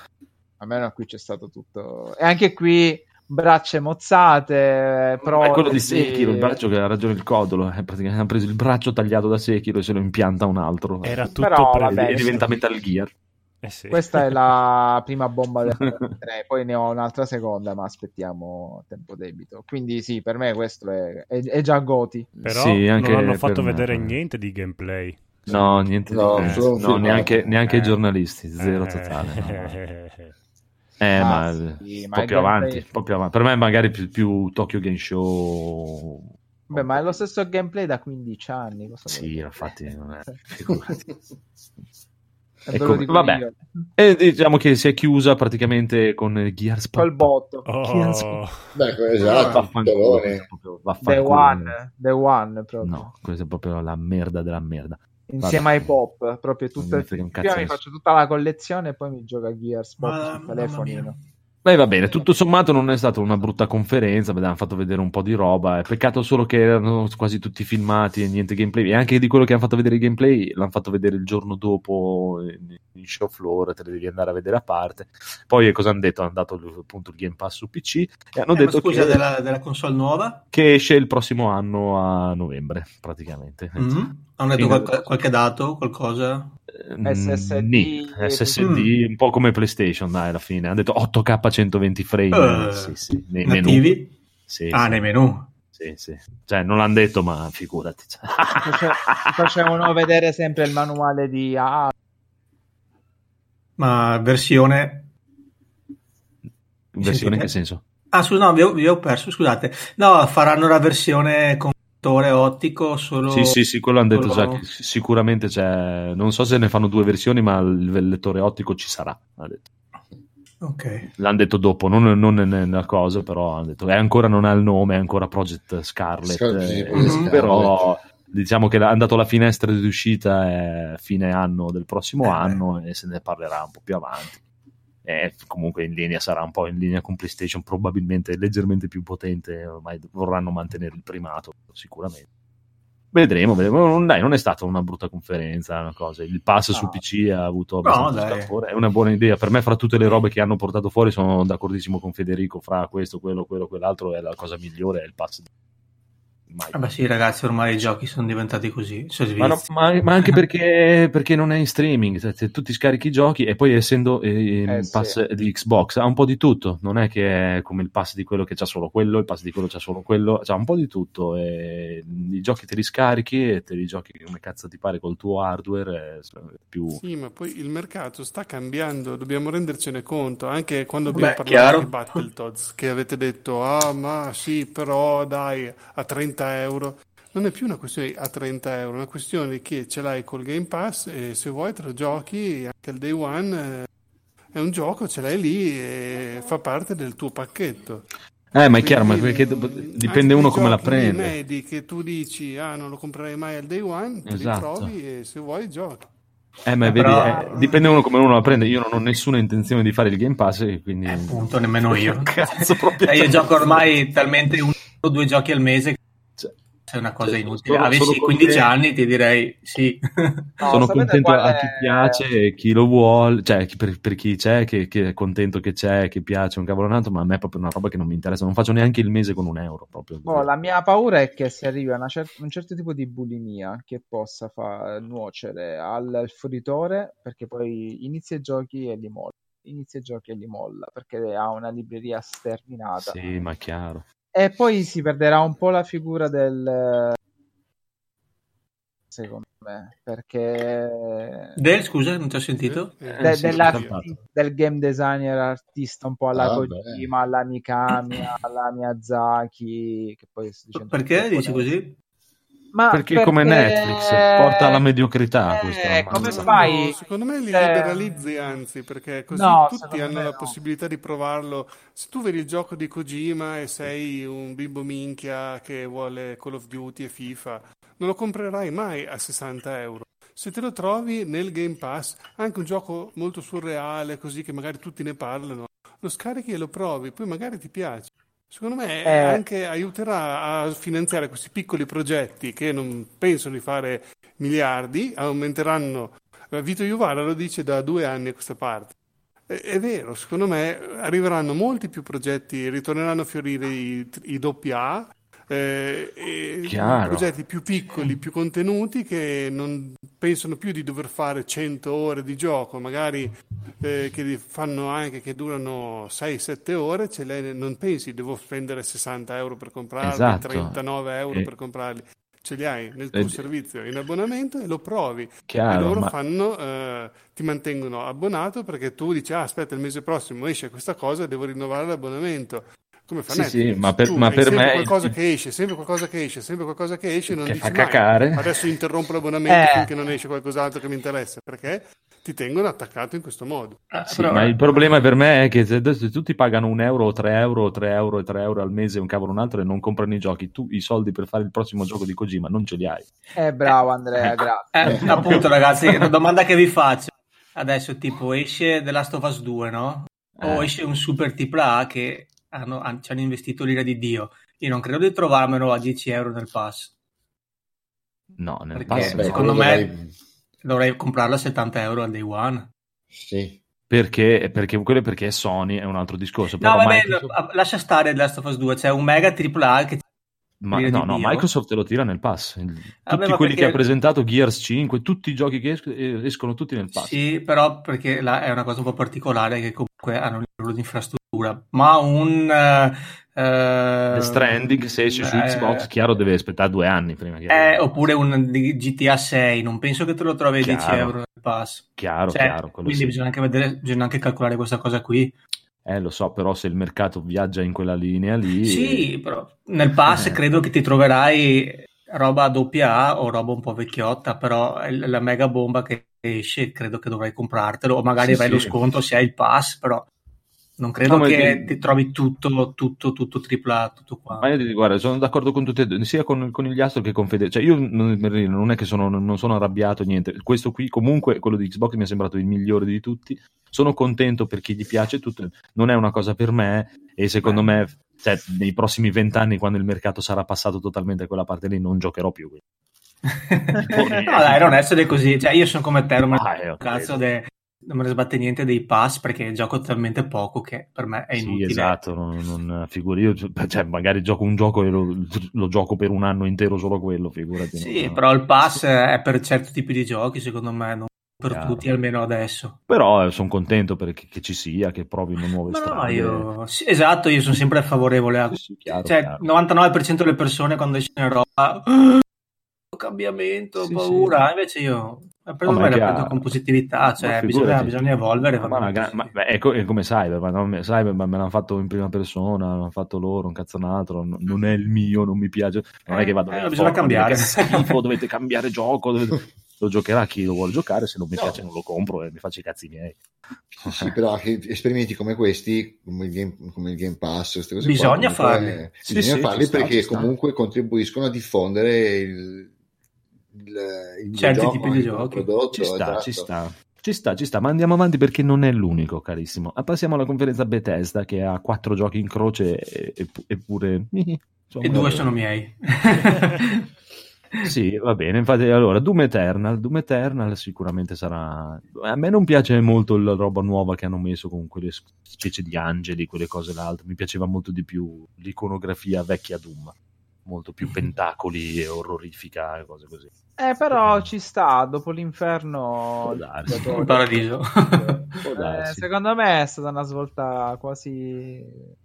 S4: Almeno qui c'è stato tutto. E anche qui braccia mozzate. Pro
S2: è quello di Sekiro, il braccio che ha ragione il codolo. Eh, praticamente ha preso il braccio tagliato da Sekiro e se lo impianta un altro.
S3: Era tutto Però,
S2: vabbè, e diventa Metal Gear.
S4: Eh sì. Questa è la prima bomba del 3, poi ne ho un'altra seconda, ma aspettiamo tempo debito. Quindi sì, per me questo è, è, è già Goti.
S3: Però sì, non hanno fatto vedere me. niente di gameplay.
S2: No, niente no, di no, no, neanche, neanche eh. i giornalisti,
S3: Eh.
S2: zero totale. No. Eh, ah, ma, sì, un, ma po avanti, un po' più avanti. Per me, magari più, più Tokyo Game Show.
S4: Beh, ma è lo stesso gameplay da 15 anni.
S2: Sì, infatti, non è. Ecco, vabbè. Io. E diciamo che si è chiusa praticamente con Gears
S4: Col botto.
S1: Oh. Gears... Beh, esatto,
S4: vaffanculo. The One, The One proprio.
S2: No, questa è proprio la merda della merda.
S4: insieme ai pop, proprio tutte. Prima mi faccio tutta la collezione e poi mi gioca Gears Pop Ma, sul telefonino.
S2: Beh, va bene, tutto sommato non è stata una brutta conferenza, abbiamo fatto vedere un po' di roba. È peccato solo che erano quasi tutti filmati e niente gameplay. E anche di quello che hanno fatto vedere i gameplay l'hanno fatto vedere il giorno dopo in show floor, te li devi andare a vedere a parte. Poi eh, cosa hanno detto? Hanno dato appunto il Game Pass su PC e hanno eh, detto
S6: scusa, che, della, della, console nuova?
S2: Che esce il prossimo anno a novembre, praticamente.
S6: Mm-hmm. Hanno detto Quindi... qualche, qualche dato, qualcosa?
S2: Eh, SSD, SSD mm. un po' come PlayStation, dai, alla fine. Hanno detto 8K 120 frame. Uh, sì, sì, nei menu.
S6: Sì, Eh, ah, nei menu.
S2: Sì, sì. Cioè, non l'hanno detto, ma figurati. Cioè,
S4: Facevano vedere sempre il manuale di A. Ah.
S6: Ma versione...
S2: Versione in che senso?
S6: Ah, scusa, no, vi ho, vi ho perso, scusate. No, faranno la versione con ottico solo...
S2: Sì, sì, sì, quello hanno detto già. Cioè, sicuramente c'è... Non so se ne fanno due versioni, ma il lettore ottico ci sarà, ha detto.
S6: Okay.
S2: L'hanno detto dopo, non, non nella cosa, però hanno detto... È ancora non ha il nome, è ancora Project Scarlet. Scarlet eh, mm-hmm. Però diciamo che hanno dato la finestra di uscita è fine anno del prossimo eh, anno beh. e se ne parlerà un po' più avanti. Eh, comunque in linea sarà un po' in linea con PlayStation, probabilmente leggermente più potente, ormai vorranno mantenere il primato sicuramente. Vedremo, vedremo. Non, dai, non è stata una brutta conferenza, una cosa. Il pass ah. su PC ha avuto abbastanza no, scalpore, è una buona idea. Per me, fra tutte le robe che hanno portato fuori, sono d'accordissimo con Federico, fra questo, quello, quello, quell'altro, è la cosa migliore, è il pass
S6: mai. Ah beh sì ragazzi, ormai i giochi sono diventati così. Sono
S2: ma, no, ma, ma, anche perché, perché, non è in streaming, cioè, tu ti scarichi i giochi e poi essendo eh, il eh, pass sì. di Xbox ha un po' di tutto, non è che è come il pass di quello che c'ha solo quello, il pass di quello c'ha solo quello, c'ha un po' di tutto. E I giochi te li scarichi e te li giochi come cazzo ti pare col tuo hardware. eh, Più...
S5: Sì, ma poi il mercato sta cambiando, dobbiamo rendercene conto, anche quando abbiamo beh, parlato chiaro. di Battletoads, che avete detto, ah ma sì, però dai, a 30 euro. Non è più una questione a 30 euro, è una questione che ce l'hai col Game Pass e se vuoi te lo giochi anche il day one. Eh, è un gioco, ce l'hai lì e fa parte del tuo pacchetto.
S2: Eh, ma è chiaro, ma perché dipende uno come la prende.
S5: medi che tu dici, ah, non lo comprerai mai al day one, te esatto. li trovi e se vuoi giochi.
S2: Eh, ma Però... vedi, eh, dipende uno come uno la prende. Io non ho nessuna intenzione di fare il Game Pass, quindi. Eh,
S6: appunto, nemmeno io. Cazzo, proprio. io gioco ormai talmente uno o due giochi al mese
S2: Cioè,
S6: è una cosa inutile. Sono, Avessi 15 contento. anni ti direi sì.
S2: No, sono contento a chi piace, chi lo vuole, cioè per, per chi c'è, che, che, è contento che c'è, che piace un cavolonato, ma a me è proprio una roba che non mi interessa, non faccio neanche il mese con un euro. Proprio.
S6: Oh,
S4: No, la mia paura è che si arrivi a cer- un certo tipo di bulimia che possa far nuocere al fruitore perché poi inizia i giochi e li molla. Inizia i giochi e li molla perché ha una libreria sterminata.
S2: Sì, ma chiaro
S4: e poi si perderà un po' la figura del secondo me perché
S6: del scusa non ti ho sentito
S4: de, eh, sì, del game designer artista un po' alla ah, Kojima alla Mikami alla Miyazaki che poi
S6: perché dici così?
S2: Ma perché, perché, come Netflix porta alla mediocrità
S4: eh, come fai? Cioè-
S5: No, secondo me li liberalizzi anzi perché così no, tutti hanno la no. possibilità di provarlo se tu vedi il gioco di Kojima e sei un bimbo minchia che vuole Call of Duty e FIFA non lo comprerai mai a 60 euro se te lo trovi nel Game Pass anche un gioco molto surreale così che magari tutti ne parlano lo scarichi e lo provi poi magari ti piace Secondo me eh, anche aiuterà a finanziare questi piccoli progetti che non pensano di fare miliardi, aumenteranno. Eh, Vito Iovara lo dice da due anni a questa parte. È, Eh, è vero, secondo me arriveranno molti più progetti, ritorneranno a fiorire i, i AA, eh, progetti più piccoli, più contenuti che non pensano più di dover fare 100 ore di gioco, magari eh, che fanno anche che durano 6-7 ore, ce le, non pensi devo spendere 60 euro per comprarli, esatto. 39 euro e... per comprarli. Ce li hai nel tuo e... servizio in abbonamento e lo provi.
S2: Ah,
S5: Chiaro, e loro ma... fanno, eh, ti mantengono abbonato perché tu dici: ah, aspetta, il mese prossimo esce questa cosa, devo rinnovare l'abbonamento come fa
S2: sì, Netflix. Sì, ma per, tu ma per
S5: sempre
S2: me
S5: qualcosa che esce, sempre qualcosa che esce, sempre qualcosa che esce, non
S2: che
S5: dici
S2: fa cacare.
S5: Mai. Adesso interrompo l'abbonamento eh. finché non esce qualcos'altro che mi interessa, perché ti tengono attaccato in questo modo.
S2: Ah, sì, però... ma
S6: eh.
S2: il problema per me è che se, se tutti pagano un euro, 3 euro, 3 euro e 3 euro al mese, un cavolo un altro e non comprano i giochi, tu i soldi per fare il prossimo gioco di Kojima non ce li hai.
S4: Eh bravo Andrea, eh, grazie.
S6: Eh, appunto ragazzi, una domanda che vi faccio. Adesso tipo esce The Last of Us 2, no? O eh. esce un super AAA che hanno, hanno, ci hanno investito l'ira di Dio. Io non credo di trovarmelo a 10 euro nel pass.
S2: No, nel
S6: Perché pass. Secondo me... Dai dovrei comprarla a 70 euro al day one.
S1: Sì.
S2: Perché, perché, quello perché è Sony, è un altro discorso.
S6: no, vabbè, Microsoft... lascia stare The Last of Us 2, c'è cioè un mega AAA che...
S2: Ma no, no, Dio. Microsoft te lo tira nel pass. Vabbè, tutti quelli perché... che ha presentato, Gears 5, tutti i giochi che escono, escono tutti nel pass.
S6: Sì, però perché là è una cosa un po' particolare che comunque hanno un livello di infrastruttura, ma un... eh, Uh...
S2: The Eh, Stranding se esce su Xbox, chiaro, deve aspettare due anni prima che...
S6: Eh, oppure un GTA 6, non penso che te lo trovi a 10 euro nel pass.
S2: Chiaro, cioè, chiaro.
S6: Quindi sì. bisogna, anche vedere, bisogna anche calcolare questa cosa qui.
S2: Eh, lo so, però se il mercato viaggia in quella linea lì...
S6: Sì, però nel pass eh. credo che ti troverai roba doppia A o roba un po' vecchiotta, però la mega bomba che esce credo che dovrai comprartelo, o magari sì, vai sì. lo sconto se hai il pass, però... Non credo no, che ti trovi tutto, tutto, tutto tripla, tutto qua.
S2: Ma io ti dico, guarda, sono d'accordo con tutte e due, sia con, con il Astro che con Fede. Cioè, io non, non è che sono, non sono arrabbiato, niente. Questo qui, comunque, quello di Xbox mi è sembrato il migliore di tutti. Sono contento per chi gli piace tutto. Non è una cosa per me e secondo Beh. me, cioè, nei prossimi vent'anni, quando il mercato sarà passato totalmente a quella parte lì, non giocherò più.
S6: no, dai, non essere così. Cioè, io sono come te, non me ah, io, cazzo de non me ne sbatte niente dei pass perché gioco talmente poco che per me è inutile.
S2: Sì, esatto, non, non figuri, io, cioè, magari gioco un gioco e lo, lo, gioco per un anno intero solo quello, figurati.
S6: Sì, no. però il pass sì. è per certi tipi di giochi, secondo me, non per Chiaro. tutti almeno adesso.
S2: Però eh, sono contento perché, che ci sia, che provino nuove Ma strade.
S6: No, io... Sì, esatto, io sono sempre favorevole a... Sì, chiaro, cioè, chiaro. 99% delle persone quando esce una roba... "Oh, cambiamento, paura, invece io però oh, me la prendo con positività, cioè bisogna, bisogna, evolvere.
S2: Ma, ma, gra- ma beh, è, co- è, come Cyberman, no? Cyberman me l'hanno fatto in prima persona, l'hanno fatto loro, un cazzonatro, n- non è il mio, non mi piace, non è che vado...
S6: Mm. Eh, bisogna cambiare.
S2: Schifo, dovete cambiare gioco, dovete... lo giocherà chi lo vuole giocare, se non mi no. piace non lo compro e mi faccio i cazzi miei.
S1: Sì, però esperimenti come questi, come il Game, come il game Pass, queste cose
S6: bisogna qua, farli. È...
S1: Sì, bisogna sì, farli sta, perché comunque contribuiscono a diffondere il il, il
S6: certi tipi di giochi.
S1: Prodotto,
S2: ci sta,
S1: esatto.
S2: ci sta. Ci sta, ci sta, ma andiamo avanti perché non è l'unico, carissimo. Ah, Passiamo alla conferenza Bethesda che ha quattro giochi in croce eppure...
S6: E, e due sono miei.
S2: sì, va bene. Infatti, allora, Doom Eternal. Doom Eternal sicuramente sarà. A me non piace molto la roba nuova che hanno messo con quelle specie di angeli, quelle cose l'altro. Mi piaceva molto di più l'iconografia vecchia Doom molto più pentacoli e orrorifica e cose così.
S4: Eh, però ci sta, dopo l'inferno...
S2: Può darsi. Dopo...
S6: Il paradiso.
S4: Può darsi. Oh, Eh, secondo me è stata una svolta quasi,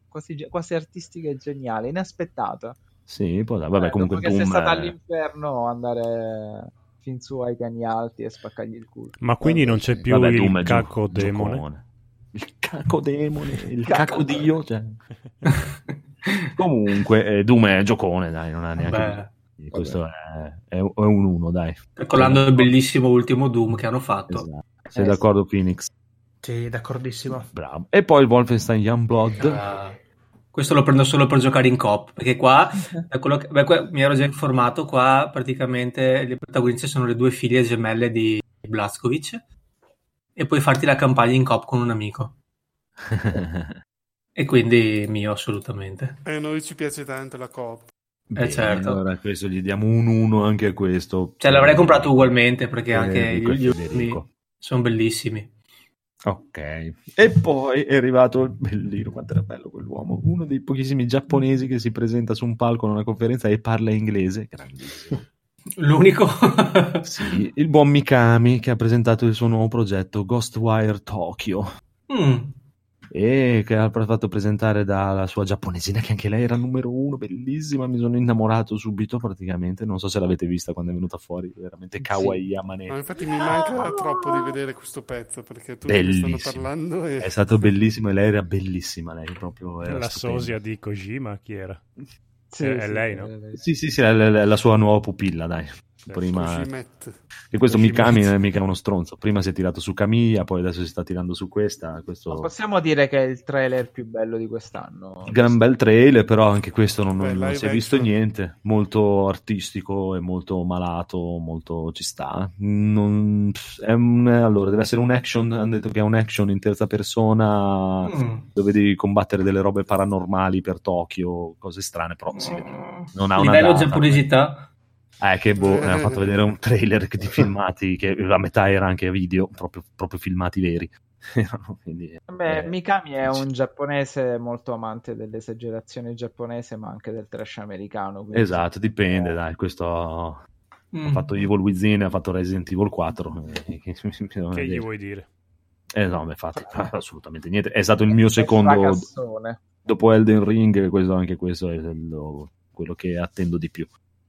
S4: quasi, quasi artistica e geniale, inaspettata.
S2: Sì, può darsi. Vabbè, eh, comunque...
S4: Dopo che Doom... sei stata all'inferno andare fin su ai cani alti e spaccargli il culo.
S3: Ma quindi non c'è più Vabbè, il caco demone? Giocone.
S2: Il caco demone, il caco dio, cioè... Comunque, eh, Doom è giocone, dai, non ha neanche. Beh, questo è, è, è, un 1, dai.
S6: Calcolando il bellissimo ultimo Doom che hanno fatto. Esatto.
S2: Sei eh, d'accordo, sì. Phoenix?
S6: Sì, d'accordissimo.
S2: Bravo. E poi il Wolfenstein Youngblood. Uh,
S6: questo lo prendo solo per giocare in coop, perché qua, che, beh, qua, mi ero già informato, qua praticamente le protagoniste sono le due figlie gemelle di Blazkovic e puoi farti la campagna in coop con un amico. e quindi mio assolutamente.
S5: E eh, a noi ci piace tanto la coop.
S6: Eh certo.
S2: Allora questo gli diamo un 1 anche a questo.
S6: Cioè l'avrei comprato ugualmente perché eh, anche gli ultimi sono bellissimi.
S2: Ok, e poi è arrivato il bellino, quanto era bello quell'uomo, uno dei pochissimi giapponesi che si presenta su un palco in una conferenza e parla inglese, grandissimo.
S6: L'unico?
S2: sì, il buon Mikami che ha presentato il suo nuovo progetto Ghostwire Tokyo.
S6: Mm
S2: e che ha fatto presentare dalla sua giapponesina che anche lei era numero uno, bellissima, mi sono innamorato subito praticamente, non so se l'avete vista quando è venuta fuori, veramente kawaii a
S3: Ah,
S5: sì. no, infatti mi manca oh! troppo di vedere questo pezzo perché tutti bellissimo. stanno parlando e...
S2: È stato bellissimo e lei era bellissima, lei proprio era
S3: La
S2: stupenda.
S3: sosia di Kojima chi era? Sì, eh, sì, è lei, no?
S2: Sì, sì, sì, la, la, la sua nuova pupilla, dai.
S3: Cioè,
S2: prima e questo Mikami non è mica uno stronzo prima si è tirato su Camilla poi adesso si sta tirando su questa questo...
S4: possiamo dire che è il trailer più bello di quest'anno
S2: gran bel trailer però anche questo non, Beh, non si è visto niente molto artistico e molto malato molto ci sta non... un... allora deve essere un action hanno detto che è un action in terza persona mm. dove devi combattere delle robe paranormali per Tokyo cose strane però sì, non ha
S6: un livello data, giapponesità ma...
S2: Eh, che boh, eh, hanno fatto vedere un trailer di filmati che la metà era anche video, proprio, proprio filmati veri.
S4: Quindi, Beh, eh, Mikami è un giapponese molto amante dell'esagerazione giapponese, ma anche del trash americano.
S2: Quindi... Esatto, dipende, dai, questo... Mm. Ha fatto Evil Within, ha fatto Resident Evil eh, 4.
S3: che gli vuoi dire?
S2: Eh no, infatti, assolutamente niente. È stato il mio secondo... Dopo Elden Ring, questo, anche questo è lo, quello che attendo di più.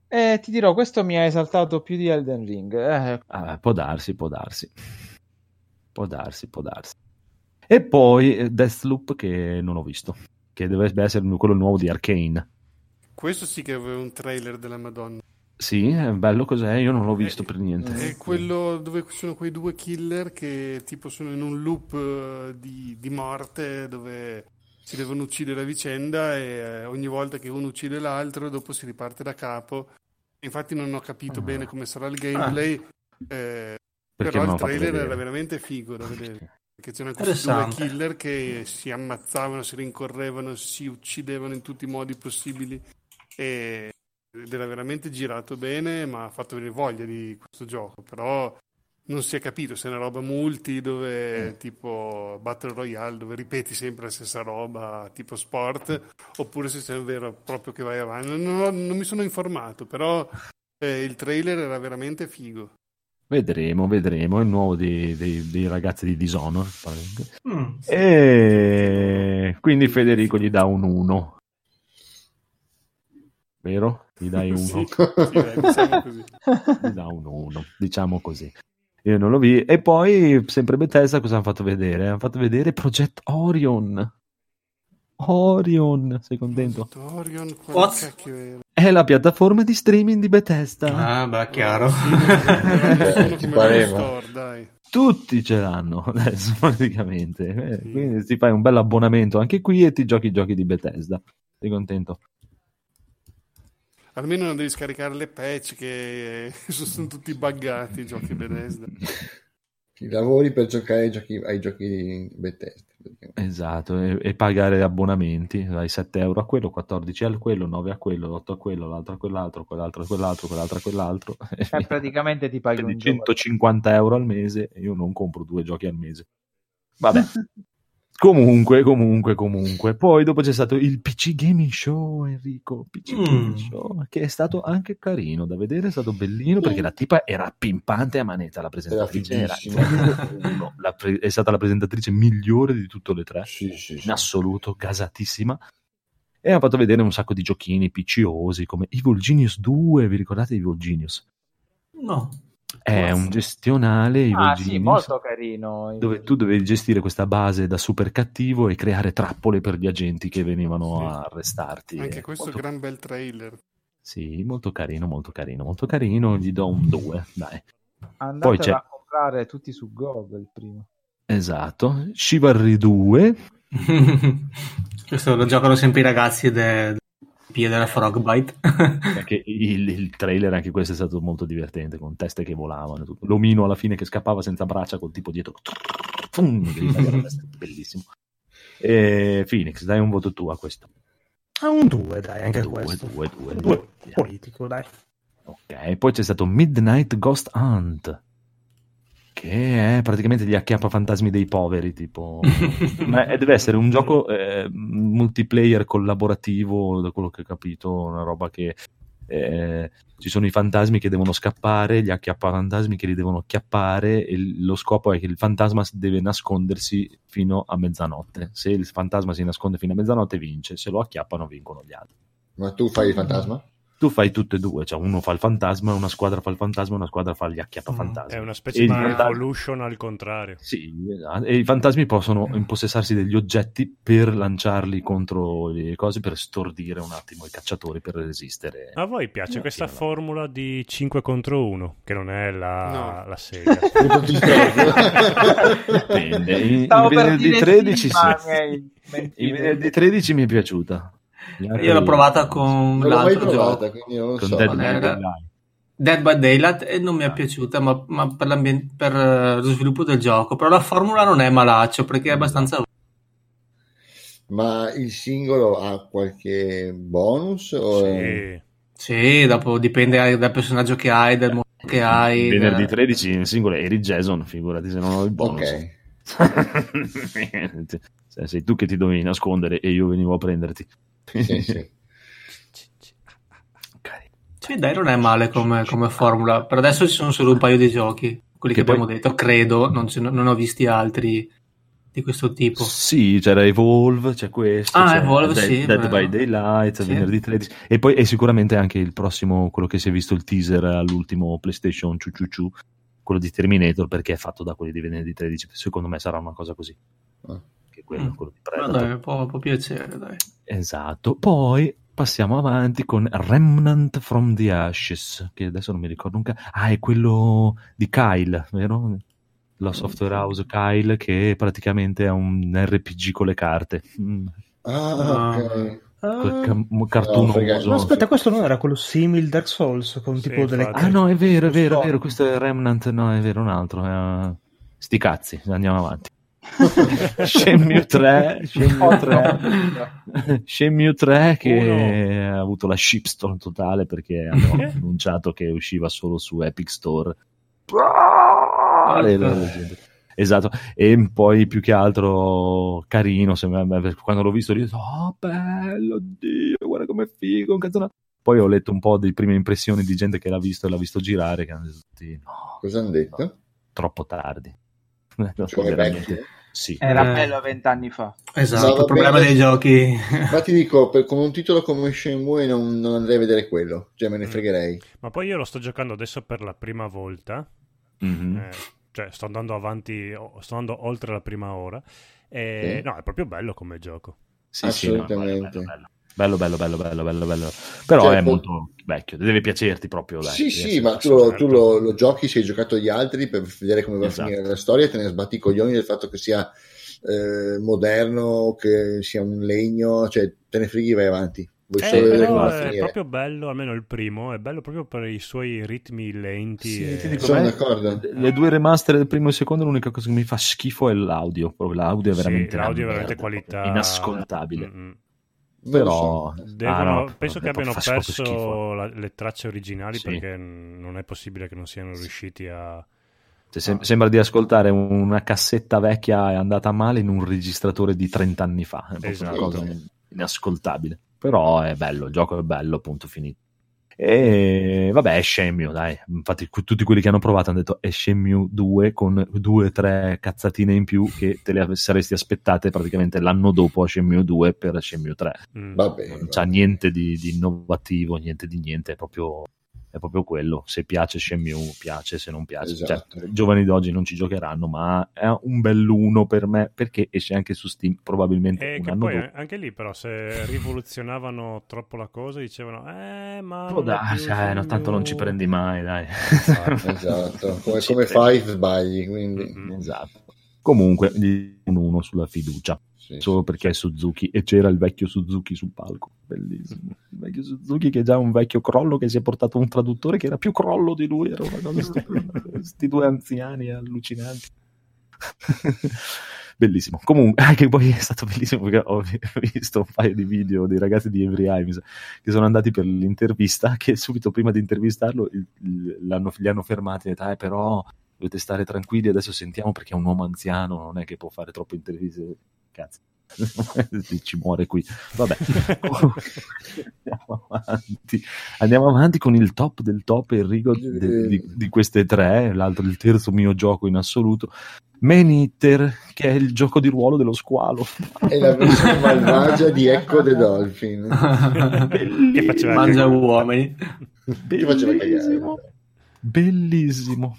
S4: Eh, ti dirò, questo mi ha esaltato più di Elden Ring. Eh.
S2: Ah, può darsi, può darsi. Può darsi, può darsi. E poi eh, Deathloop che non ho visto, che dovrebbe essere quello nuovo di Arkane.
S5: Questo sì che aveva un trailer della Madonna.
S2: Sì, è bello cos'è, io non l'ho visto è, per niente.
S5: È Eh, quello dove sono quei due killer che tipo sono in un loop eh, di, di morte dove si devono uccidere a vicenda e eh, ogni volta che uno uccide l'altro dopo si riparte da capo infatti non ho capito ah. bene come sarà il gameplay ah. eh, però il trailer era veramente figo da vedere perché c'erano questi due killer che si ammazzavano, si rincorrevano si uccidevano in tutti i modi possibili e, ed era veramente girato bene ma ha fatto venire voglia di questo gioco però non si è capito se è una roba multi dove mm. tipo Battle Royale dove ripeti sempre la stessa roba tipo sport oppure se è vero proprio che vai avanti non, ho, non mi sono informato però eh, il trailer era veramente figo
S2: vedremo vedremo il nuovo dei, dei, dei ragazzi di Dishonored mm. e quindi Federico gli dà un 1 vero? gli dai un 1 sì,
S5: diciamo
S2: sì, gli dà un 1 diciamo così io non lo vi. E poi, sempre Bethesda, cosa hanno fatto vedere? Hanno fatto vedere Project Orion. Orion, sei contento?
S5: Orion, What? Che...
S2: È la piattaforma di streaming di Bethesda.
S6: Ah, beh, chiaro.
S1: Ti pareva.
S2: Tutti ce l'hanno adesso, praticamente. Sì. Quindi ti fai un bel abbonamento anche qui e ti giochi i giochi di Bethesda. Sei contento?
S5: almeno non devi scaricare le patch che sono tutti buggati i giochi Bethesda
S1: i lavori per giocare ai giochi, ai giochi Bethesda
S2: esatto e, e, pagare abbonamenti dai 7 euro a quello 14 a quello 9 a quello 8 a quello l'altro a quell'altro quell'altro a quell'altro quell'altro a quell'altro
S4: e Cioè, praticamente ti paghi
S2: un 150 gioco. euro al mese e io non compro due giochi al mese vabbè Comunque, comunque, comunque. Poi dopo c'è stato il PC Gaming Show, Enrico. PC mm. Gaming Show, che è stato anche carino da vedere, è stato bellino perché la tipa era pimpante a manetta. La presentatrice Mm. era, cioè, no, la pre- è stata la presentatrice migliore di tutte le tre,
S1: sì, sì, sì.
S2: in assoluto, gasatissima. E ha fatto vedere un sacco di giochini picciosi come Evil Genius 2. Vi ricordate Evil Genius?
S6: No.
S2: È un gestionale
S4: ah, sì, molto carino.
S2: dove tu dovevi gestire questa base da super cattivo e creare trappole per gli agenti che venivano sì. a arrestarti.
S5: Anche questo molto... gran bel trailer.
S2: Sì, molto carino, molto carino, molto carino. Gli do un 2, dai.
S4: Andatela Poi c'è... a comprare tutti su GOG il primo.
S2: Esatto. Chivalry 2.
S6: questo lo giocano sempre i ragazzi del pie della Frogbite.
S2: il, il, trailer, anche questo è stato molto divertente, con teste che volavano. Tutto. L'omino alla fine che scappava senza braccia col tipo dietro. Bellissimo. E Phoenix, dai un voto tu a questo.
S7: A ah, un 2, dai, anche due, questo.
S2: 2, 2, 2.
S7: Politico, dai.
S2: Ok, poi c'è stato Midnight Ghost Hunt che è praticamente gli acchiappa fantasmi dei poveri, tipo. Ma deve essere un gioco eh, multiplayer collaborativo, da quello che ho capito, una roba che eh, ci sono i fantasmi che devono scappare, gli acchiappa fantasmi che li devono acchiappare e lo scopo è che il fantasma deve nascondersi fino a mezzanotte. Se il fantasma si nasconde fino a mezzanotte vince, se lo acchiappano vincono gli altri.
S1: Ma tu fai il fantasma?
S2: tu fai tutte e due, cioè uno fa il fantasma, una squadra fa il fantasma, una squadra fa gli acchiappa fantasma.
S3: Mm, È una specie e di evolution al contrario.
S2: Sì, eh, e i fantasmi possono impossessarsi degli oggetti per lanciarli contro le cose, per stordire un attimo i cacciatori, per resistere.
S3: A voi piace no, questa sì, formula no. di 5 contro 1, che non è la, no. la
S2: serie? Dipende. In, in venerdì 13 sì. In venerdì 13 mi è piaciuta.
S6: Io l'ho provata con non l'altro provata,
S1: gioco,
S6: con
S1: so.
S6: Dead, Dead, Dead, by Daylight e non mi è ah. piaciuta ma, ma per, per, eh, lo sviluppo del gioco però la formula non è malaccio perché è abbastanza
S1: ma il singolo ha qualche bonus?
S6: sì, è... sì dopo dipende dal personaggio che hai dal mondo che hai
S2: venerdì 13 il singolo eri Jason figurati se non ho il bonus ok sei tu che ti dovevi nascondere e io venivo a prenderti.
S1: Sì, sì.
S6: Cioè, dai, non è male come, come, formula. Per adesso ci sono solo un paio di giochi, quelli che, che abbiamo poi... detto, credo, non, ce, non, ho visti altri di questo tipo.
S2: Sì, c'era Evolve, c'è questo,
S6: ah,
S2: c'è
S6: Evolve, Dead, sì,
S2: Dead by Daylight, sì. venerdì 13, e poi è sicuramente anche il prossimo, quello che si è visto il teaser all'ultimo PlayStation ciuciuciu, quello di Terminator, perché è fatto da quelli di venerdì 13, secondo me sarà una cosa così. Eh che quello, mm. quello di Predator.
S6: Dai, può, può, piacere, dai.
S2: Esatto. Poi passiamo avanti con Remnant from the Ashes, che adesso non mi ricordo nunca. Ah, è quello di Kyle, vero? La software house Kyle, che praticamente è un RPG con le carte. Mm.
S1: Ah, ok.
S7: Ah.
S2: Quel ca- cartuno no,
S7: no, aspetta, questo non era quello simile Dark Souls con sì, tipo delle
S2: Ah, no, è vero, è vero, è vero. Questo è Remnant, no, è vero, un altro. Eh, sti cazzi, andiamo avanti. Shenmue 3 Shenmue 3 Shenmue 3 che Uno. ha avuto la shipstone totale perché hanno annunciato che usciva solo su Epic Store esatto e poi più che altro carino quando l'ho visto ho detto oh bello Dio, guarda come figo poi ho letto un po' di prime impressioni di gente che l'ha visto e l'ha visto girare che hanno detto no,
S1: cosa hanno detto? Cioè, No,
S2: troppo tardi sì.
S4: Era
S1: Eh.
S4: bello vent'anni fa.
S6: Esatto, no, il problema bene. dei giochi.
S1: Ma ti dico, per, con un titolo come Shenmue non, non andrei a vedere quello, cioè me ne mm. fregherei.
S3: Ma poi io lo sto giocando adesso per la prima volta,
S2: Mm. Mhm.
S3: mm-hmm. eh, cioè sto andando avanti, sto andando oltre la prima ora. E, sì. No, è proprio bello come gioco.
S2: Sì, Assolutamente. Sì, no, bello, bello, bello. Bello, bello, bello, bello, bello, bello. Però cioè, è molto vecchio, deve piacerti proprio. Dai,
S1: sì, sì, ma tu, lo, tu lo, lo, giochi, sei giocato gli altri per vedere come va esatto. a finire la storia e te ne sbatti i coglioni del fatto che sia eh, moderno, che sia un legno, cioè te ne frighi vai avanti.
S3: Vuoi eh, solo vedere come va a finire. È proprio bello, almeno il primo, è bello proprio per i suoi ritmi lenti. Sì, e...
S1: dico, sono d'accordo.
S2: Le due remaster del primo e secondo, l'unica cosa che mi fa schifo è l'audio. Proprio l'audio è veramente, eh,
S3: sì, l'audio è veramente merda, qualità. Mm,
S2: Inascoltabile. Mm-hmm però
S3: so. Devono, ah, no, penso che abbiano perso la, le tracce originali sì. perché non è possibile che non siano riusciti a
S2: cioè, sem- ah. sembra di ascoltare una cassetta vecchia andata male in un registratore di 30 anni fa è esatto. una cosa inascoltabile però è bello, il gioco è bello appunto finito e vabbè è Shenmue dai infatti tutti quelli che hanno provato hanno detto è Shenmue 2 con 2-3 cazzatine in più che te le saresti aspettate praticamente l'anno dopo a Shenmue 2 per Shenmue 3
S1: mm. vabbè,
S2: non c'ha niente di, di, innovativo niente di niente è proprio, è proprio, quello se piace Shenmue piace se non piace esatto. Cioè, i giovani d'oggi non ci giocheranno ma è un bell'uno per me perché esce anche su Steam probabilmente
S3: e
S2: un anno
S3: Eh, poi,
S2: dopo
S3: anche lì però se rivoluzionavano troppo la cosa dicevano eh ma
S2: Oh, dai, cioè, no, tanto non ci prendi mai, dai.
S1: Esatto, esatto. come, come fai sbagli, quindi...
S2: Mm-hmm. Esatto. Comunque, un 1 sulla fiducia, sì, solo sì. perché è Suzuki, e c'era il vecchio Suzuki sul palco, bellissimo. Il vecchio Suzuki che è già un vecchio crollo che si è portato un traduttore che era più crollo di lui, era una cosa questi due anziani allucinanti. bellissimo. Comunque, anche poi è stato bellissimo perché ho visto un paio di video dei ragazzi di Every Himes che sono andati per l'intervista. Che subito prima di intervistarlo li hanno fermati e detto: ah, però dovete stare tranquilli, adesso sentiamo perché è un uomo anziano, non è che può fare troppe interviste. Cazzo. ci muore qui vabbè andiamo, avanti. andiamo avanti con il top del top Enrico di, di, di queste tre l'altro il terzo mio gioco in assoluto Maneater che è il gioco di ruolo dello squalo.
S1: È la versione malvagia di Echo the Dolphin.
S6: che
S2: Cioè,
S6: faceva Mangia cagare. uomini.
S1: Che faceva cagare.
S2: Bellissimo. bellissimo.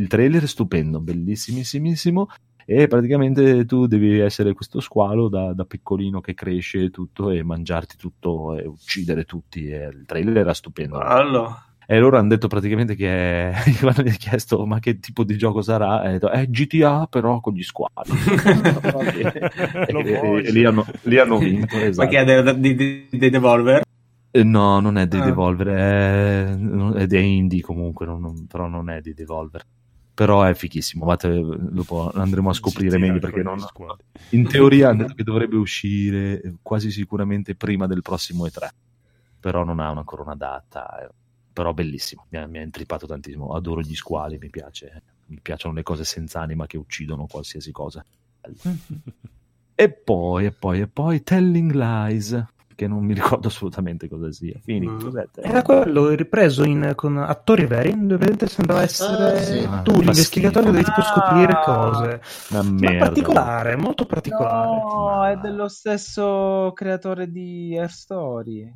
S2: Il trailer è stupendo, bellissimissimissimo. E praticamente tu devi essere questo squalo da, da piccolino che cresce e tutto e mangiarti tutto e uccidere tutti. E il trailer era stupendo.
S6: Allora
S2: e loro hanno detto praticamente che quando gli è chiesto ma che tipo di gioco sarà ha detto "Eh, è GTA però con gli squali e, e, lì, hanno, lì hanno vinto esatto.
S6: ma che è dei de, de Devolver?
S2: no non è dei ah. Devolver è, è dei Indie comunque non, non, però non è dei Devolver però è fichissimo. Vate, dopo andremo a scoprire GTA meglio perché non... in teoria hanno detto che dovrebbe uscire eh, quasi sicuramente prima del prossimo E3 però non ha ancora una data però bellissimo, mi ha, mi ha, intrippato tantissimo, adoro gli squali, mi piace, eh. mi piacciono le cose senza anima che uccidono qualsiasi cosa. e poi, e poi, e poi Telling Lies, che non mi ricordo assolutamente cosa sia. Quindi, mm.
S7: Era quello ripreso in, con attori veri, vedete, sembrava essere ah, sì. tu ah, l'investigatore devi tipo scoprire cose.
S2: Una merda.
S7: Ma particolare, molto particolare.
S4: No, Ma... è dello stesso creatore di Air Story.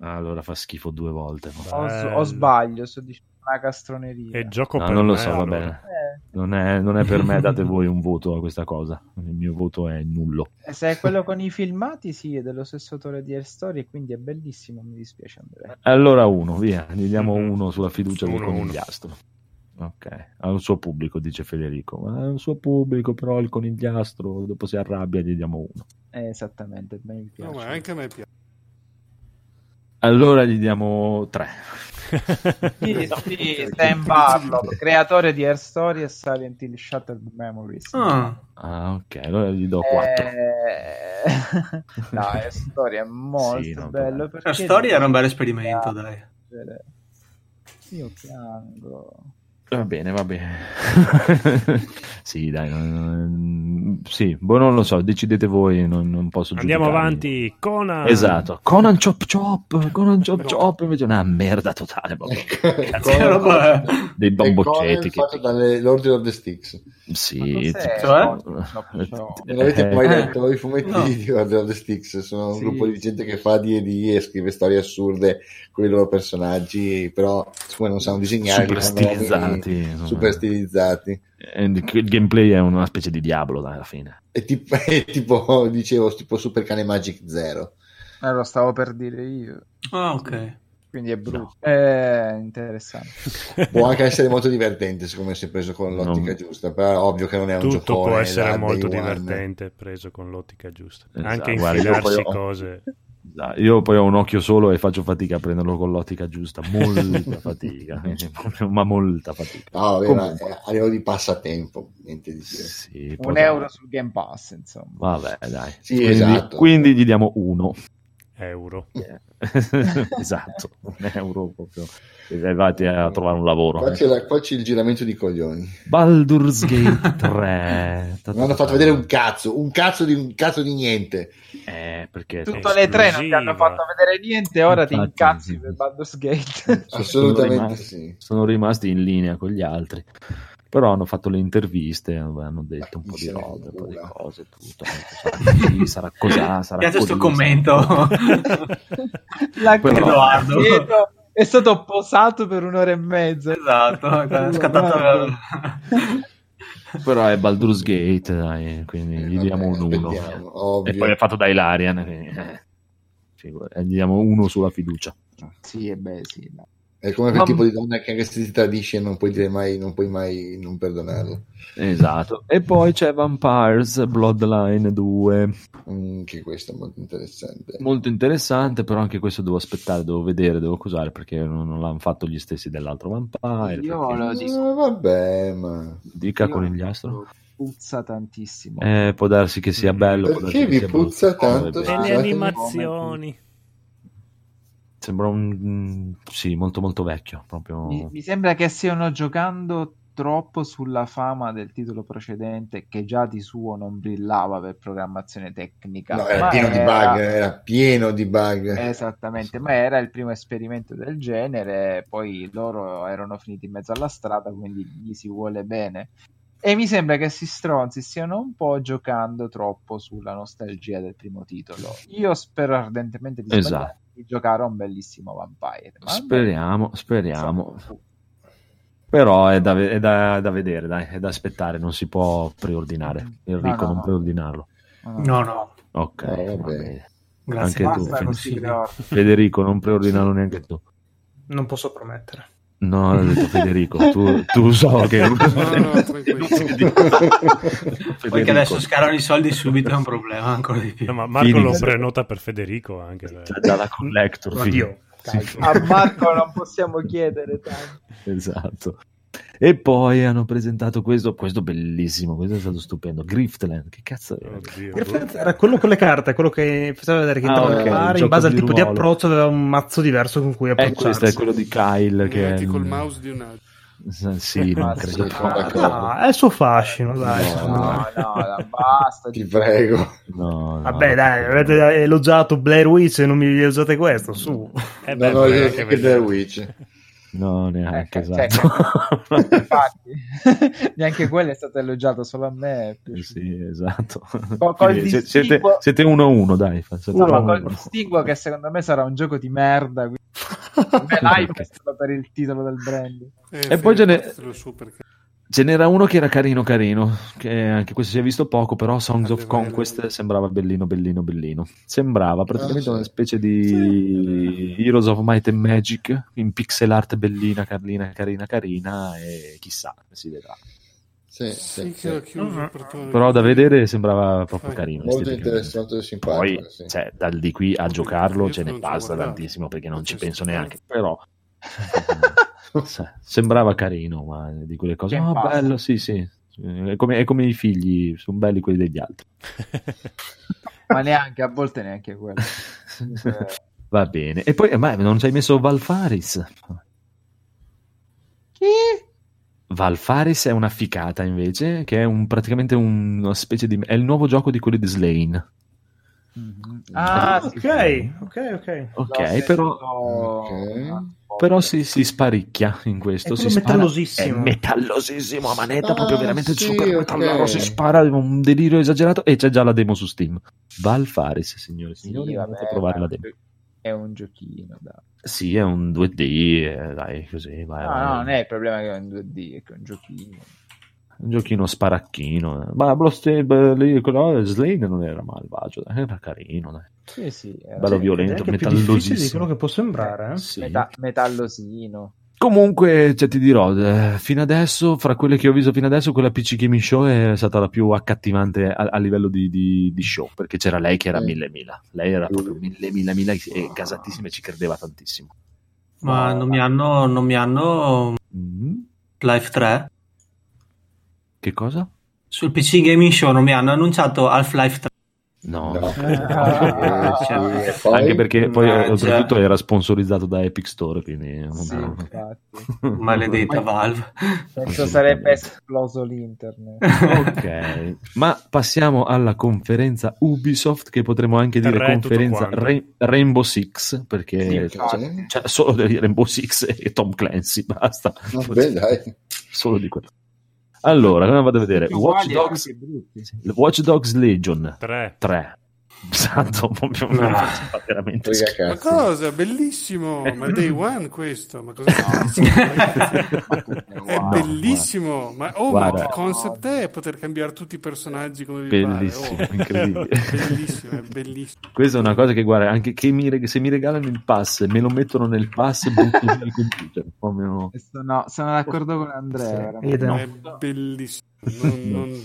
S2: Allora fa schifo due volte.
S4: O, o, sbaglio, sto dicendo una castroneria.
S3: E gioco
S2: no,
S3: per
S2: non
S3: me,
S2: lo so, allora. va bene. Eh. Non, è, non, è, per me, date voi un voto a questa cosa. Il mio voto è nullo.
S4: E Eh, se è quello con i filmati, sì, è dello stesso autore di Air Story, quindi è bellissimo, mi dispiace Andrea.
S2: Allora uno, via, gli diamo uno sulla fiducia uno, del conigliastro. Uno. Ok, ha un suo pubblico, dice Federico. Ma ha un suo pubblico, però il conigliastro dopo si arrabbia, gli diamo uno.
S4: Eh, esattamente, mi piace.
S5: No, anche a me piace.
S2: Allora gli diamo 3.
S4: sì, sì, Stan Barlow, creatore di Air Story e Silent Hill Shattered Memories.
S2: Ah, ah ok, allora gli do 4.
S4: Eh... no, Air Story è molto sì, no, bello.
S6: Air per... Story era un bel esperimento, dai.
S4: Io piango.
S2: Va bene, va bene. sì, dai. Non, sì, boh, non lo so, decidete voi, non, non posso
S3: Andiamo
S2: giudicarmi.
S3: avanti, Conan.
S2: Esatto, Conan Chop Chop, Conan Chop no. Chop, invece una merda totale.
S1: Cazzo, roba dei bambocchetti. Ecco. Che... fatto dalle Lord of the Sticks.
S2: Sì.
S1: Cioè? Non avete mai letto voi fumetti di Lord of the Sticks? Sono un gruppo di gente che fa D&D e scrive storie assurde con i loro personaggi, però siccome non sanno disegnare...
S2: Super stilizzati Eh,
S1: super stilizzati.
S2: Il gameplay è una specie di diavolo dai, alla fine.
S1: È tipo, è tipo, dicevo, tipo Super Cane Magic Zero.
S4: Eh, lo stavo per dire io.
S6: Ah, ok.
S4: Quindi è brutto. No. È interessante.
S1: Può anche essere molto divertente, secondo me, se preso con l'ottica non... giusta. Però ovvio che non è un
S3: gioco.
S1: Tutto giocone, eh,
S3: può essere molto divertente preso con l'ottica giusta. Esatto, anche infilarsi poi... cose.
S2: Io poi ho un occhio solo e faccio fatica a prenderlo con l'ottica giusta, molta fatica, ma molta fatica.
S1: No, vabbè, Comunque... ma a livello di passatempo, niente di più.
S4: Sì, un potrebbe... euro sul Game Pass, insomma.
S2: Vabbè, dai.
S1: Sì, quindi, esatto.
S2: quindi gli diamo uno.
S3: Euro.
S2: Yeah. esatto, un euro proprio. E vate a trovare un lavoro.
S1: Qua c'è, la, qua c'è, il giramento di coglioni.
S2: Baldur's Gate 3.
S1: non hanno fatto vedere un cazzo, un cazzo di, un cazzo di niente.
S2: Eh, perché
S4: Tutte le tre non ti hanno fatto vedere niente, ora Infatti, ti incazzi sì. per Baldur's Gate.
S2: Ah,
S1: Assolutamente sono rimasti, sì.
S2: Sono rimasti in linea con gli altri però hanno fatto le interviste hanno detto un po' di robe un po' di cose tutto sarà, sarà cos'ha sarà
S6: piace questo commento
S4: la Edoardo è stato posato per un'ora e mezza
S6: esatto è scattato
S2: però è Baldur's Gate dai, quindi eh, gli vabbè, diamo un 1 e poi è fatto da Ilarian quindi, eh, gli diamo uno sulla fiducia
S4: sì e beh sì no.
S1: È come quel Ma... tipo di donna che anche se ti tradisce non puoi dire mai, non puoi mai non perdonarlo.
S2: Esatto. E poi c'è Vampires Bloodline 2.
S1: Anche questo è molto interessante.
S2: Molto interessante, però anche questo devo aspettare, devo vedere, devo cosare perché non, non l'hanno fatto gli stessi dell'altro Vampire.
S4: Io
S2: perché...
S4: lo dico.
S1: Eh, vabbè, ma...
S2: Dica Io... con il gliastro
S4: puzza tantissimo.
S2: Eh, può darsi che sia bello.
S1: Mm. Perché vi puzza tanto?
S3: E le animazioni
S2: sembra un mm, sì, molto molto vecchio. Proprio...
S4: Mi, mi, sembra che stiano giocando troppo sulla fama del titolo precedente che già di suo non brillava per programmazione tecnica.
S1: No, era pieno era... di bug, era pieno di bug.
S2: Esatto.
S4: Esattamente, ma era il primo esperimento del genere, poi loro erano finiti in mezzo alla strada, quindi gli si vuole bene E mi sembra che si stronzi stiano un po' giocando troppo sulla nostalgia del primo titolo. Io spero ardentemente di,
S2: Esatto.
S4: di giocare a un bellissimo Vampire. ma-
S2: Speriamo, speriamo. Però è da, ve- è da- è da vedere, dai, è da aspettare, non si può preordinare. Enrico,
S4: no,
S2: non
S4: no.
S2: preordinarlo.
S4: Ah.
S6: No, no,
S2: Ok,
S1: No,
S2: va
S1: Eh, vabbè.
S2: bene.
S6: grazie.
S2: Anche tu,
S4: Basta
S2: Fede-
S4: così, però.
S2: Federico, non preordinarlo neanche tu.
S7: Non posso promettere.
S2: No, ho detto Federico, tu, tu so che...
S5: No, no, tranquillo.
S6: Poi che adesso scarano i soldi subito è un problema ancora di più.
S3: No, ma Marco
S2: Phoenix.
S3: lo prenota per Federico anche. se-
S2: C'è già la collector. sì.
S7: Oddio. Ah,
S2: Sì.
S4: A Marco non possiamo chiedere tanto.
S2: Esatto. E poi hanno presentato questo, questo bellissimo, questo è stato stupendo, Griftland, che cazzo era?
S5: Ecco,
S3: Oddio. Eh,
S7: Era quello con le carte, quello che faceva vedere che
S2: Ah,
S7: entrava
S1: ok,
S7: nel
S2: il
S7: mare,
S2: gioco
S7: in base al
S2: di
S7: tipo di
S2: ruolo.
S7: approccio aveva un mazzo diverso con cui
S2: Eh, questo è
S7: approcciarsi.
S2: quello di Kyle che è...
S5: Muoviti col mouse di un altro.
S2: Sì,
S4: Ah,
S2: non credo
S1: sì,
S2: proprio.
S1: d'accordo.
S7: Ah, è il suo fascino, dai.
S1: No,
S7: secondo me.
S4: Eh, No, no, no, basta.
S1: Ti prego.
S2: No, no.
S7: Vabbè, dai, avete eh, elogiato Blair Witch e non mi elogiate questo, su.
S3: Eh
S1: No,
S3: beh,
S1: no,
S3: però
S1: io-
S3: anche
S1: che
S3: vedere.
S1: Blair Witch.
S2: No, neanche,
S4: Eh, cioè,
S2: esatto.
S4: Infatti, neanche quello è stato elogiato solo a me. è piaciuto.
S2: sì, esatto.
S4: Co- col
S2: Quindi, se- siete,
S4: distinguo-
S2: siete uno a uno, dai. fa- siete
S4: No,
S2: uno a
S4: ma col
S2: uno.
S4: distinguo che secondo me sarà un gioco di merda. Quindi... per me l'hype è solo per il titolo del brand.
S2: E poi ce ne-
S5: Lo Eh, su perché...
S2: Ce n'era uno che era carino, carino, che anche questo si è visto poco, però Songs of
S5: Aveva-
S2: Conquest sembrava bellino, bellino, bellino. Sembrava praticamente
S1: Ah, sì.
S2: una specie di Heroes of Might and Magic in pixel art bellina, carlina, carina, carina e chissà, si vedrà.
S1: Sì, sì,
S5: Sì, che l'ho
S1: sì.
S5: chiuso il portone.
S2: Però da vedere sembrava proprio
S5: Fai.
S2: carino.
S1: Molto
S2: esteticamente.
S1: interessante e simpatico.
S2: Poi,
S1: sì.
S2: cioè, dal di qui a giocarlo
S5: Io
S2: ce ne
S5: non ci ho
S2: basta
S5: guardato.
S2: tantissimo perché non
S5: Non
S2: ci
S5: ci
S2: penso
S5: sto
S2: neanche, però... Sai, sembrava carino, ma di quelle cose...
S4: Che
S2: Ah,
S4: pazzo."
S2: bello, sì, sì. È come, è come i figli, sono belli quelli degli altri.
S4: Ma neanche, a volte neanche quello. Eh.
S2: Va bene. E poi, ma non ci hai messo Valfaris?
S4: Chi?
S2: Valfaris è una ficata invece, che è un- praticamente un- una specie di... È il nuovo gioco di quelli di Slane.
S4: Ah, sì,
S7: ok, ok, ok.
S2: Ok,
S4: l'ho
S2: però...
S4: sentito-
S1: Ok.
S2: Però si, si sparicchia in questo.
S7: È
S2: Si
S7: quello
S2: spara-
S7: metallosissimo.
S2: È metallosissimo a manetta,
S1: Ah,
S2: proprio veramente
S1: sì,
S2: super
S1: ok.
S2: metalloro. Si spara un delirio esagerato. E c'è già la demo su Steam. Valfaris, signore e
S4: Sì,
S2: signori.
S4: vabbè,
S2: andate a provare
S4: ma
S2: la demo.
S4: È un giochino, dai.
S2: Sì, è un 2D. eh, dai, così. Vai,
S4: No,
S2: vai.
S4: no, non è il problema che è un 2D, è che è un giochino.
S2: Un giochino sparacchino. eh. Ma Bloodstab, lì, quello eh, Slane non era malvagio. dai, Era carino. Dai.
S4: Sì, sì, eh, era
S2: Bello
S7: Ed è
S2: violento,
S7: anche più difficile di
S2: metallosissimo.
S7: quello che può sembrare. eh.
S2: Sì.
S4: meta- metallosino.
S2: Comunque, cioè, ti dirò, eh, fino adesso, fra quelle che ho visto fino adesso, quella PC Gaming Show è stata la più accattivante a, a livello di, di- di show, perché c'era lei che era
S1: Sì.
S2: mille mila. Lei era proprio
S1: Sì.
S2: mille mila mila e gasatissima e ci credeva tantissimo.
S6: Ma non mi hanno, non mi hanno
S2: Mm.
S6: Life 3
S2: Che cosa?
S6: sul PC Gaming Show, non mi hanno annunciato Half-Life 3.
S2: No.
S1: No.
S4: Ah,
S1: Sì,
S6: cioè,
S1: e poi-
S2: Anche perché poi eh,
S6: Mannaggia.
S2: oltretutto era sponsorizzato da Epic Store, quindi non
S4: Sì,
S2: no.
S4: infatti.
S2: Mm,
S6: Maledetta Valve.
S4: Penso sarebbe esploso l'internet.
S2: Eh, Ok, ma passiamo alla conferenza Ubisoft, che potremmo anche dire
S3: Tre, tutto
S2: conferenza
S3: quanto.
S2: Ra- Rainbow Six, perché
S1: Sì,
S2: cioè, c'è solo dei Rainbow Six e Tom Clancy, basta.
S1: Vabbè, dai.
S2: Solo di quello. Allora, allora vado a vedere.
S4: Tutti
S2: Watch
S4: uguali e
S2: Dogs,
S4: tutti brutti.
S2: Watch Dogs Legion
S3: Tre.
S2: 3. Santo, proprio
S6: No.
S4: Ah.
S2: mi fa veramente
S1: Frega
S2: schifo.
S5: Ma
S1: cazzo.
S5: cosa? Bellissimo! Ma Day One questo? Ma cosa È
S2: Wow,
S5: bellissimo! Ma, oh, ma
S2: Guarda.
S5: il concept è poter cambiare tutti i personaggi come vi
S2: Bellissimo,
S5: pare.
S2: incredibile.
S5: Oh, bellissimo, è bellissimo.
S2: Questa è una cosa che guarda, anche che mi reg- se mi regalano il pass e me lo mettono nel pass, butto via il computer. Proprio...
S4: Sono, sono d'accordo con Andrea.
S7: Sì,
S4: veramente.
S7: ed è
S5: È bellissimo. Non- non-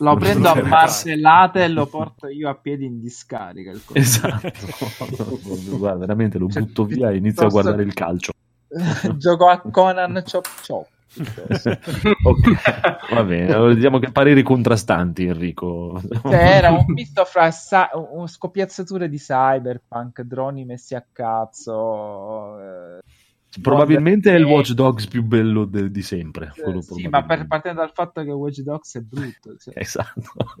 S4: Lo prendo a
S5: Sì.
S4: martellate e lo porto io a piedi in discarica. il coso.
S2: Esatto, Guarda, veramente lo
S4: Cioè,
S2: butto via e inizio a
S4: piuttosto-
S2: guardare il calcio.
S4: Gioco a Conan Chop Chop.
S2: Ok, Va bene, allora diciamo che pareri contrastanti, Enrico.
S4: Cioè, era un misto fra sa- un- scoppiazzature di cyberpunk, droni messi a cazzo. eh,
S2: Probabilmente è il Watch Dogs più bello de- di sempre. quello
S4: sì,
S2: probabilmente.
S3: Eh,
S4: ma per- partendo dal fatto che Watch Dogs è brutto. cioè.
S2: Esatto.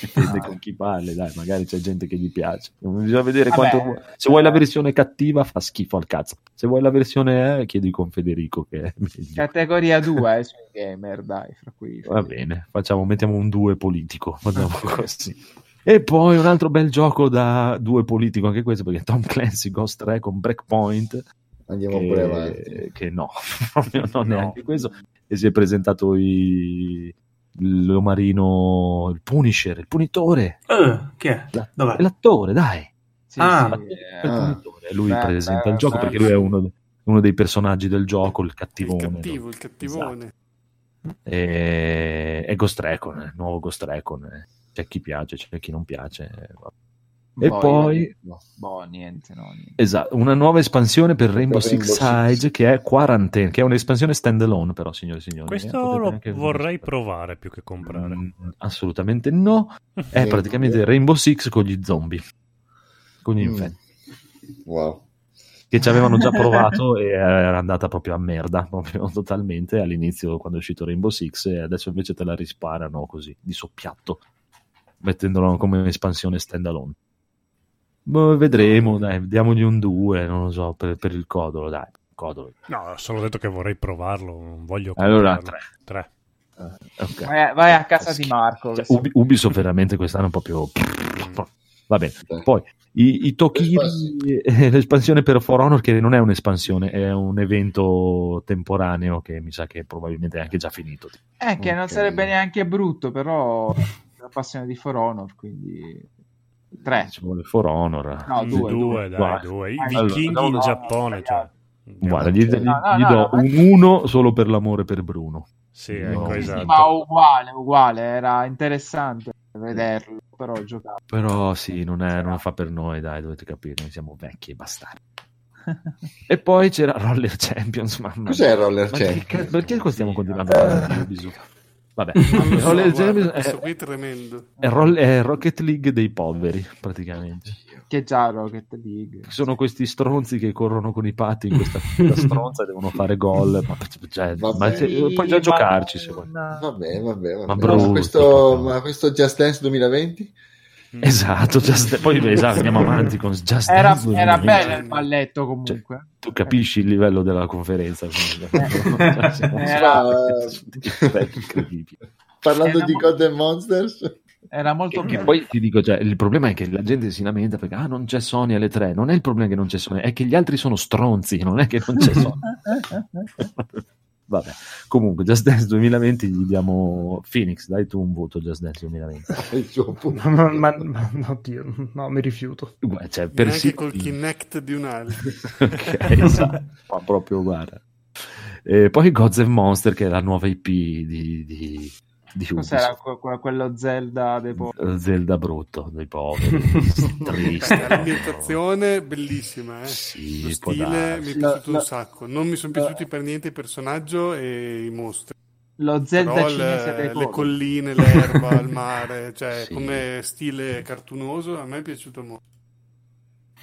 S2: dipende con chi parli, dai, magari c'è gente che gli piace. Bisogna vedere Vabbè. quanto. Se vuoi la versione cattiva, fa schifo al cazzo. Se vuoi la versione eh, chiedi con Federico che è meglio.
S4: Cioè, Categoria 2 eh, sui gamer, dai, fra qui.
S2: Va bene, facciamo, mettiamo un 2 politico, facciamo così. E poi un altro bel gioco da 2 politico, anche questo, perché Tom Clancy Ghost 3 con Breakpoint
S1: andiamo che, pure avanti.
S2: Che no, non no. neanche questo. E si è presentato i... l'Omarino, il Punisher, il Punitore.
S6: Uh, chi è?
S2: Dov'è? L'attore, dai.
S6: Sì, ah,
S4: eh,
S2: sì. ah. Lui beh, presenta beh, il gioco beh, perché lui è uno, uno, dei personaggi del gioco, il cattivone.
S5: Il cattivo, il cattivone.
S2: Esatto. E, e Ghost Recon, il nuovo Ghost Recon. eh. C'è chi piace, c'è chi non piace. eh, Vabbè. E boh, poi,
S4: no, boh, niente, no, niente.
S2: Esatto, una nuova espansione per Rainbow, per Six Siege che è Quarantine, che è un'espansione standalone, però, signori e signori.
S3: Questo eh, lo vorrei provare più che comprare. Mm,
S2: assolutamente no. è praticamente Rainbow Six con gli zombie, con gli mm. infetti.
S1: Wow.
S2: Che ci avevano già provato e eh, era andata proprio a merda, proprio totalmente all'inizio quando è uscito Rainbow Six e adesso invece te la risparano così, di soppiatto, mettendolo come espansione standalone. Boh, vedremo, dai, diamogli un 2, non lo so, per, per, il codolo, dai. Codolo.
S3: No, ho solo detto che vorrei provarlo, non voglio
S2: Allora, 3.
S3: 3.
S4: Uh,
S3: Eh,
S4: okay. vai, vai, a casa di Marco.
S2: Cioè, Ubi, Ubisoft veramente quest'anno proprio... Va bene, poi i, i Tokiri, l'espansione. l'espansione per For Honor che non è un'espansione, è un evento temporaneo che mi sa che probabilmente è anche già finito.
S4: Eh, che okay. non sarebbe neanche brutto, però la passione di For Honor, quindi 3
S2: ci vuole For Honor
S4: no 2
S3: dai 2 Cioè, i vichinghi allora, in Giappone no, cioè.
S2: guarda gli, no, no, gli do un 1 solo per l'amore per Bruno
S3: sì, ecco, esatto.
S4: ma uguale uguale era interessante vederlo però giocare
S2: però sì non, è, non fa per noi dai dovete capire noi siamo vecchi e bastardi e poi c'era Roller Champions mamma
S1: cos'è Roller ma
S2: Champions? ah. perché stiamo continuando a parlare di Vabbè, so,
S5: guarda, James,
S2: eh.
S5: questo è, qui è tremendo.
S2: È, roll, è, Rocket League dei poveri, praticamente.
S4: Che già Rocket League.
S2: Sono questi stronzi che corrono con i patti in questa stronza e devono fare gol. Ma, cioè, vabbè, ma se, puoi già giocarci se vuoi.
S1: Vabbè, vabbè, vabbè. Ma, brutto, questo, ma questo Just Dance 2020?
S2: Esatto, just, poi esatto, andiamo avanti con Just
S4: era, era bello il balletto comunque. Cioè,
S2: tu capisci il livello della conferenza. Cioè,
S1: era... Ah, Parlando era di mo- God and Monsters.
S4: Era molto
S2: bello. Poi ti dico, cioè, il problema è che la gente si lamenta perché ah, non c'è Sony alle 3. Non è il problema che non c'è Sony, è che gli altri sono stronzi, non è che non c'è Sony. Vabbè, comunque, Just Dance 2020 gli diamo Phoenix. Dai tu un voto, Just Dance
S1: 2020.
S7: ma, ma, ma, oddio, no, mi rifiuto.
S2: Guarda, cioè,
S5: Neanche sì... col Kinect di un altro,
S2: okay, esatto. ma proprio guarda. E poi Gods and Monster, che è la nuova IP di, di, di
S4: Cos'era quello Zelda dei poveri?
S2: Zelda brutto dei poveri. triste.
S5: L'ambientazione no? bellissima, eh? Sì, Lo stile mi è piaciuto no, un no. sacco. Non mi sono piaciuti per niente il personaggio e i mostri.
S4: Lo Zelda Però cinese
S5: le, le colline, l'erba, il mare, cioè sì. come stile cartunoso, a me è piaciuto molto.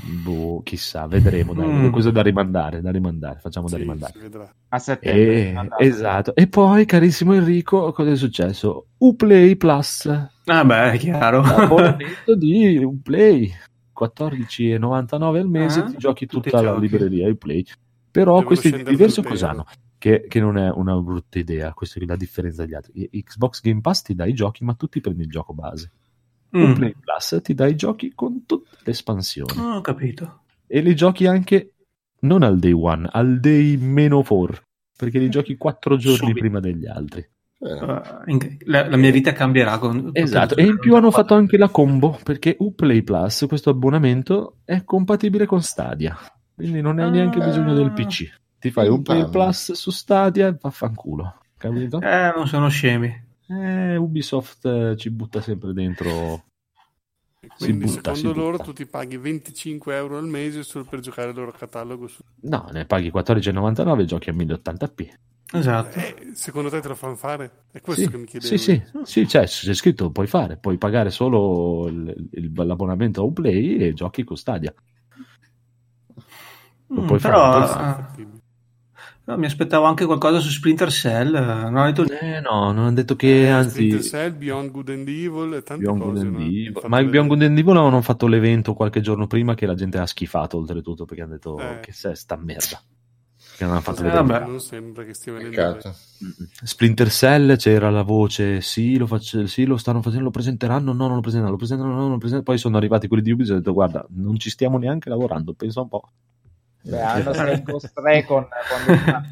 S2: Boh, chissà, vedremo. Dai, mm. Cosa da rimandare, da rimandare, facciamo sì, Eh, da rimandare.
S4: A settembre.
S2: E, esatto. E poi, carissimo Enrico, cosa è successo? Uplay Plus.
S6: Ah boh. beh, è chiaro.
S2: Abbonamento di Uplay. 14,99 al mese, ah, ti giochi tutta la giochi. libreria Uplay. Però Devo questi diverso cos'hanno? Che, che, non è una brutta idea, questa è la differenza dagli altri. Xbox Game Pass ti dà i giochi, ma tu ti prendi il gioco base. Mm. Play Plus ti dà i giochi con tutte le espansioni.
S6: Oh, ho capito.
S2: E li giochi anche non al day one, al day meno 4, perché li giochi 4 giorni Subito. prima degli altri.
S1: Eh,
S6: Uh, la, la, mia vita cambierà con
S2: esatto e in più hanno fatto anche la combo perché Uplay Plus questo abbonamento è compatibile con Stadia quindi non hai neanche ah. bisogno del PC ti fai Uplay ah. Plus su Stadia e vaffanculo capito?
S6: eh non sono scemi
S2: eh, Ubisoft ci butta sempre dentro.
S5: Quindi butta, secondo loro tu ti paghi 25 euro al mese solo per giocare il loro catalogo? Su...
S2: No, ne paghi 14,99 e giochi a 1080p.
S6: Esatto.
S5: Eh, secondo te te lo fanno fare? È questo
S2: sì,
S5: che mi
S2: chiedevi? Sì, sì, oh. sì cioè, c'è scritto puoi fare, puoi pagare solo il, il, l'abbonamento a Uplay e giochi con Stadia.
S6: Ah. eh, Lo mm, puoi però... fare. No, mi aspettavo anche qualcosa su Splinter Cell. Non ho detto...
S2: Eh, no, non ho detto che anzi.
S5: Eh, Splinter Cell, Beyond Good and Evil e tante
S2: Beyond
S5: cose.
S2: Good and
S5: no?
S2: Evil.
S5: Fatto
S2: Ma il
S5: vedere.
S2: Beyond Good and Evil avevano fatto l'evento qualche giorno prima che la gente ha schifato oltretutto perché hanno detto
S5: Eh.
S2: che se sta merda. Che non hanno fatto
S5: Cosa
S2: vedere.
S5: che
S6: vabbè.
S5: Non sembra che stia venendo.
S1: Peccato.
S2: Splinter Cell c'era la voce sì lo, face- sì, lo stanno facendo, lo presenteranno, no, non lo presenteranno, lo presenteranno, no, non lo presenteranno. Poi sono arrivati quelli di Ubisoft e ho detto guarda, non ci stiamo neanche lavorando, pensa un po'.
S4: Beh, hanno sempre Ghost Recon quando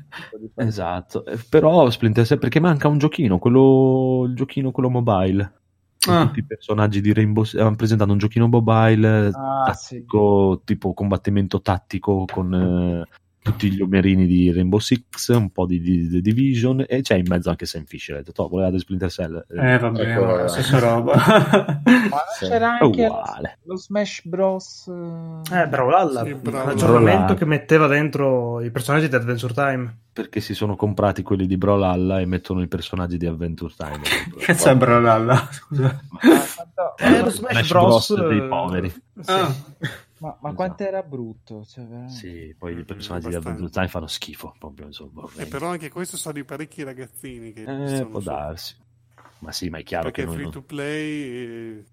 S2: Esatto, Eh, però Splinter Cell perché manca un giochino, quello, il giochino quello mobile. Con
S6: Ah.
S2: Tutti i personaggi di Rainbow Six hanno presentato un giochino mobile eh,
S4: Ah, sì.
S2: tattico, tipo combattimento tattico con eh, tutti gli omerini di Rainbow Six, un po' di, di- di Division e c'è in mezzo anche Sam Fisher. Ho detto, "Oh, volevate Splinter Cell? Eh,
S6: Eh, vabbè,
S1: Ecco,
S6: ma
S1: eh.
S6: la stessa roba.
S4: Ma non
S1: Sì.
S4: c'era
S2: è
S4: anche
S2: uguale.
S4: lo Smash Bros.
S7: Eh, Brawlhalla,
S5: Sì,
S7: un
S5: Brawlhalla.
S7: aggiornamento che metteva dentro i personaggi di Adventure Time.
S2: Perché si sono comprati quelli di Brawlhalla e mettono i personaggi di Adventure Time.
S6: Cazzo è Brawlhalla? Scusa.
S4: Ma quanto-
S7: Eh,
S4: ma-
S7: lo
S2: Smash
S7: Smash
S2: Bros
S7: Bros.
S2: dei
S7: eh,
S2: poveri.
S7: sì.
S6: Ah.
S4: ma- ma quanto era brutto? Cioè, veramente.
S2: Sì, poi i
S5: Mm,
S2: personaggi di
S5: abbastanza.
S2: Adventure Time fanno schifo. Proprio, insomma,
S5: E
S2: orrendi.
S5: eh, però anche questo sa di parecchi ragazzini che
S2: Eh,
S5: sono
S2: può
S5: su-
S2: darsi. Ma sì, ma è chiaro
S5: perché
S2: che
S5: è
S2: noi
S5: free
S2: non...
S5: to play. eh, e-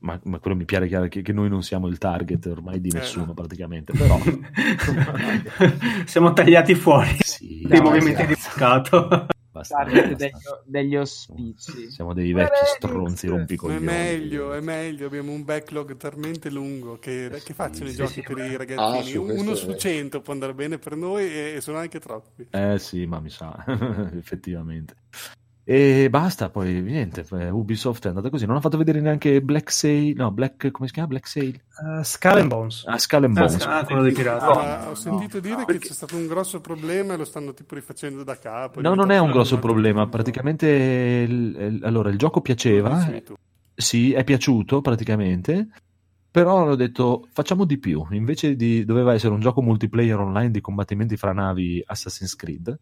S2: ma, ma quello mi piace chiaro che, che noi non siamo il target ormai di
S5: Eh,
S2: nessuno
S5: no.
S2: praticamente, però
S6: Siamo tagliati fuori
S2: sì,
S6: dei
S4: No,
S6: movimenti
S7: esatto.
S6: di
S2: abbastanza,
S6: mercato.
S2: abbastanza.
S4: Target degli, degli ospizi.
S2: Siamo dei
S4: Ma
S2: vecchi
S4: Redix!
S2: stronzi
S5: Ma è
S2: rompicoglioni.
S5: meglio, eh.
S1: eh.
S5: è meglio. Abbiamo un backlog talmente lungo che, che facciano
S2: Eh Sì,
S5: i giochi
S6: sì,
S5: per
S6: ma-
S5: i
S1: Ah,
S5: ragazzini.
S1: su questo
S5: Uno
S1: è
S5: su
S1: vero.
S5: cento può andare bene per noi e, e sono anche troppi.
S2: Eh sì, ma mi sa, effettivamente. E basta, poi niente, eh, Ubisoft è andata così, non ha fatto vedere neanche Black Sale, no, Black, come si chiama? Black Sale?
S7: Eh, Skull and Bones.
S2: Ah, Skull and
S6: Ah,
S2: Bones.
S6: sì, ah, quello dei pirati.
S2: No,
S5: Ma
S2: no,
S5: ho sentito dire che
S2: Perché-
S5: c'è stato un grosso problema e lo stanno tipo rifacendo da capo.
S2: No, non è un
S5: diventato
S2: grosso
S5: altro
S2: problema,
S5: tipo.
S2: praticamente il- il- allora il gioco
S5: Lo
S2: piaceva,
S5: dicevi tu.
S2: sì, è piaciuto praticamente, però hanno detto facciamo di più, invece di doveva essere un gioco multiplayer online di combattimenti fra navi Assassin's Creed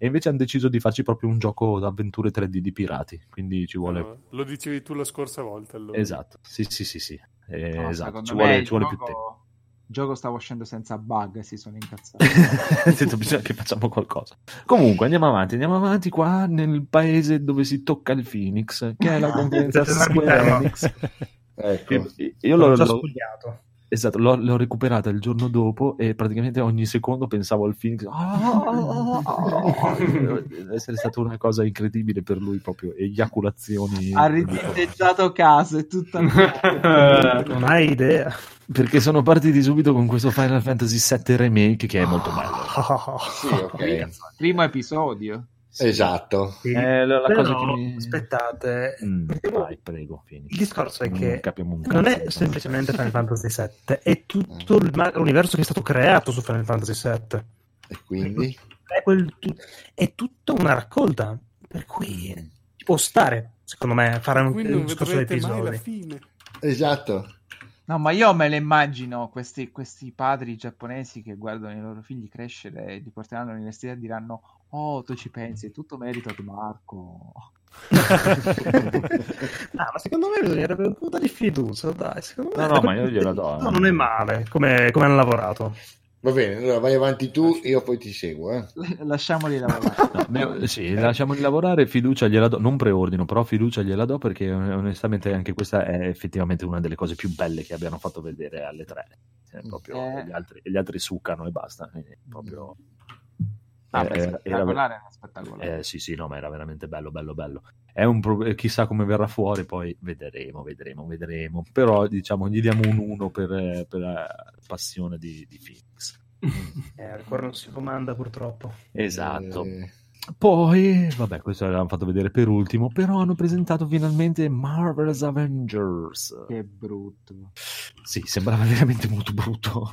S2: e invece hanno deciso di farci proprio un gioco d'avventure 3D di pirati, quindi ci vuole
S4: Mm.
S5: No, lo dicevi tu la scorsa volta. Allora.
S2: Esatto, sì, sì, sì, sì. Eh,
S4: No,
S2: esatto,
S4: secondo
S2: ci
S4: me
S2: vuole,
S4: il
S2: ci vuole più
S4: gioco-
S2: tempo.
S4: Il gioco stava uscendo senza bug, si sono incazzati.
S2: Ho detto, bisogna che facciamo qualcosa. Comunque, andiamo avanti, andiamo avanti qua nel paese dove si tocca il Phoenix, che è la conferenza Square Enix.
S1: Ecco.
S2: Io- Io
S7: L'ho
S2: l'ho,
S7: già
S2: l'ho-
S7: studiato.
S2: esatto, l'ho- l'ho recuperata il giorno dopo e praticamente ogni secondo pensavo al Phoenix. Ah, ah, ah, ah. Deve essere stata una cosa incredibile per lui proprio, eiaculazioni.
S4: ha riditeggiato caso e tutta
S7: Non hai idea.
S2: Perché sono partiti subito con questo Final Fantasy VII Remake che è molto bello.
S7: Ah,
S1: Sì, ok.
S4: primo episodio.
S1: Esatto.
S2: Eh, la, la
S7: Però,
S2: cosa che mi...
S7: aspettate,
S2: Mm,
S7: Mettiamo-
S2: vai, prego, finisci.
S7: il discorso è
S2: Non
S7: che
S2: capiamo un
S7: non
S2: cazzo,
S7: è
S2: insomma.
S7: semplicemente Final Fantasy VII, è tutto il ma- l'universo che è stato creato su Final Fantasy VII.
S1: E quindi?
S7: È, quel tu- è tutta una raccolta, per cui
S2: Mm.
S7: ci può stare, secondo me, fare un,
S5: Quindi non
S7: un discorso di
S5: vedrete mai la
S7: episodi.
S5: fine.
S1: Esatto.
S4: No, ma io me le immagino questi, questi padri giapponesi che guardano i loro figli crescere e li porteranno all'università e diranno: Oh, tu ci pensi, è tutto merito di Marco.
S7: No, ma secondo me bisognerebbe un po' di fiducia, dai. Secondo me
S2: No, no, ma io gliela do, eh.
S7: No, non è male come, come hanno lavorato.
S1: Va bene, allora vai avanti tu, io poi ti seguo. Eh.
S4: Lasciamoli lavorare.
S2: No, me- Esatto. sì, lasciamoli lavorare, fiducia gliela do, non preordino, però fiducia gliela do perché on- onestamente anche questa è effettivamente una delle cose più belle che abbiano fatto vedere alle tre. Cioè, proprio
S4: Eh.
S2: gli, altri, gli altri succano e basta. eh, proprio-
S4: No,
S2: Eh,
S4: beh,
S2: era-
S4: Ah, spettacolare, era spettacolare.
S2: Eh, sì, sì, no, ma era veramente bello, bello, bello. È un pro- eh, chissà come verrà fuori, poi vedremo, vedremo, vedremo. Però diciamo, gli diamo un 1 per, eh, per la passione di, di Phoenix.
S7: Eh, ancora non si comanda, purtroppo.
S2: Esatto.
S1: Eh,
S2: Poi, vabbè, questo l'avevamo fatto vedere per ultimo, però hanno presentato finalmente Marvel's Avengers.
S4: Che brutto.
S2: Sì, sembrava veramente molto brutto.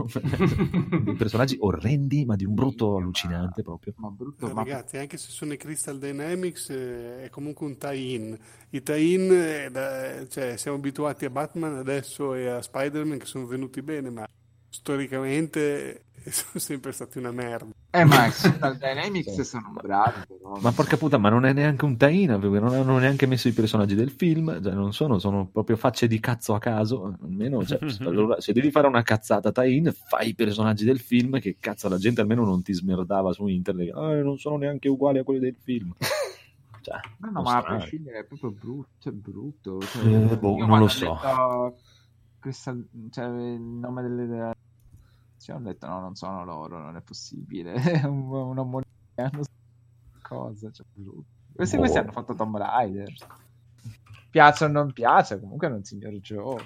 S2: Dei personaggi orrendi, ma di un brutto allucinante proprio.
S4: Ma brutto,
S5: Eh,
S4: ma
S5: Ragazzi, anche se sono i Crystal Dynamics eh, è comunque un tie-in. I tie-in, eh, da- cioè, siamo abituati a Batman adesso e a Spider-Man che sono venuti bene, ma storicamente eh, sono sempre stati una merda.
S4: Eh, ma External Dynamics sono bravi. Però.
S2: Ma porca puttana, ma non è neanche un taina, perché non hanno neanche messo i personaggi del film, cioè non sono, sono proprio facce di cazzo a caso, almeno cioè, allora, se devi fare una cazzata tain, fai i personaggi del film che cazzo la gente almeno non ti smerdava su internet, ah, non sono neanche uguali a quelli del film.
S4: Cioè, no, no, ma a prescindere è proprio brutto, è brutto. Cioè,
S2: eh, boh, non lo so.
S4: Questa, cioè, il nome delle, delle cioè, ho detto no, non sono loro, non è possibile. È un, un omonimia, so cosa. Cioè, questi, oh.
S2: Boh.
S4: questi, hanno fatto Tomb Raider. Piace o non piace, comunque è un signor gioco.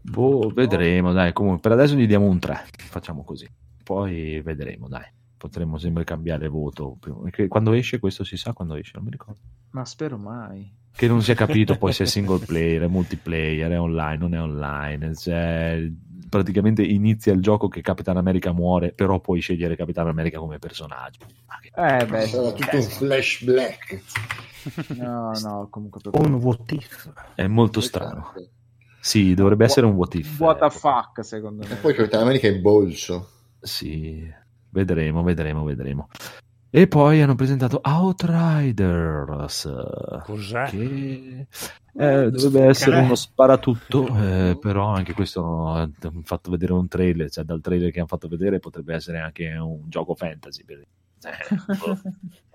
S2: Boh, vedremo, dai. Comunque, per adesso gli diamo un 3. Facciamo così. Poi vedremo, dai. Potremmo sempre cambiare voto. Quando esce questo si sa quando esce, non mi ricordo.
S4: Ma spero mai
S2: che non si è capito poi se è single player, è multiplayer, è online, non è online. Cioè, praticamente inizia il gioco che Capitan America muore, però puoi scegliere Capitan America come personaggio.
S4: Che... Eh, beh,
S1: sarà tutto un flash black.
S4: No, no, comunque.
S7: Proprio... Un Oh, what if.
S2: È molto strano. Sì, dovrebbe
S4: what,
S2: essere un what if.
S4: What the fuck, secondo me.
S1: E poi Capitan America è bolso.
S2: Sì, vedremo, vedremo, vedremo. E poi hanno presentato Outriders.
S3: Cos'è?
S2: Che eh, dovrebbe essere uno sparatutto, eh, però anche questo hanno fatto vedere un trailer, cioè dal trailer che hanno fatto vedere potrebbe essere anche un gioco fantasy. Per...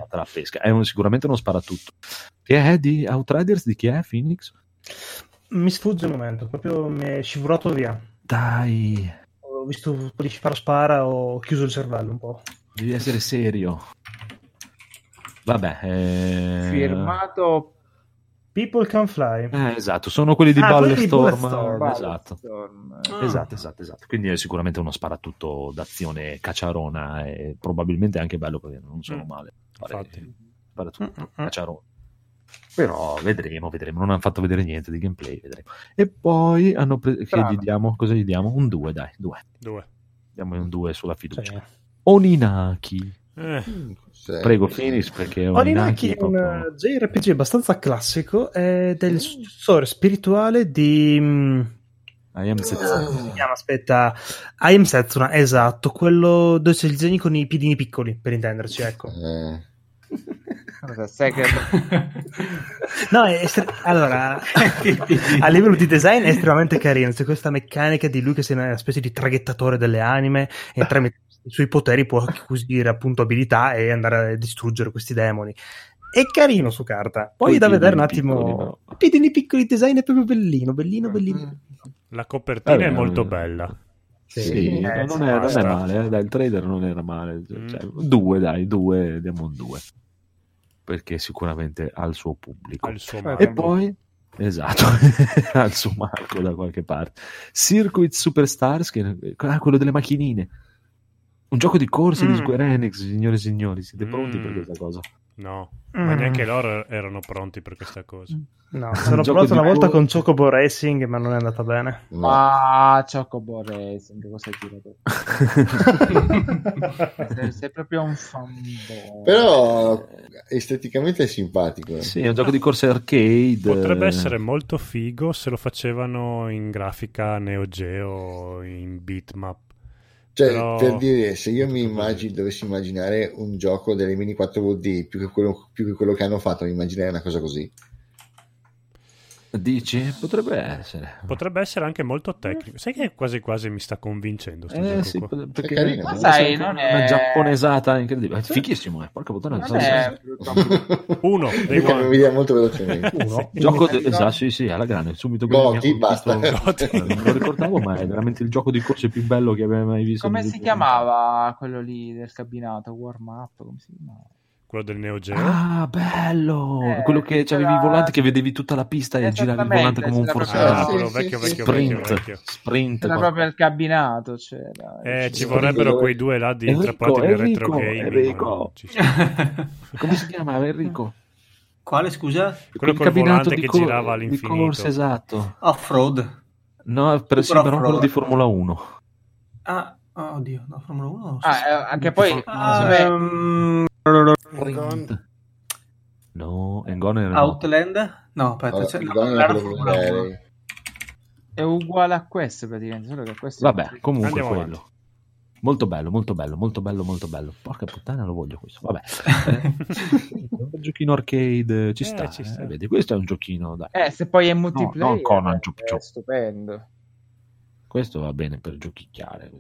S2: Eh, la pesca. È un, sicuramente uno sparatutto. Che è di Outriders? Di chi è? Phoenix?
S7: Mi sfugge un momento, proprio mi è scivolato via.
S2: Dai.
S7: Ho visto quelli spara spara, ho chiuso il cervello un po'.
S2: Devi essere serio. Vabbè, eh...
S4: firmato
S7: People Can Fly.
S2: Eh, esatto, sono quelli di ah, Ballestorm. Ballestorm. Esatto. Ah. esatto. esatto, esatto, Quindi è sicuramente uno sparatutto d'azione cacciarona e probabilmente anche bello perché non sono male. Fare sparatutto cacciarona. Però vedremo, vedremo. Non hanno fatto vedere niente di gameplay, vedremo. E poi hanno pre- che gli diamo, cosa gli diamo? Un 2, dai, 2.
S3: 2.
S2: Diamo un 2 sulla
S7: Cioè,
S2: fiducia. Sì. Oninaki.
S3: Eh.
S1: Cioè,
S2: Prego, Phoenix, perché Oninaki,
S7: Eh, Oninaki è, proprio... un eh, JRPG abbastanza classico è del successore spirituale di... mm,
S2: I
S7: eh,
S2: am Setsuna. Uh,
S7: si chiama, aspetta, I am Setsuna, esatto, quello dove c'è il disegno con i piedini piccoli, per intenderci, ecco.
S1: Eh.
S4: Che...
S7: no, estre...
S6: Ah.
S7: allora a livello di design è estremamente carino. C'è questa meccanica di lui che sia una specie di traghettatore delle anime e tramite i suoi poteri può acquisire appunto abilità e andare a distruggere questi demoni. È carino su carta. Poi, Poi da vedere un attimo. Piccoli, no. Piedini piccoli design è proprio bellino,
S4: Mm.
S7: bellino, bellino.
S3: La copertina allora, è molto bella.
S2: Sì, sì eh, non, è, non, è, male, eh. dai, il trader non era male. Cioè, mm. Due, dai, due, diamo un due perché sicuramente al suo pubblico.
S3: Al suo
S2: e poi, esatto, al suo Marco da qualche parte. Circuit Superstars, che, ah, quello delle macchinine. Un gioco di corse mm. di Square Enix, signore e signori, siete mm. pronti per questa cosa?
S3: No, mm. ma neanche loro erano pronti per questa cosa.
S7: No, sono provato una volta con Chocobo Racing, ma non è andata bene.
S4: No. Ma Chocobo Racing, cosa hai tirato? Eh, sei, sei proprio un fanboy.
S1: Però esteticamente è simpatico. Eh.
S2: Sì, è un gioco di corse arcade. eh,
S3: Potrebbe essere molto figo se lo facevano in grafica Neo Geo, in bitmap.
S1: Cioè, Però... per dire, se io mi immagino, dovessi immaginare un gioco delle mini 4VD più che quello, più che, quello che hanno fatto, mi immaginerei una cosa così.
S2: Dici? Potrebbe essere.
S3: Potrebbe essere anche molto tecnico. Sai che quasi quasi mi sta convincendo. Eh, sì,
S1: perché è carino,
S4: ma sai, non
S2: è... una giapponesata incredibile. È fichissimo, eh. porca puttana. Non è...
S3: Uno,
S1: dei cambio idea molto velocemente. Uno.
S2: Sì. Gioco de... esatto, sì, sì, alla grande, subito
S1: Goti, basta. Goti.
S2: Non lo ricordavo, ma è veramente il gioco di corse più bello che abbia mai visto.
S4: Come si chiamava quello lì del cabinato? Warm up, come si chiamava?
S3: quello del Neo Geo.
S2: Ah, bello! Eh, quello che c'avevi il volante che vedevi tutta la pista e giravi il volante come un forzato.
S3: Ah, sì, vecchio, sì, vecchio, sprint, vecchio, vecchio.
S2: Sprint.
S4: Era proprio il cabinato. Cioè,
S3: eh, ci vorrebbero quei due là di intrappati di retro game.
S2: Enrico. come si chiamava Enrico?
S6: Quale, scusa?
S3: Quello col volante che cor- girava all'infinito.
S2: Di corsa, esatto.
S6: Off-road?
S2: No, per, sì, però quello di Formula 1.
S6: Ah, oh, oddio, no, Formula 1
S4: Ah, anche poi... Ah.
S7: Ehm,
S2: Print. No, Engon era
S6: Outland? No, aspetta, c'è
S4: è uguale a questo praticamente, solo che questo
S2: Vabbè, comunque Andiamo quello. Avanti. Molto bello, molto bello, molto bello, molto bello. Porca puttana, lo voglio questo. Vabbè,
S4: Eh?
S2: un giochino arcade eh, ci sta. Ci sta. Vedi, questo è un giochino. Dai.
S4: Eh, se poi è multiplayer, no, no,
S2: Conan, ciup,
S4: ciup. è stupendo.
S2: Questo va bene per giochicchiare.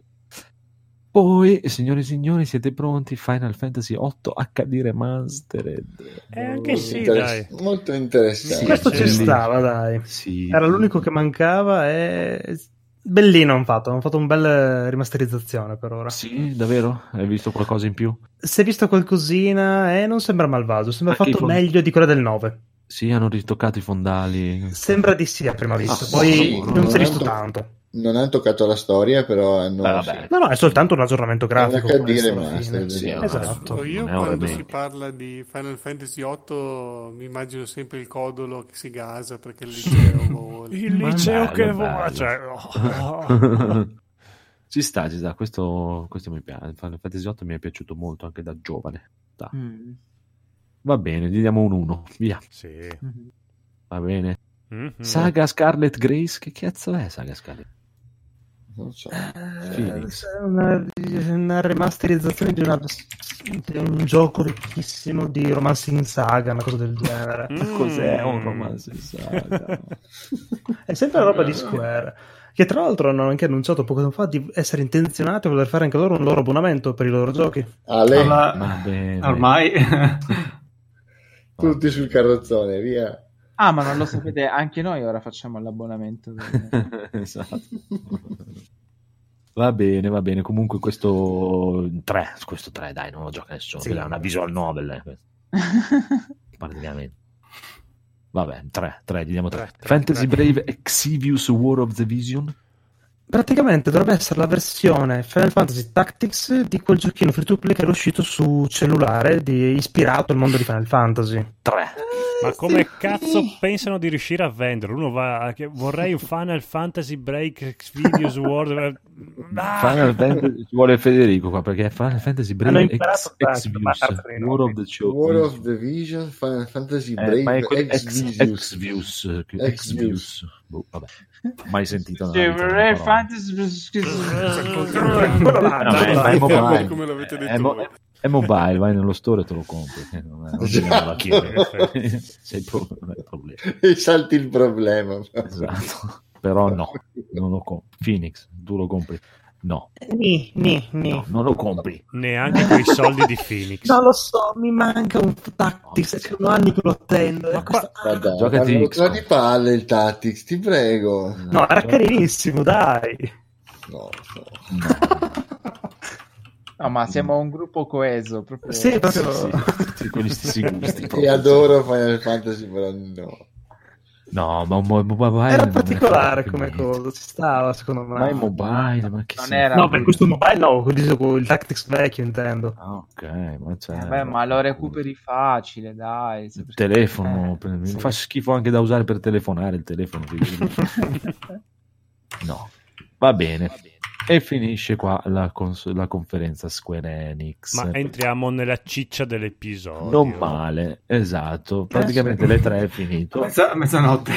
S2: Poi, signore e signori, siete pronti? Final Fantasy 8 HD Remastered.
S3: Eh, anche sì, Interess-
S1: dai. Molto interessante. Sì,
S7: Questo ci stava, dai. Sì. Era l'unico che mancava e... Bellino hanno fatto, hanno fatto un bel eh, rimasterizzazione per ora.
S2: Sì, davvero? Hai visto qualcosa in più?
S7: Si è visto qualcosina e eh, non sembra malvagio, sembra anche fatto fond- meglio di quella del 9.
S2: Sì, hanno ritoccato i fondali.
S7: Sembra di sì a prima vista, ah, poi no, no, non si è visto to- tanto
S1: non hanno toccato la storia, però hanno.
S7: Ah, sì. No, no, è soltanto un aggiornamento grafico.
S1: È HD remastered.
S7: Sì, esatto.
S5: Io quando si parla di Final Fantasy VIII mi immagino sempre il codolo che si gasa perché il liceo vola.
S3: il liceo bello, che vola. Cioè, oh.
S2: ci sta, ci sta. Questo, questo mi piace. Final Fantasy VIII mi è piaciuto molto anche da giovane. Da. Mm. Va bene, gli diamo un 1. Via.
S3: Sì. Mhm. Mm-hmm.
S2: Va bene. Mm-hmm.
S3: Mm.
S2: Saga Scarlet Grace, che cazzo è Saga Scarlet?
S1: non so.
S7: Eh, una, una, remasterizzazione di, una, di, un gioco ricchissimo di romanzi in saga, una cosa del genere.
S2: Mm. Cos'è un romanzo in saga?
S7: è sempre roba di Square. Che tra l'altro hanno anche annunciato poco tempo fa di essere intenzionati a voler fare anche loro un loro abbonamento per i loro giochi.
S1: Ale.
S2: Ma...
S6: Ormai
S1: tutti sul carrozzone, via.
S4: Ah, ma non lo sapete, anche noi ora facciamo l'abbonamento.
S2: esatto. Va bene, va bene. Comunque questo 3, questo 3 dai, non lo gioca nessuno. Sì. È una visual novel. eh, Praticamente. Vabbè, 3, 3, gli diamo 3. 3, 3 Fantasy 3. Brave Exvius War of the Vision.
S7: Praticamente dovrebbe essere la versione Final Fantasy Tactics di quel giochino free to play che era uscito su cellulare di... ispirato al mondo di Final Fantasy.
S2: 3.
S3: Ma come cazzo pensano di riuscire a vendere? Uno va. Che vorrei un Final Fantasy Break Videos World. eh,
S2: Ah! Final Fantasy ci vuole Federico qua perché Final Fantasy Break X, X Views War of the Show.
S1: War of the Vision, Final Fantasy Break eh,
S2: que- X Views. X Views. Boh, vabbè. Mai sentito
S4: nella vita, vorrei Fantasy
S2: Break. Come l'avete detto? Eh, È, mo- è mobile, vai nello store e te lo compri. Eh, Non è, non
S1: Esatto.
S2: la Sei pro- non è problema.
S1: E salti il problema.
S2: Esatto. Però no, non lo compri. Phoenix, tu lo compri. No.
S7: Ni, ni, ni.
S2: no, non lo compri
S3: neanche con i soldi di Phoenix.
S7: non lo so, mi manca un Tactics. No, sono anni che lo attendo. Ma
S1: questa... Guarda, giocati ma di palle il Tactics, ti prego.
S7: No, no era gioca... carinissimo, dai.
S1: No, no.
S4: No, ma siamo un gruppo coeso. Proprio...
S7: Sì, proprio... Sì,
S2: sì, con gli stessi gusti.
S1: Ti adoro Final Fantasy, però no.
S2: No, ma, ma, ma, ma
S7: era particolare come cosa, ci stava secondo me.
S2: Ma è mobile, ma che
S7: non sei... era... No, per questo mobile no, con il Tactics vecchio intendo.
S2: Ah,
S7: Eh
S2: ok, ma, certo, c'è,
S4: Vabbè, Eh, ma lo recuperi facile, dai.
S2: Il telefono, eh, mi sì. fa schifo anche da usare per telefonare il telefono. no, va bene. Va bene. E finisce qua la, cons- la, conferenza Square Enix.
S3: Ma entriamo nella ciccia dell'episodio.
S2: Non male, esatto. Praticamente eh, le tre è finito.
S6: Mezza- mezzanotte.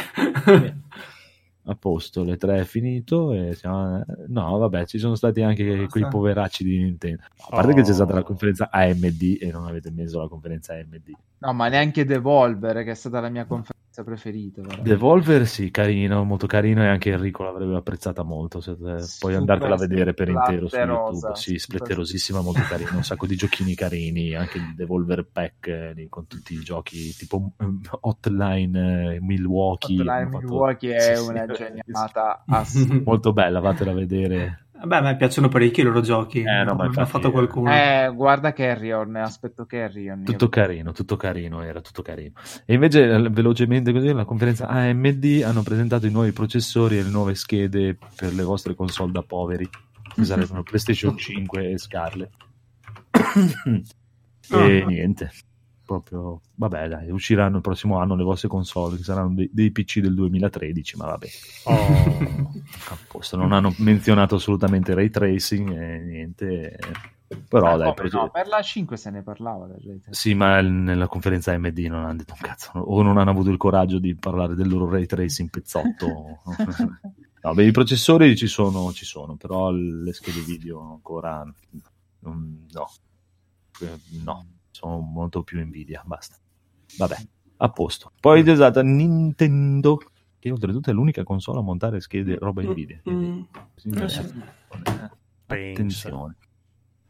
S2: A posto, le tre è finito. Siamo... No, vabbè, ci sono stati anche Basta. quei poveracci di Nintendo. A parte oh. che c'è stata la conferenza AMD e non avete messo la conferenza AMD.
S4: No, ma neanche Devolver, che è stata la mia conferenza preferito. Però.
S2: Devolver sì, carino, molto carino e anche Enrico l'avrebbe apprezzata molto. Se eh, puoi andartela a vedere per intero su YouTube. Sì, spletterosissima, molto carina. Un sacco di giochini carini, anche il Devolver Pack eh, con tutti i giochi tipo um, Hotline eh, Milwaukee.
S4: Hotline fatto... Milwaukee è sì, una sì, geniata Ah, sì.
S2: molto bella, fatela vedere.
S6: Vabbè, a me piacciono parecchi i loro giochi.
S2: Eh, no, ma infatti...
S6: ha fatto qualcuno.
S4: Eh, guarda Carrion, eh, aspetto Carrion.
S2: Tutto carino, tutto carino, era tutto carino. E invece, eh, velocemente così, alla conferenza AMD hanno presentato i nuovi processori e le nuove schede per le vostre console da poveri,
S4: Mhm.
S2: che sarebbero PlayStation 5 e Scarlet.
S4: Ah.
S2: e oh. niente, proprio... Vabbè, dai, usciranno il prossimo anno le vostre console, che saranno dei, dei PC del 2013, ma vabbè.
S3: Oh.
S2: Apposta, non hanno menzionato assolutamente ray tracing e niente. eh. Però
S4: ma
S2: dai,
S4: Eh, Ah, come, no, per la 5 se ne parlava del ray tracing.
S2: Sì, ma nella conferenza AMD non hanno detto un cazzo, o non hanno avuto il coraggio di parlare del loro ray tracing pezzotto. No, beh, i processori ci sono, ci sono, però le schede video ancora non, no, Eh, no, sono molto più Nvidia, basta. Vabbè, a posto. Poi mm. esatto, Nintendo, che oltretutto è l'unica console a montare schede roba Nvidia. Mm. Quindi, sì. eh. Attenzione.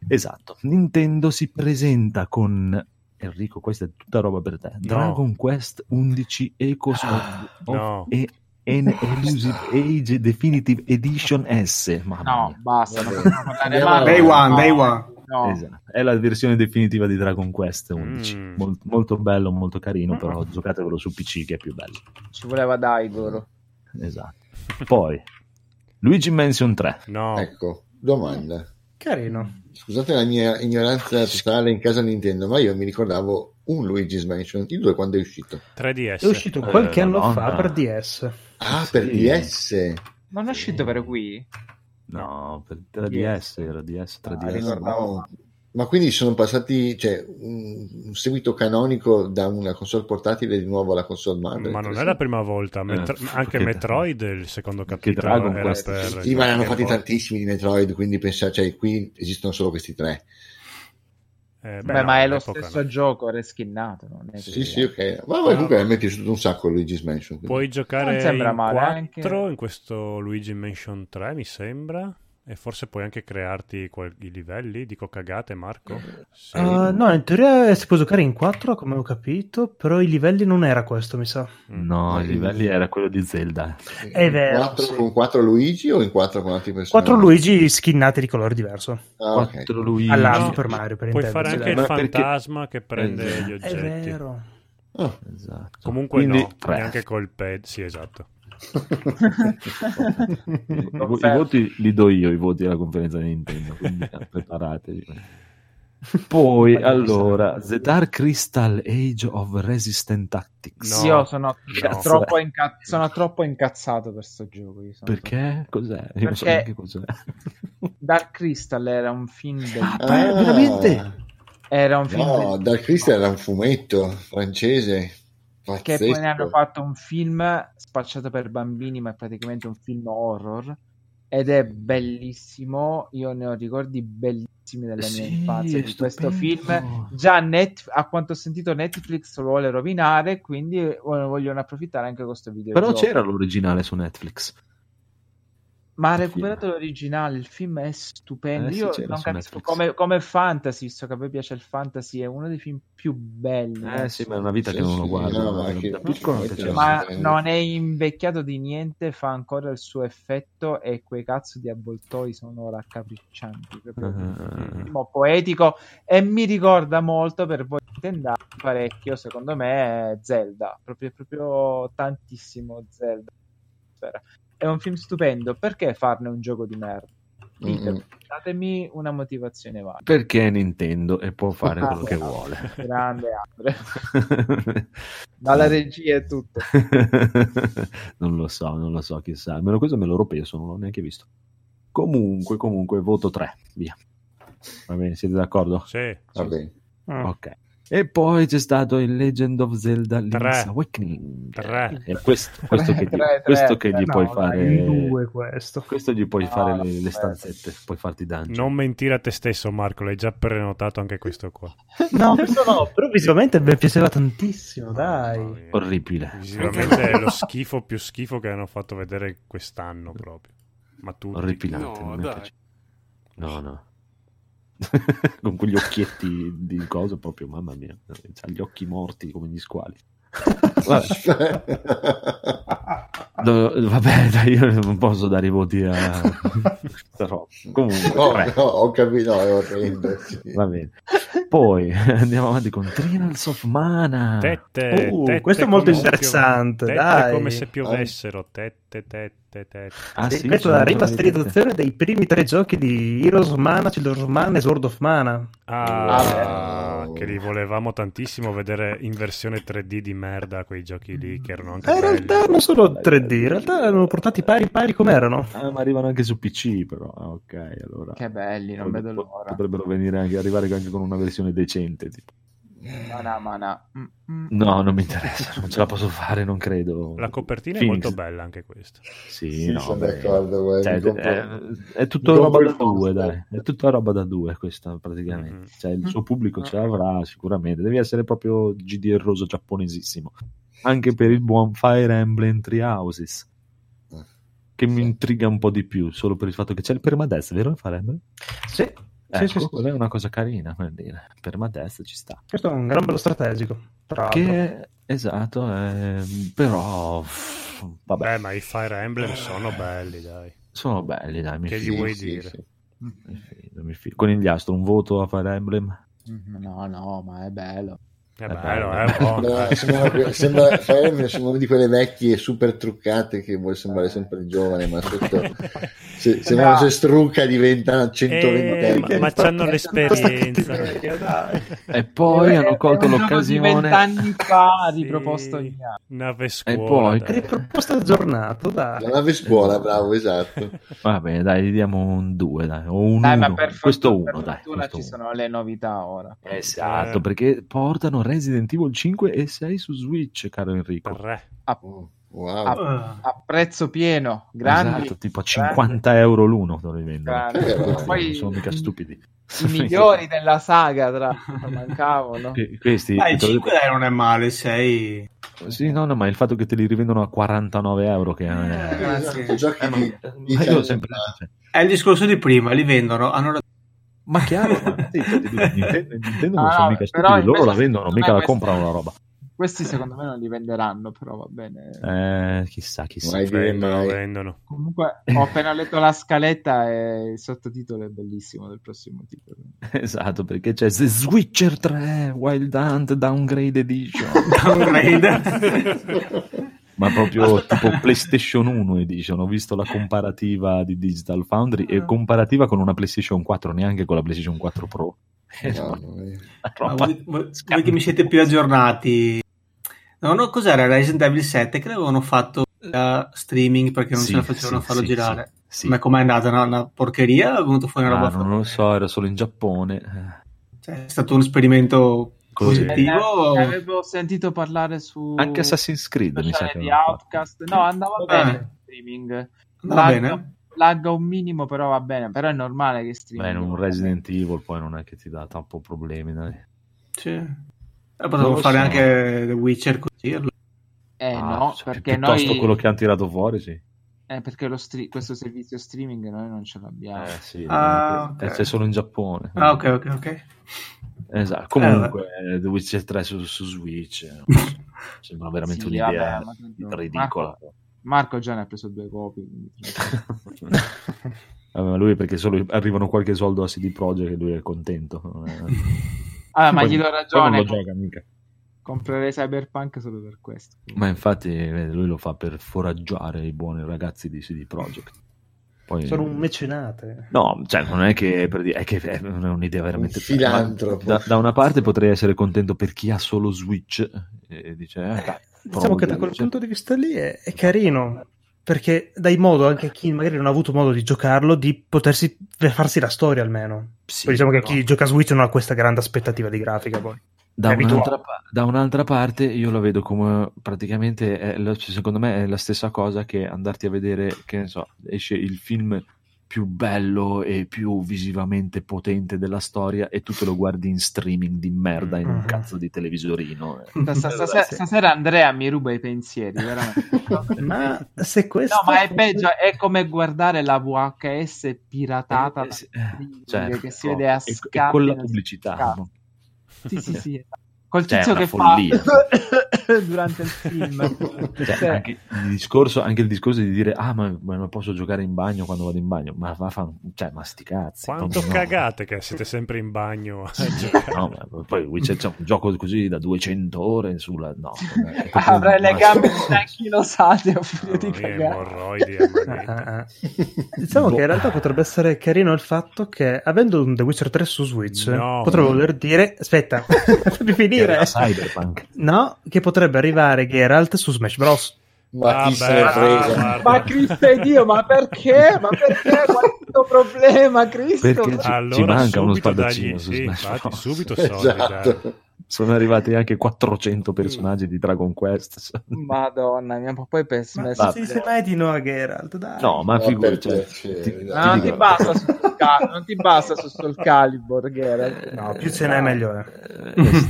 S2: Esatto, Nintendo si presenta con Enrico, questa è tutta roba per te. Dragon no. Quest 11 Eco no. e An Elusive Age Definitive Edition S. Mamma
S4: no, mia. basta.
S6: day one, day one.
S2: No. Esatto. È la versione definitiva di Dragon Quest 11. Mm. Mol- molto bello, molto carino, però giocatevelo su PC che è più bello.
S4: Ci voleva Daigoro.
S2: Esatto. Poi, Luigi Mansion 3.
S3: No.
S1: Ecco, domanda.
S6: Carino.
S1: Scusate la mia ignoranza totale in casa Nintendo, ma io mi ricordavo un Luigi's Mansion, il 2 quando è uscito?
S3: 3DS.
S7: È uscito qualche eh, anno no, fa no. per DS.
S1: Ah, per sì. DS.
S4: Non è uscito per Wii?
S2: No, per 3DS, era DS, 3DS.
S1: Ah, no. Ma quindi sono passati, cioè, un seguito canonico da una console portatile di nuovo alla console madre.
S3: Ma non è la prima volta, Metro- eh, anche Metroid, da... il secondo capitolo eh, era Eh,
S1: Quest. per... Sì, ma ne hanno fatti tantissimi di Metroid, quindi pensa, cioè, qui esistono solo questi tre.
S4: Eh, beh, beh no, ma è lo stesso no. gioco reskinnato. Non è
S1: sì, sì, ok. Ma poi comunque mi è piaciuto un sacco Luigi's Mansion. Quindi.
S3: Puoi giocare in 4 anche... in questo Luigi Mansion 3, mi sembra e forse puoi anche crearti quel- i livelli. Dico cagate, Marco.
S7: Sì. Uh, no, in teoria si può giocare in 4, come ho capito, però i livelli non era questo, mi sa.
S3: Mm.
S2: No, i livelli era quello di Zelda.
S7: È vero.
S1: 4 sì. Con 4 Luigi o in 4 con altri personaggi?
S7: 4 Luigi skinnati di colore diverso.
S1: Ah, okay. 4
S7: Luigi. Alla no, Super Mario, per
S3: Puoi fare
S7: intendere.
S3: anche il fantasma perché... che prende esatto. gli oggetti.
S7: Eh, È vero.
S1: Oh.
S3: Esatto. Comunque Quindi, no, 3. neanche col pad. Sì, esatto.
S2: I, voti li do io, i voti alla conferenza di Nintendo, quindi eh, preparatevi. Poi allora, The Dark Crystal Age of Resistant Tactics.
S4: No, io sono, no. Troppo, inca- sono troppo incazzato per questo gioco.
S2: Perché? Cos'è? Io non so neanche cos'è.
S4: Dark Crystal era un film del...
S2: ah, ah, veramente?
S4: Era un film
S1: No, del... Dark Crystal era un fumetto francese.
S4: Pazzesco. Che poi ne hanno fatto un film spacciato per bambini, ma è praticamente un film horror. Ed è bellissimo. Io ne ho ricordi bellissimi della sì, mia infanzia di questo film. Già Netf- a quanto ho sentito, Netflix lo vuole rovinare. Quindi vogliono approfittare anche di questo video.
S2: Però c'era l'originale su Netflix.
S4: Ma ha recuperato l'originale, il film è stupendo. Eh, Io sì, non capisco come, come, fantasy, so che a me piace il fantasy, è uno dei film più belli.
S2: Eh, eh sì, ma è una vita sì, che non lo guardo. No, ma, che...
S4: Che... ma non è invecchiato di niente, fa ancora il suo effetto e quei cazzo di avvoltoi sono raccapriccianti. Proprio uh... poetico e mi ricorda molto per voi intendere parecchio, secondo me, Zelda, proprio, proprio tantissimo Zelda. Spera è un film stupendo, perché farne un gioco di merda? Dite, datemi una motivazione varia.
S2: Perché Nintendo e può fare ah, quello che no. vuole.
S4: Grande Andre. Dalla regia e tutto.
S2: non lo so, non lo so, chissà. Almeno questo me l'ero preso, non l'ho neanche visto. Comunque, comunque, voto 3, via. Va bene, siete d'accordo?
S3: Sì.
S1: Va bene.
S2: Mm.
S7: Ah.
S2: Ok. E poi c'è stato il Legend of Zelda Link's Awakening. E questo, questo, che, gli, tre, questo tre, che gli no, puoi fare.
S7: Due questo.
S2: questo Ah, gli puoi no, fare le, le, stanzette, puoi farti dungeon.
S3: Non mentire a te stesso, Marco. L'hai già prenotato anche questo qua.
S7: no, questo no, però visivamente mi piaceva tantissimo. Dai, oh,
S2: orribile.
S3: Visivamente è lo schifo più schifo che hanno fatto vedere quest'anno proprio. Ma tu.
S2: Orripilante. No, dai. no, no. con quegli occhietti di coso proprio, mamma mia, ha gli occhi morti come gli squali. no, vabbè, dai, io non posso dare i voti a però, comunque
S1: no, no, ho capito no, è orrendo, sì.
S2: va bene poi andiamo avanti con Trials of Mana
S3: tette,
S7: uh, tette questo è molto interessante
S3: piove,
S7: dai.
S3: come se piovessero tette tette tette
S7: ah, sì, questa è la ripasterizzazione dei primi tre giochi di Heroes of Mana Children of Mana e Sword of Mana
S3: ah, oh. che li volevamo tantissimo vedere in versione 3D di merda quei giochi lì che erano anche
S7: Eh, in realtà non sono 3D in realtà erano portati pari pari come erano
S2: ah, ma arrivano anche su PC però ah, ok allora
S4: che belli non vedo l'ora
S2: potrebbero venire anche, arrivare anche con una versione decente tipo.
S4: Mana, mana.
S2: No, non mi interessa, non ce la posso fare, non credo.
S3: La copertina Phoenix. è molto bella anche questa.
S2: Sì, sì no, sono beh, d'accordo. Beh, cioè, compro... è, è tutto roba da due, dai. È tutta roba da due questa praticamente. Mm-hmm. Cioè, il suo pubblico mm-hmm. ce l'avrà sicuramente. Devi essere proprio GDR roso giapponesissimo. Anche per il buon Fire Emblem Tree Houses Eh, che mi intriga un po' di più solo per il fatto che c'è il permadez, vero? Farebbe?
S7: Sì.
S2: Ecco, sì, sì, sì. è una cosa carina per dire. Permadez ci sta.
S7: Questo è un gran bello strategico.
S2: Che esatto, eh, però pff, vabbè.
S3: Beh, ma i Fire Emblem sono belli, dai.
S2: Sono belli, dai.
S3: che
S2: fido,
S3: gli vuoi dire? Mi
S2: fido, mi fido. Con il diastro, un voto a Fire Emblem?
S4: Mm-hmm. No, no, ma è bello.
S3: Eh bello, eh, buono.
S1: sembra, sembra, sembra, sembra una di quelle vecchie super truccate che vuole sembrare sempre giovane, ma sotto, se, se no. si strucca diventa 120
S3: eh, ma, ma c'hanno l'esperienza.
S2: e poi eh, hanno colto l'occasione.
S4: anni fa riproposto sì,
S3: nave scuola. E poi
S7: dai. riproposto aggiornato, dai.
S1: La nave scuola, bravo, esatto.
S2: Va bene, dai, gli diamo un 2, dai, o un 1. Questo 1, dai. Questo
S4: ci
S2: uno.
S4: sono le novità ora.
S2: Esatto, perché portano Resident Evil 5 e 6 su Switch, caro Enrico.
S4: A, wow.
S6: ah,
S4: a, a prezzo pieno, grande. Esatto,
S2: tipo a 50 grandi. euro l'uno
S4: Poi,
S2: sono mica stupidi.
S4: I migliori della saga, tra... mancavano.
S2: Que- questi,
S6: Dai, 5 te... non è male, 6...
S2: Sì, no, no, ma il fatto che te li rivendono a 49 euro che... Eh,
S1: eh, esatto, giochi eh, ma...
S2: di... ma sempre... cioè,
S6: È il discorso di prima, li vendono, hanno la
S2: ma chiaro, ma cioè, Nintendo, Nintendo non ah, sono mica stupidi, loro la vendono, mica la comprano la roba.
S4: Questi secondo me non li venderanno, però va
S2: bene. Eh, chissà, chissà.
S3: Vendono, vendono.
S4: Comunque ho appena letto la scaletta e il sottotitolo è bellissimo del prossimo titolo.
S2: Esatto, perché c'è The Switcher 3 Wild Hunt Downgrade Edition.
S6: Downgrade.
S2: ma proprio tipo PlayStation 1 Edition. Ho visto la comparativa di Digital Foundry
S6: Ah.
S2: e comparativa con una PlayStation 4, neanche con la PlayStation 4 Pro.
S6: No, no, voi, voi, voi, che mi siete più aggiornati, no, no, cos'era Resident Evil 7 che l'avevano fatto da streaming perché non sì, ce la facevano sì, farlo sì, girare? Sì, Ma com'è andata? Una, una porcheria? È venuto fuori una roba?
S2: Ah, non lo so, era solo in Giappone.
S6: Cioè, è stato un esperimento
S2: Così.
S4: Eh, ne avevo sentito parlare su
S2: anche Assassin's Creed mi sa che
S4: di Outcast no andava eh. bene il streaming
S6: andava lagga, bene
S4: lagga un minimo però va bene però è normale che streaming
S2: beh in un Resident Evil poi non è che ti dà troppo problemi dai
S6: sì eh, potevo fare so. anche The Witcher così
S4: eh ah, no cioè, perché
S2: piuttosto
S4: noi...
S2: quello che hanno tirato fuori sì
S4: eh, perché stri- questo servizio streaming noi non ce l'abbiamo.
S2: Eh, sì, ah, okay. c'è solo in Giappone.
S6: Ah, ok, ok, ok.
S2: Esatto. Comunque, eh, The Witcher 3 su, su Switch so. sembra veramente sì, un'idea vabbè, ma... ridicola.
S4: Marco, Marco, già ne ha preso due copie.
S2: vabbè, lui perché solo arrivano qualche soldo a CD Projekt e lui è contento.
S4: ah, ma gli do ragione.
S2: Non lo gioca mica.
S4: Comprerei Cyberpunk solo per questo.
S2: Ma infatti vede, lui lo fa per foraggiare i buoni ragazzi di CD Projekt.
S7: Poi... Sono un mecenate.
S2: No, cioè, non è che, per dire, è, che è un'idea veramente...
S1: Un filantropo.
S2: Da, da, una parte potrei essere contento per chi ha solo Switch e dice... Eh, dai,
S7: diciamo che da quel punto di vista lì è, è carino, perché dai modo anche a chi magari non ha avuto modo di giocarlo di potersi farsi la storia almeno. Sì, poi diciamo che no.
S4: esatto.
S7: chi gioca Switch non ha questa grande aspettativa di grafica poi.
S2: Da un'altra, da un'altra, parte io la vedo come praticamente la, cioè, secondo me è la stessa cosa che andarti a vedere che ne so esce il film più bello e più visivamente potente della storia e tu te lo guardi in streaming di merda in un mm-hmm. cazzo di televisorino
S4: stasera, stasera Andrea mi ruba i pensieri veramente
S7: ma se questo
S4: no ma è peggio è come guardare la VHS piratata eh,
S2: certo.
S4: che si vede a
S2: e, e con la pubblicità
S4: scatto sì, sì, sì. Col tizio cioè, che follia. fa durante il film.
S2: Cioè, cioè. Anche, il discorso, anche, il discorso, di dire, ah, ma, ma, non posso giocare in bagno quando vado in bagno. Ma va, fa, cioè, ma sti cazzi.
S3: Quanto no. cagate che siete sempre in bagno.
S2: no, ma poi c'è, c'è, un gioco così da 200 ore sulla... No,
S4: Avrei le gambe anchilosate a finire di
S3: eh, cagare.
S7: Ah, diciamo boh. che in realtà potrebbe essere carino il fatto che, avendo un The Witcher 3 su Switch, no, potrebbe no. voler dire... Aspetta, fammi finire.
S2: Cyberpunk.
S7: No, che potrebbe arrivare Geralt su Smash Bros.
S1: Ma ah chi beh, se ne frega?
S4: Ah, ma Cristo e Dio, ma perché? Ma perché? Qual è il problema, Cristo?
S2: Perché ci, allora, ci manca uno spadaccino
S3: dagli, su sì, Smash infatti, Bros. subito soldi, esatto.
S2: sono arrivati anche 400 personaggi di Dragon Quest.
S4: Madonna mia, ma poi penso...
S7: Ma non si mai di no a Geralt, dai.
S2: No, ma figurati. Cioè,
S4: non,
S2: eh,
S4: ti basta su cal- non ti basta su Soul Calibur,
S2: eh,
S4: Geralt.
S7: No, più ce n'è meglio. Eh.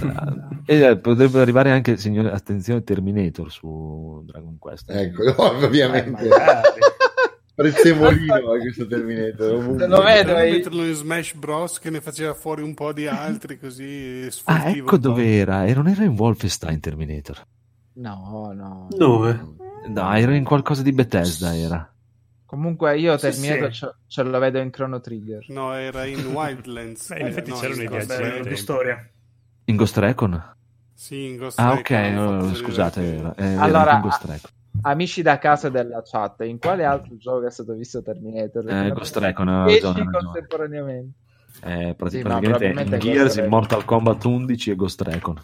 S2: e eh, potrebbe arrivare anche, signore, attenzione, Terminator su Dragon Quest.
S1: Ecco,
S5: Eh,
S1: no, ovviamente. prezzemolino questo Terminator
S5: Se lo vedo e... Cioè, metterlo in Smash Bros che ne faceva fuori un po' di altri così
S2: ah ecco dove era e non era in Wolfenstein Terminator
S4: no no
S6: dove?
S2: no era in qualcosa di Bethesda era
S4: Comunque io sì, Terminator sì. Ce, ce, lo vedo in Chrono Trigger.
S5: No, era in Wildlands. Eh,
S3: Beh, Eh, in effetti no, c'erano i viaggi.
S7: storia.
S2: In Ghost Recon?
S5: Sì, in Ghost
S2: ah, Recon. Ah, ok, scusate. Era, era allora, in Ghost Recon
S4: amici da casa della chat, in quale altro gioco è stato visto Terminator?
S2: Eh, Ghost Recon, John,
S4: contemporaneamente.
S2: Eh, praticamente, sì, praticamente Gears, in Mortal Kombat 11 e Ghost Recon.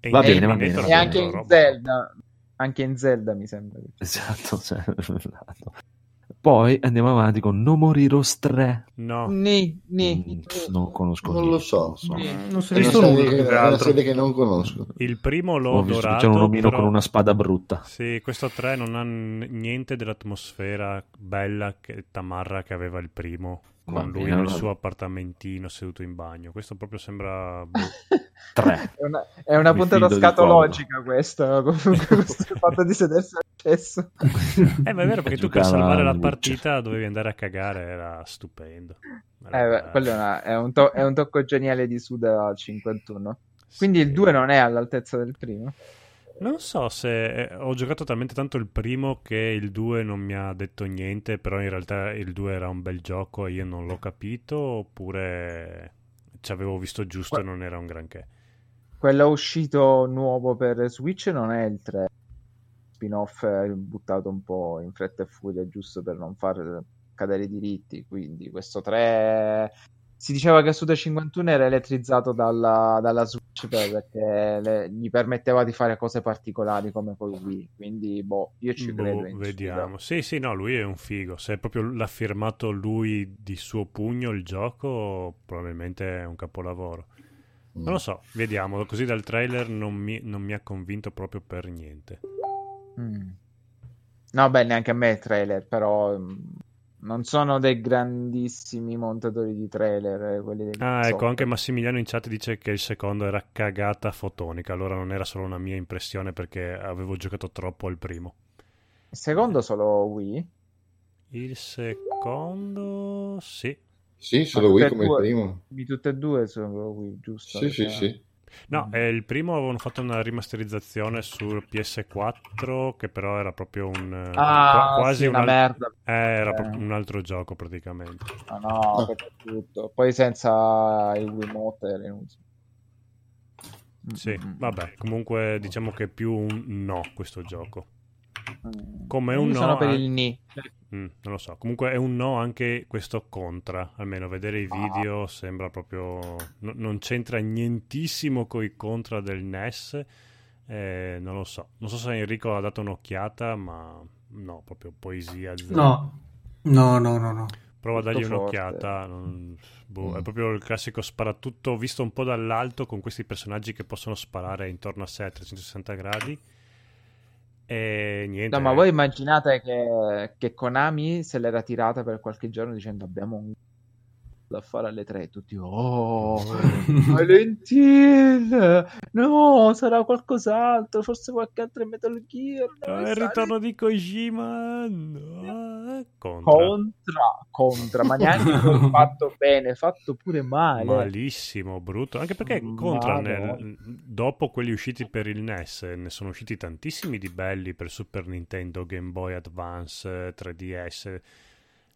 S4: E va bene, va bene. E anche in roba. Zelda, anche in Zelda mi sembra.
S2: Esatto, cioè, esatto. Poi andiamo avanti con No Moriro 3.
S3: No.
S4: Ni, ni, ni.
S2: non conosco.
S1: Non lo so. so.
S7: Non so visto nulla.
S1: È una serie che non conosco.
S3: Il primo l'ho Ho
S2: visto,
S3: dorato,
S2: C'è un omino però... con una spada brutta.
S4: Ecco.
S3: Sì, questo 3 non ha niente dell'atmosfera bella che tamarra che aveva il primo. Con Va lui bene, nel allora. suo appartamentino seduto in bagno. Questo proprio sembra... boh.
S2: 3.
S4: è una, è una puntata scatologica questa, comunque questo fatto di sedersi al cesso.
S3: eh, ma è vero perché tu per salvare la partita dovevi andare a cagare, era stupendo.
S4: Era eh, beh, quello è, una, è, un to- è, un tocco geniale di Suda 51. Quindi sì. il 2 non è all'altezza del primo.
S3: Non so se eh, ho giocato talmente tanto il primo che il 2 non mi ha detto niente, però in realtà il 2 era un bel gioco e io non l'ho capito, oppure ci avevo visto giusto e non era un granché.
S4: Quello uscito nuovo per Switch non è il 3. Spin-off buttato un po' in fretta e furia, giusto per non far cadere i diritti. Quindi questo 3 si diceva che Suda 51 era elettrizzato dalla, dalla Switch perché le, gli permetteva di fare cose particolari come poi lui. Quindi, boh, io ci boh, credo.
S3: vediamo. Sì, sì, no, lui è un figo. Se proprio l'ha firmato lui di suo pugno il gioco, probabilmente è un capolavoro. Mm. Non lo so, vediamo. Così dal trailer non mi, non mi ha convinto proprio per niente.
S4: Mm. No, beh, neanche a me il trailer, però mm, non sono dei grandissimi montatori di trailer.
S3: ah,
S4: Eh,
S3: ecco, software. anche Massimiliano in chat dice che il secondo era cagata fotonica. Allora non era solo una mia impressione perché avevo giocato troppo al primo.
S4: Il secondo solo Wii?
S3: Il secondo sì.
S1: Sì, solo Wii come due, il primo.
S4: Di tutte e due solo Wii, giusto? Cioè,
S1: Sì, perché... sì, sì.
S3: No,
S4: Mm.
S3: eh, il primo avevano fatto una rimasterizzazione su PS4 che però era proprio un
S4: ah, quasi sì, una un merda.
S3: Eh, era proprio un altro gioco praticamente.
S4: Ah no, per tutto. Poi senza il Wiimote era inutile. Mm,
S3: Sì, vabbè, comunque diciamo che è più un no questo gioco. Come un
S4: mm. Io
S3: no
S4: sono per il ni.
S3: Mm, non lo so. Comunque è un no anche questo contra. Almeno vedere i video ah. sembra proprio. N- non c'entra nientissimo con i contra del NES. Eh, non lo so. Non so se Enrico ha dato un'occhiata, ma no, proprio poesia. Zero.
S6: No, no, no, no. no.
S3: Prova Molto a dargli forte. un'occhiata. Non... Boh, mm. È proprio il classico sparatutto visto un po' dall'alto con questi personaggi che possono sparare intorno a sé a 360 gradi. E niente. eh,
S4: No, ma voi immaginate che, che, Konami se l'era tirata per qualche giorno dicendo abbiamo un da fare alle tre tutti oh Silent Hill no sarà qualcos'altro forse qualche altra Metal Gear
S3: no, il ritorno di Kojima no. eh,
S4: contra. contra contra ma neanche fatto bene fatto pure male
S3: malissimo brutto anche perché contra nel, dopo quelli usciti per il NES eh, ne sono usciti tantissimi di belli per Super Nintendo Game Boy Advance 3DS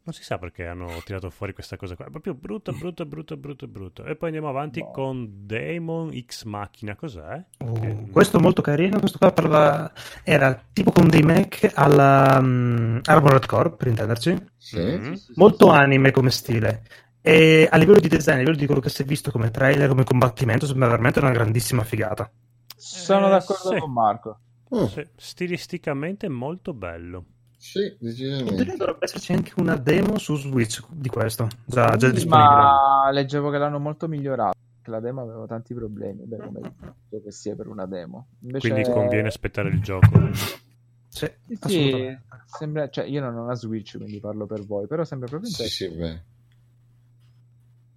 S3: non si sa perché hanno tirato fuori questa cosa qua. È proprio brutto, brutto, brutto, brutto, brutto. E poi andiamo avanti no. con Daemon X Machina. Cos'è?
S7: Oh, che... Questo è molto carino. Questo qua parla... era tipo con dei mech alla um, Armored Core, per intenderci.
S1: Sì.
S4: Mm.
S1: Mm-hmm.
S7: Molto anime come stile. E a livello di design, a livello di quello che si è visto come trailer, come combattimento, sembra veramente una grandissima figata.
S4: Sono eh, d'accordo sì. con Marco.
S3: Mm.
S1: Oh,
S3: Sì. Stilisticamente molto bello.
S1: Sì, decisamente.
S7: Dovrebbe esserci anche una demo su Switch di questo. Già, già
S4: Ma leggevo che l'hanno molto migliorato. anche la demo aveva tanti problemi, beh, come tutto che sia per una demo.
S3: Invece... Quindi conviene aspettare il gioco.
S4: Sì, sì sembra... cioè, io non ho una Switch, quindi parlo per voi, però sembra proprio interessante.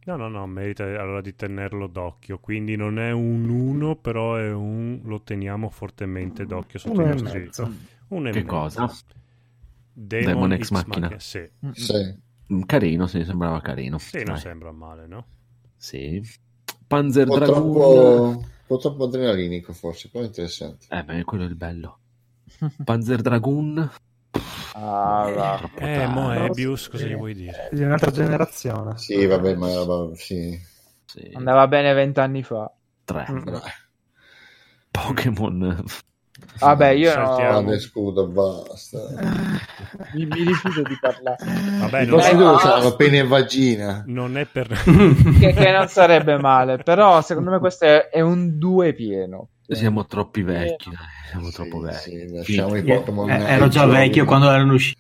S3: No, no, no, merita allora di tenerlo d'occhio. Quindi non è un 1, però è un lo teniamo fortemente d'occhio sotto
S2: un e mezzo.
S3: Un
S2: e che
S3: mezzo.
S2: cosa? Demon, Demon X, X macchina. macchina.
S3: Sì.
S4: Mm.
S1: sì.
S2: Mm, Carino, sì, sembrava carino.
S3: Sì, non Dai. sembra male, no?
S2: Sì. Panzer
S1: un po
S2: Dragoon.
S1: Troppo, un po' troppo adrenalinico, forse, però interessante.
S2: Eh, beh, quello è il bello. Panzer Dragoon.
S4: Ah,
S3: eh, Moebius, cosa gli vuoi dire?
S7: Di un'altra generazione.
S1: Sì, vabbè, ma va, sì.
S4: Sì. andava bene vent'anni fa.
S2: Tre. Mm. Pokémon.
S4: Vabbè, io
S1: Saltiamo. no. scudo, basta.
S4: mi, mi rifiuto di parlare.
S1: Vabbè, non è... No, no. pene e vagina.
S3: Non è per...
S4: che, che, non sarebbe male, però secondo me questo è, è un 2 pieno.
S2: Siamo troppi vecchi, eh, siamo sì, troppo vecchi.
S1: Sì, lasciamo i Pokémon.
S6: Eh, ero già vecchio quando erano usciti.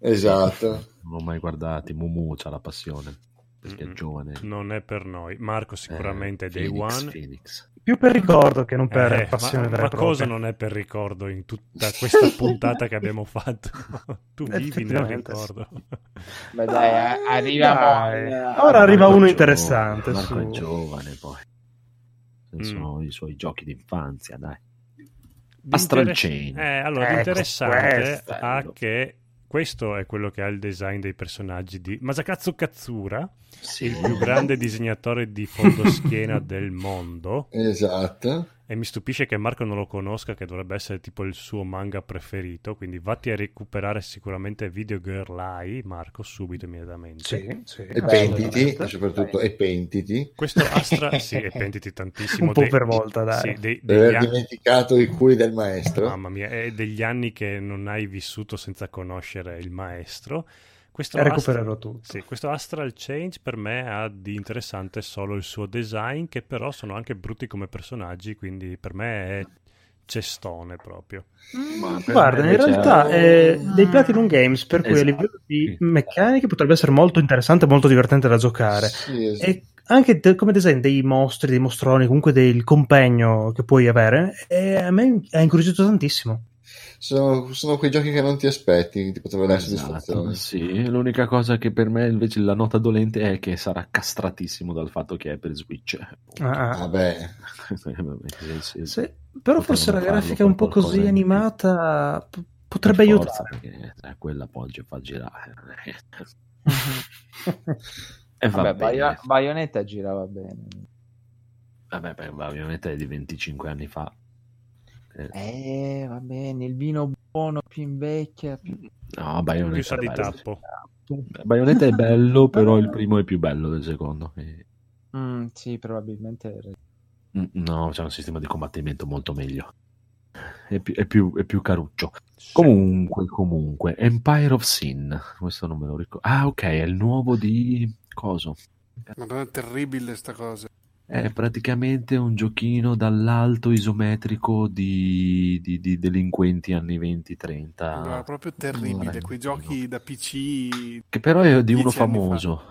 S1: Esatto.
S2: Non ho mai guardati, Mumu c'ha la passione perché è giovane.
S3: Mm,
S2: Eh,
S3: Non è per noi. Marco sicuramente eh, è Day
S2: Phoenix,
S3: One.
S2: Phoenix.
S7: Più per ricordo che non per eh, passione
S3: ma, ma cosa non è per ricordo in tutta questa puntata che abbiamo fatto? tu vivi nel ricordo.
S4: Ma dai, eh, arriva Ah, dai.
S7: Eh, Ora arriva uno giovane, interessante.
S2: Marco su... è giovane poi. Sono mm. i suoi giochi d'infanzia, dai. Astral
S3: L'inter...
S2: Chain.
S3: Eh, allora, ecco, l'interessante ha che questo è quello che ha il design dei personaggi di Masakatsu Katsura, sì. il più grande disegnatore di fondoschiena del mondo.
S1: Esatto.
S3: E mi stupisce che Marco non lo conosca, che dovrebbe essere tipo il suo manga preferito. Quindi vatti a recuperare sicuramente Video Girl Eye, Marco, subito, immediatamente.
S1: Sì, sì.
S7: Eh,
S1: E pentiti,
S7: esatto.
S1: soprattutto, e pentiti.
S3: Questo Astra, sì, e pentiti tantissimo.
S7: Un po' per volta, dai. Sì,
S1: dei, degli aver anni... dimenticato i culi del
S7: Esatto.
S1: maestro.
S3: Mamma mia, è degli anni che non hai vissuto senza conoscere il maestro. Questo
S7: e recupererò Astral, tutto.
S3: Sì, questo Astral Change per me ha di interessante solo il suo design, che però sono anche brutti come personaggi, quindi per me è cestone proprio.
S7: Guarda, in realtà eh, dei Platinum Games, per cui esatto. a livello di meccaniche potrebbe essere molto interessante, molto divertente da giocare. Sì, esatto. E anche de- come design dei mostri, dei mostroni, comunque del compagno che puoi avere, a me ha incuriosito tantissimo.
S1: Sono, sono, quei giochi che non ti aspetti, ti potrebbero dare soddisfazione.
S2: Esatto. Sì, l'unica cosa che per me invece la nota dolente è che sarà castratissimo dal fatto che è per Switch. Eh,
S1: Ah, vabbè.
S7: sì, sì. però forse la grafica un po' così animata p- potrebbe aiutare.
S2: Perché, eh, quella poi fa girare.
S4: e va vabbè, bene. Baionetta girava bene.
S2: Vabbè, beh, Baionetta è di 25 anni fa.
S4: Eh, va bene, il vino buono più invecchia. Più...
S2: No, Bayonetta
S3: più sa di tappo.
S2: Bayonetta è bello, però il primo è più bello del secondo. E... mm,
S4: Mm, sì, probabilmente.
S2: No, c'è un sistema di combattimento molto meglio. È più, è più, è più caruccio. Sì. Comunque, comunque, Empire of Sin. Questo non me lo ricordo. Ah, ok, è il nuovo di. Coso.
S5: Ma non è terribile sta cosa.
S2: È praticamente un giochino dall'alto isometrico di, di, di delinquenti anni 20-30.
S5: No, proprio
S2: ecco
S5: terribile, quei giochi da PC.
S2: Che però è di uno famoso.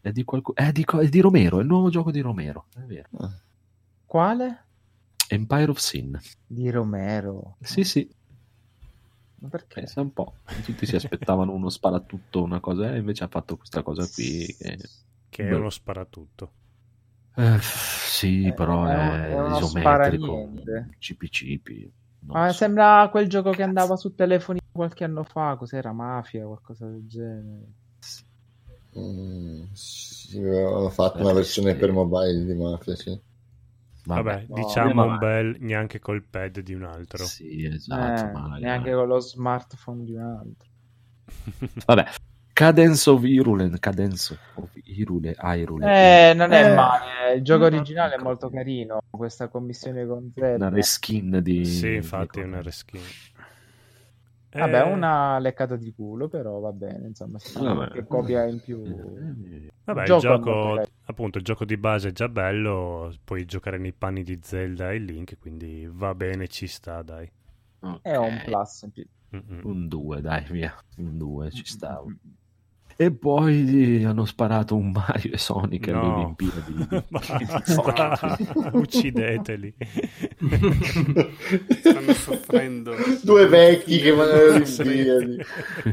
S2: È di, qualco... è, è di, Romero, è il nuovo gioco di Romero.
S4: Quale?
S2: Empire of Sin.
S4: Di Romero.
S2: Sì, sì.
S4: Ma perché?
S2: Pensa un po'. Tutti si aspettavano uno sparatutto, una cosa, e invece ha fatto questa cosa qui. Che,
S3: che è Beh. uno sparatutto.
S2: Eh, sì, eh, però è, è isometrico, cipi cipi.
S4: Ah, so. Sembra quel gioco Cazzo. che andava su telefoni qualche anno fa, cos'era Mafia o qualcosa del genere.
S1: Mm, sì, ho fatto eh, una versione sì. per mobile di Mafia, sì.
S3: Vabbè, Vabbè no, diciamo un bel neanche col pad di un altro.
S2: Sì, esatto,
S4: Eh, neanche con lo smartphone di un altro.
S2: Vabbè, Cadence of Irule, Cadence of Irule, Irule.
S4: Eh, non è eh, male, il gioco originale è molto carino, questa commissione con Zelda.
S2: Una reskin di...
S3: Sì, infatti è una reskin.
S4: Eh... Vabbè, una leccata di culo, però va bene, insomma, sì, vabbè, Eh, che copia in più.
S3: Vabbè, il gioco, il gioco appunto, il gioco di base è già bello, puoi giocare nei panni di Zelda e Link, quindi va bene, ci sta, dai.
S2: Eh,
S4: Eh, Okay. È un plus in più.
S2: Mm-mm. Un 2, dai, via. Un 2, ci sta. E poi hanno sparato un Mario e Sonic no. alle Olimpiadi.
S3: Basta, uccideteli.
S5: Stanno soffrendo.
S1: Due vecchi che vanno alle Olimpiadi.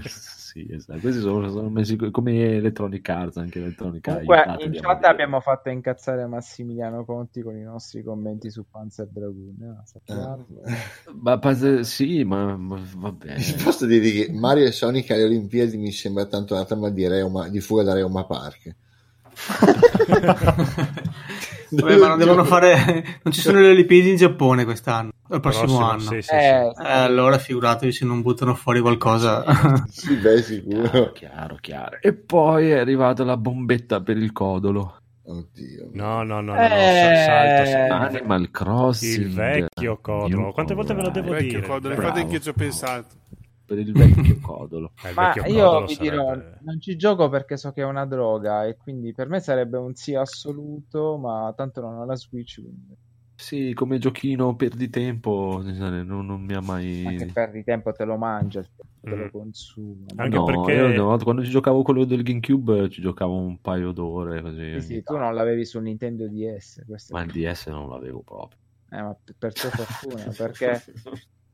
S2: sì, esatto. Questi sono, sono, messi come Electronic Arts, anche Electronic Arts.
S4: Comunque, in chat abbiamo fatto incazzare Massimiliano Conti con i nostri commenti su Panzer Dragoon. Eh?
S2: Ma, ma, sì, ma, ma va bene.
S1: Posso dirvi che Mario e Sonic alle Olimpiadi mi sembra tanto una trama di, Reuma, di fuga da Reuma Park.
S6: Vabbè, ma non devono fare. Non ci sono le Olimpiadi in Giappone quest'anno. Il prossimo, prossimo anno. Sì, sì, eh, sì. Eh, allora figuratevi se non buttano fuori qualcosa.
S1: Sì, beh, sicuro.
S2: Chiaro, chiaro, chiaro, E poi è arrivata la bombetta per il codolo.
S1: Oddio.
S3: No, no, no, no, eh... salto, salto.
S2: Animal Crossing.
S3: Il vecchio codolo. Quante volte ve lo devo dire? Il vecchio
S5: codolo, infatti anche io ci ho pensato
S2: per il vecchio codolo.
S4: Eh, Ma vecchio io codolo vi sarebbe... dirò, non ci gioco perché so che è una droga e quindi per me sarebbe un sì assoluto, ma tanto non ho la Switch. Quindi.
S2: Sì, come giochino perdi tempo, eh, non, non mi ha mai...
S4: Anche perdi tempo te lo mangia, te mm. lo consuma.
S2: Anche no, perché... Io, quando ci giocavo quello del GameCube ci giocavo un paio d'ore così.
S4: Sì, sì tu non l'avevi su Nintendo DS.
S2: Ma il DS non l'avevo proprio.
S4: Eh, ma per tua fortuna, perché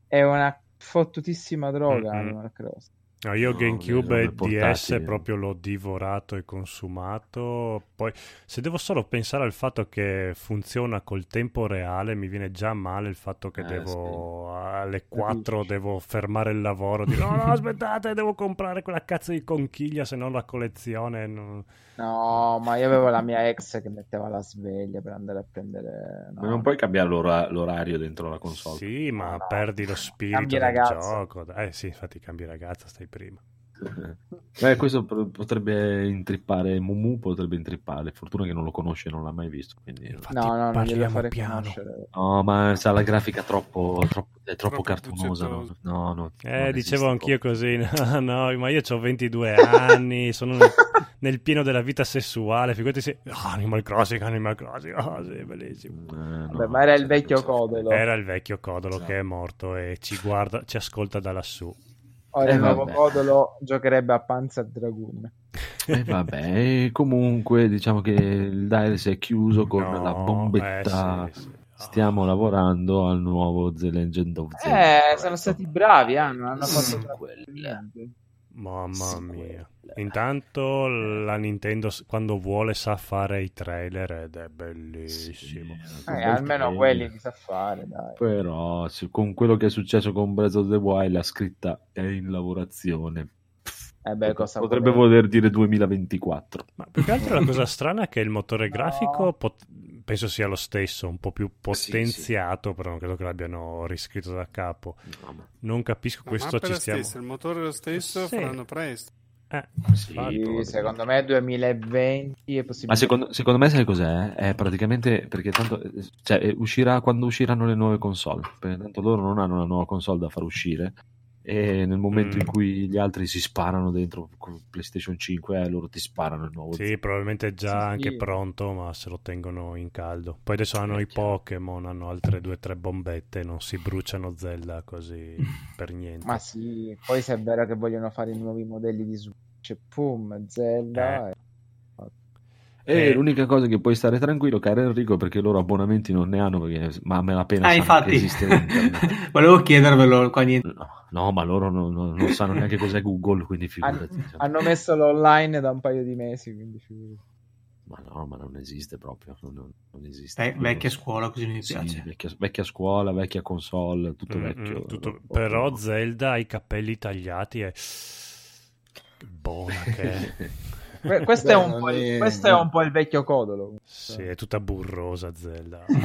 S4: è una fottutissima droga mm-hmm. Animal Crossing.
S3: No, io no, GameCube e DS proprio l'ho divorato e consumato. Poi, se devo solo pensare al fatto che funziona col tempo reale, mi viene già male il fatto che eh, devo sì. alle 4 devo fermare il lavoro. Dico, no, no, aspettate, devo comprare quella cazzo di conchiglia, se no la collezione. Non...
S4: No, ma io avevo la mia ex che metteva la sveglia per andare a prendere. No.
S2: Ma non puoi cambiare l'ora, l'orario dentro la console.
S3: Sì, ma no. perdi lo spirito cambi del ragazza. gioco. Eh sì, infatti, cambi ragazza, stai prima.
S2: Beh, questo potrebbe intrippare Mumu, potrebbe intrippare. Fortuna che non lo conosce, non l'ha mai visto. Quindi...
S4: Infatti, no, no, parliamo fare piano.
S2: No, ma sa la grafica troppo, troppo, è troppo, troppo cartonosa. No, no, no,
S3: eh, dicevo anch'io troppo. così. No, no, ma io ho 22 anni, sono nel, nel, pieno della vita sessuale. Figurati se oh, Animal Crossing, Animal Crossing, oh, sì, bellissimo.
S4: Eh, Vabbè, ma era il vecchio codolo.
S3: Era il vecchio codolo esatto. che è morto e ci guarda, ci ascolta da lassù.
S4: Ora eh, il nuovo Codolo giocherebbe a Panzer Dragoon.
S2: Eh, vabbè, comunque diciamo che il Dire si è chiuso con no, la bombetta. Eh, sì, sì. Stiamo oh. lavorando al nuovo The Legend of Zelda.
S4: Eh, corretto. sono stati bravi, eh, hanno,
S2: Mm,
S4: hanno fatto quelle.
S3: Mamma mia. Intanto la Nintendo quando vuole sa fare i trailer ed è bellissimo.
S4: Sì, eh, almeno trailer. quelli li sa fare, dai.
S2: Però se, con quello che è successo con Breath of the Wild la scritta è in lavorazione.
S4: Eh beh,
S2: potrebbe voler... voler dire 2024.
S3: Ma più che altro la cosa strana è che il motore grafico no. pot- penso sia lo stesso, un po' più potenziato, Eh sì, sì. però non credo che l'abbiano riscritto da capo. No, ma... Non capisco no, questo. Ci stiamo...
S5: Stessa, il motore è lo stesso, sì. faranno presto.
S3: Eh,
S4: sì, fatto, secondo me 2020 è possibile.
S2: Ma secondo, secondo, me sai cos'è? È praticamente perché tanto cioè, uscirà quando usciranno le nuove console. Perché tanto loro non hanno una nuova console da far uscire e nel momento mm. in cui gli altri si sparano dentro PlayStation 5 eh, loro ti sparano il nuovo
S3: sì zio. probabilmente già sì, anche sì. pronto ma se lo tengono in caldo poi adesso hanno i Pokémon hanno altre due o tre bombette non si bruciano Zelda così per niente
S4: ma sì poi se è vero che vogliono fare i nuovi modelli di Switch pum Zelda eh. e...
S2: E eh. l'unica cosa che puoi stare tranquillo, caro Enrico, perché loro abbonamenti non ne hanno, perché, ma me la pena
S6: ah, infatti. esiste Volevo chiedervelo qua niente.
S2: No, no ma loro non, non, non sanno neanche cos'è Google, quindi figurati.
S4: Hanno, hanno messo l'online da un paio di mesi, quindi figurati.
S2: Ma no, ma non esiste proprio, non, non esiste.
S6: Beh, vecchia scuola, così mi piace. Sì,
S2: vecchia, vecchia, scuola, vecchia console, tutto mm-hmm, vecchio.
S3: Mm,
S2: oh,
S3: Tutto... No, però no. Zelda ha i capelli tagliati e... Buona che...
S4: questo, Beh, è, un è... Il, questo è... un po' il vecchio codolo.
S3: Sì, è tutta burrosa Zelda.
S1: Beh,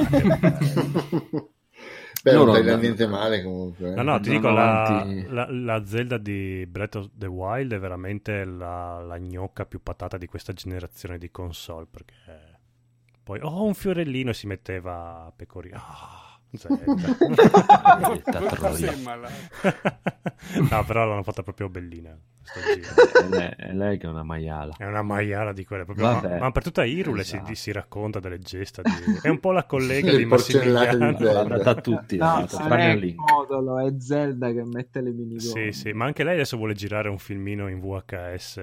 S1: no, non taglia niente male comunque. eh.
S3: No, no, ti non dico, la, la, la, Zelda di Breath of the Wild è veramente la, la gnocca più patata di questa generazione di console, perché poi, oh, un fiorellino si metteva a pecorino. Oh. eh,
S2: Eh,
S3: cioè. no, però l'hanno fatta proprio bellina.
S2: È lei, è lei che è una maiala.
S3: È una maiala di quelle proprio. Ma, ma, per tutta Irule esatto. si, si, racconta delle gesta. Di... È un po' la collega di Massimiliano.
S2: Da tutti.
S4: No, no, è, Codolo, è Zelda che mette le minigolf.
S3: Sì, sì, ma anche lei adesso vuole girare un filmino in VHS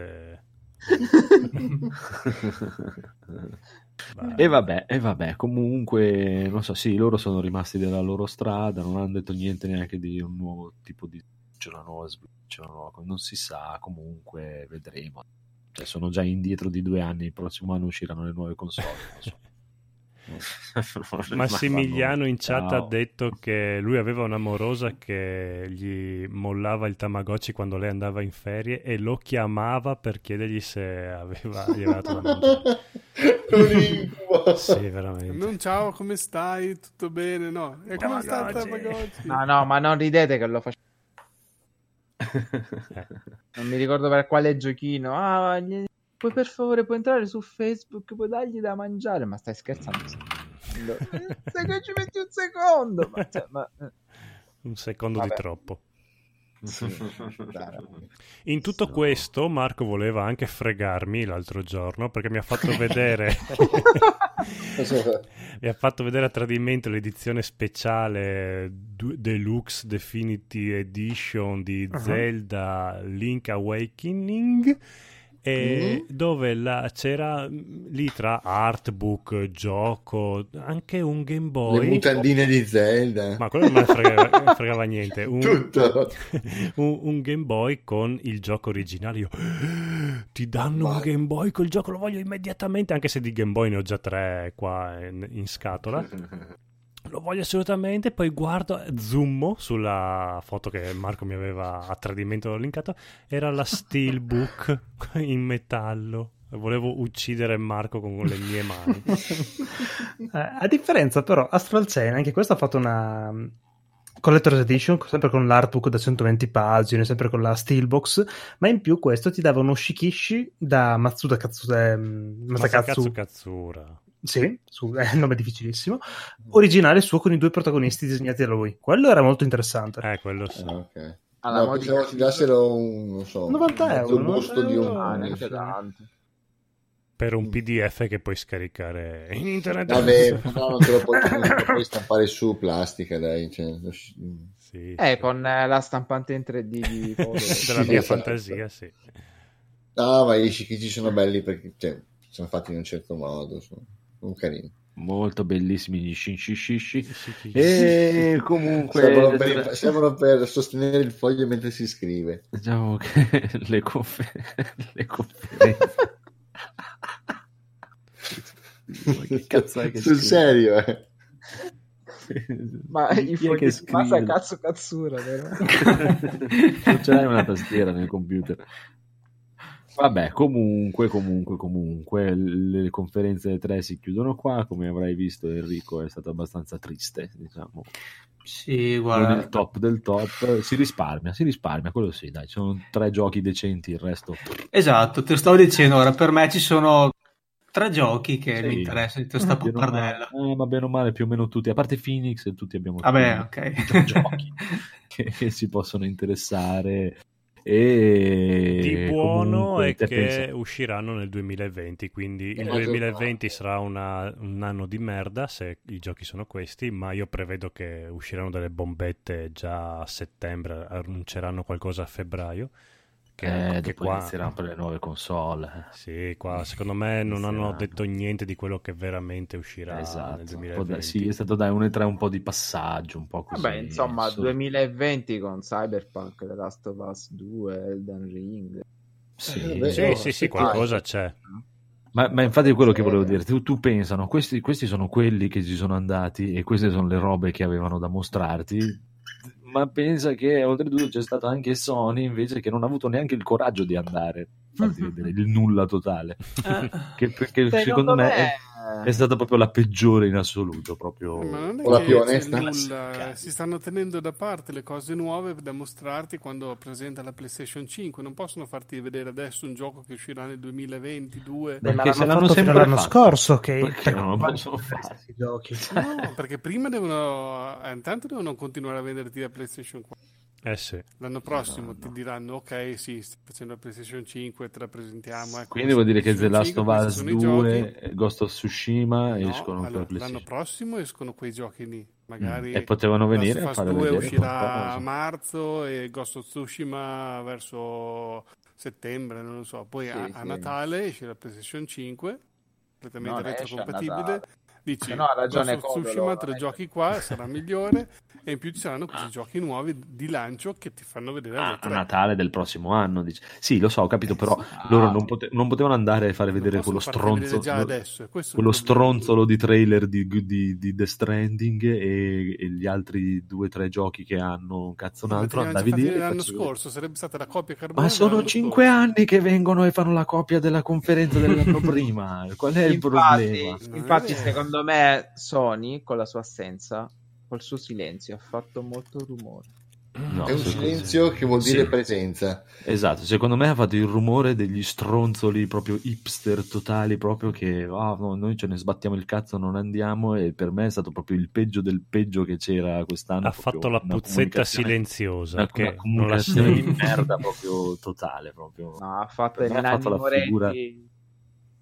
S2: e vabbè, e vabbè, comunque, non so, sì, loro sono rimasti della loro strada, non hanno detto niente neanche di un nuovo tipo di... c'è una nuova sviluppo, c'è una nuova... non si sa, comunque vedremo. Cioè, sono già indietro di due anni, il prossimo anno usciranno le nuove console.
S3: Massimiliano in chat Ciao. ha detto che lui aveva un'amorosa che gli mollava il Tamagotchi quando lei andava in ferie e lo chiamava per chiedergli se aveva gli aveva dato
S1: la
S3: Sì, veramente.
S5: Non ciao, come stai? Tutto bene? No, e come sta il Tamagotchi?
S4: No, no, ma non ridete che lo faccio. non mi ricordo per quale giochino. Ah, gli puoi per favore puoi entrare su Facebook, puoi dargli da mangiare, ma stai scherzando? Se che ci metti un secondo, ma, cioè, ma...
S3: un secondo Vabbè. di troppo. In tutto so... questo, Marco voleva anche fregarmi l'altro giorno perché mi ha fatto vedere. mi ha fatto vedere a tradimento l'edizione speciale Deluxe Definitive Edition di uh-huh. Zelda Link Awakening e mm. dove la, c'era mm, lì tra artbook, gioco, anche un Game Boy.
S1: Le mutandine di Zelda.
S3: Ma Ah, quello non me frega, ne fregava, niente. Un, Tutto. Un, un, Game Boy con il gioco originale. Io, ti danno Ma... un Game Boy col gioco, lo voglio immediatamente, anche se di Game Boy ne ho già tre qua in, in scatola. lo voglio assolutamente. Poi guardo, zoom sulla foto che Marco mi aveva a tradimento linkato. Era la Steelbook in metallo. Volevo uccidere Marco con le mie mani.
S7: Eh, a differenza, però, Astral Chain, anche questo ha fatto una mm, Collector's Edition, sempre con l'artbook da 120 pagine, sempre con la Steelbox, ma in più questo ti dava uno shikishi da Matsuda Katsu, eh, Masakatsu
S3: Katsura.
S7: Sì, su, è un nome difficilissimo. Originale suo con i due protagonisti disegnati da lui. Quello era molto interessante.
S3: Eh, quello sì. Ah, okay.
S1: Alla no, pensavo ti dassero un, so,
S7: 90 euro,
S1: un busto di un
S4: Ah,
S1: pane.
S3: Eh, Per un PDF che puoi scaricare Eh,
S7: Eh.
S3: in internet.
S1: Vabbè, no, non te lo puoi, te puoi stampare su plastica, dai. Cioè,
S4: sì, eh, sì. con la stampante in 3D di...
S3: della mia fantasia, sì.
S1: No, ma i shikichi sono belli perché cioè, sono fatti in un certo modo. Sono un carino.
S2: Molto bellissimi gli scinciscisci. E comunque
S1: servono per, servono per, sostenere il foglio mentre si scrive.
S2: Diciamo che le, confer- le conferenze.
S1: che cazzo è che Sul serio, eh?
S4: Ma i fogli di massa cazzo cazzura, vero?
S2: non ce l'hai una tastiera nel computer. Vabbè, comunque, comunque, comunque, le conferenze 3 si chiudono qua. Come avrai visto, Enrico è stato abbastanza triste, diciamo.
S6: Sì, guarda.
S2: Non il top del top, si risparmia, si risparmia, quello sì, dai, ci sono tre giochi decenti, il resto...
S6: Esatto, te lo stavo dicendo, ora per me ci sono tre giochi che sì. mi interessano di questa pappardella.
S2: Eh, va bene o male, più o meno tutti, a parte Phoenix, e tutti abbiamo...
S6: Vabbè, ok.
S2: Giochi che, che si possono interessare e
S3: di buono è che pensa. usciranno nel 2020 quindi il 2020 sarà una, un anno di merda se i giochi sono questi ma io prevedo che usciranno delle bombette già a settembre annunceranno qualcosa a febbraio
S2: che eh, dopo qua... inizieranno per le nuove console
S3: sì qua secondo me non inizieranno. hanno detto niente di quello che veramente uscirà esatto. nel 2020 da,
S2: sì è stato dai un e tre un po' di passaggio un po' così
S4: vabbè insomma su... 2020 con Cyberpunk The Last of Us 2 Elden Ring
S3: sì eh, vabbè, sì, no, sì, sì qualcosa vai. c'è
S2: ma, ma, infatti è quello che volevo dire, tu, tu pensano, questi, questi sono quelli che ci sono andati e queste sono le robe che avevano da mostrarti, ma pensa che oltretutto c'è stato anche Sony invece che non ha avuto neanche il coraggio di andare farti vedere il nulla totale che, perché secondo, secondo me, me è, è, stata proprio la peggiore in assoluto proprio
S1: o la più onesta nulla,
S5: si stanno tenendo da parte le cose nuove da mostrarti quando presenta la PlayStation 5 non possono farti vedere adesso un gioco che uscirà nel 2022
S7: Beh, perché se l'hanno sempre l'anno fatto. scorso che
S2: perché non possono fare questi
S4: Eh,
S5: eh, giochi no perché prima devono intanto devono continuare a venderti la PlayStation 4
S3: Eh sì.
S5: L'anno prossimo no, no. ti diranno: Ok, sì, stai facendo la PlayStation 5, te la presentiamo. Ecco,
S2: Quindi vuol dire che The Last of Us 2, Ghost of Tsushima no, escono
S5: allora, L'anno prossimo escono quei giochi lì. Magari mm.
S2: e potevano venire a fare
S5: 2 uscirà a marzo e Ghost of Tsushima verso settembre, non lo so. Poi sì, a, sì. a, Natale esce la PlayStation 5, completamente retrocompatibile. Dici, no, ha ragione Ghost of Tsushima, tre giochi qua, sarà migliore e in più ci saranno questi ah. giochi nuovi di lancio che ti fanno vedere
S2: ah, a Natale del prossimo anno. Dici. Sì, lo so, ho capito, eh, però ah. loro non, pote- non, potevano andare a fare non vedere quello stronzo
S5: già
S2: lo,
S5: adesso.
S2: quello stronzolo di trailer di, di, di The Stranding e, e, gli altri due o tre giochi che hanno un cazzo un altro. Andavi lì
S5: l'anno scorso sarebbe stata la copia
S2: carbonara. Ma sono cinque scorso. anni che vengono e fanno la copia della conferenza dell'anno prima. Qual è il
S4: infatti,
S2: problema?
S4: Infatti, eh. secondo me, Sony con la sua assenza col suo silenzio ha fatto molto rumore.
S1: No, è un silenzio così. che vuol dire sì. presenza.
S2: Esatto, secondo me ha fatto il rumore degli stronzoli proprio hipster totali, proprio che oh, no, noi ce ne sbattiamo il cazzo, non andiamo e per me è stato proprio il peggio del peggio che c'era quest'anno.
S3: Ha fatto la puzzetta silenziosa,
S2: una, che una non la... di merda proprio totale, proprio.
S4: No, ha fatto, ha fatto la Moretti.
S2: figura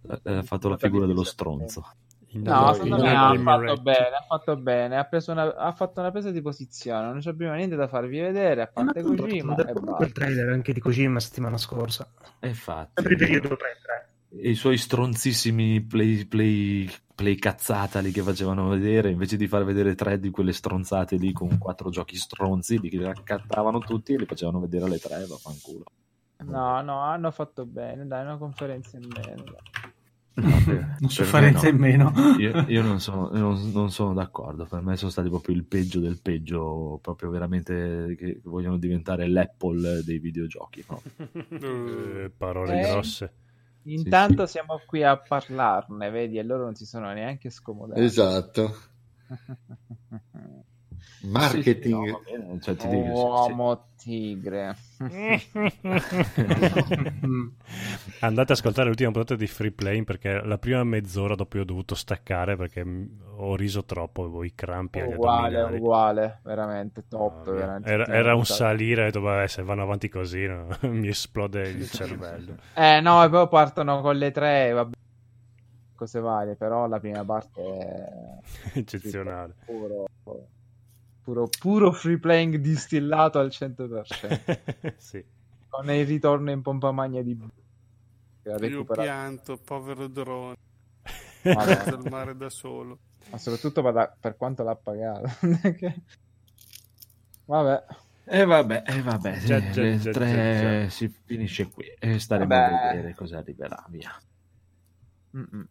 S2: ha fatto la figura dello stronzo.
S4: No, secondo me ha fatto bene, ha fatto bene, ha, preso una, ha fatto una presa di posizione, non c'abbiamo niente da farvi vedere, a parte eh, ma Kojima.
S7: Ma il trailer anche di Kojima settimana scorsa.
S2: E infatti.
S7: Sempre periodo 3
S2: I suoi stronzissimi play, play, play cazzata lì che facevano vedere, invece di far vedere tre di quelle stronzate lì con quattro giochi stronzi, li raccattavano tutti e li facevano vedere alle tre, vaffanculo.
S4: No, no, hanno fatto bene, dai, una conferenza in meno. Dai.
S6: No, per, sofferenza no. in meno.
S2: Io, io non, sono, non, non, sono, d'accordo, per me sono stati proprio il peggio del peggio, proprio veramente che vogliono diventare l'Apple dei videogiochi. No?
S3: eh, parole eh, grosse.
S4: Intanto sì, sì. siamo qui a parlarne, vedi, e loro non si sono neanche scomodati.
S1: Esatto. Marketing. Sì,
S4: bene, cioè, ti dico, Uomo tigre.
S3: Andate ad ascoltare l'ultima puntata di Free Plane perché la prima mezz'ora dopo ho dovuto staccare perché ho riso troppo, ho i crampi.
S4: Uguale, uguale, veramente top. No, veramente
S3: era, era un salire, ho detto, vabbè, se vanno avanti così no? mi esplode il cervello.
S4: eh no, e poi partono con le tre, vabbè cose varie però la prima parte è
S3: eccezionale
S4: puro, Puro, puro, free playing distillato al 100%.
S3: sì.
S4: Con il ritorno in pompa magna di...
S5: Io pianto, povero drone. Vado al mare da solo.
S4: Ma soprattutto per quanto l'ha pagato. vabbè.
S2: E eh vabbè, e eh vabbè, già, già, le già, tre già, si finisce qui e staremo vabbè. a vedere cosa arriverà via. Mm-mm.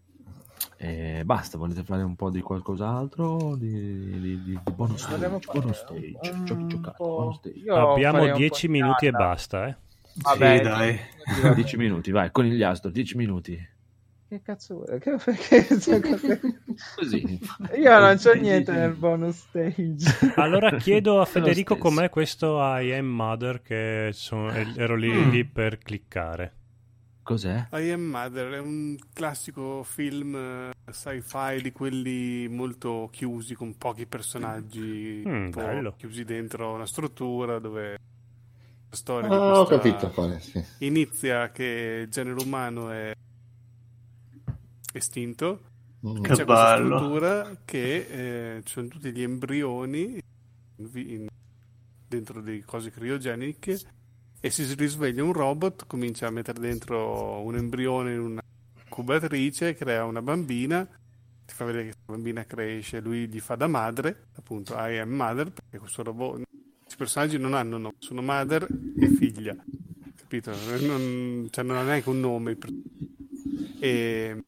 S2: E basta, volete fare un po' di qualcos'altro? Di, di, di, di bonus stage, bonus stage
S4: eh,
S2: um, giochi giocati, bonus stage.
S3: Abbiamo 10 minuti e basta, eh.
S2: Vabbè, sì, dai. 10 minuti, vai, con il astro, 10 minuti.
S4: Che cazzo che, che...
S2: Così.
S4: Io non c'ho niente nel bonus stage.
S3: Allora chiedo a Federico com'è questo I am mother che sono,
S5: Ah.
S3: ero
S1: Mm.
S3: lì, lì per cliccare.
S2: Cos'è?
S5: I Am Mother è un classico film eh, sci-fi di quelli molto chiusi, con pochi personaggi mm, po chiusi dentro una struttura dove la storia
S1: oh, capito, quale, sì.
S5: inizia che il genere umano è estinto. Mm. Che c'è questa struttura che eh, ci sono tutti gli embrioni in, in, dentro delle cose criogeniche e si risveglia un robot, comincia a mettere dentro un embrione in una cubatrice, crea una bambina, ti fa vedere che la bambina cresce, lui gli fa da madre, appunto I am mother, perché questo robot, questi personaggi non hanno nome, sono madre e figlia, capito? Non, cioè non ha neanche un nome. E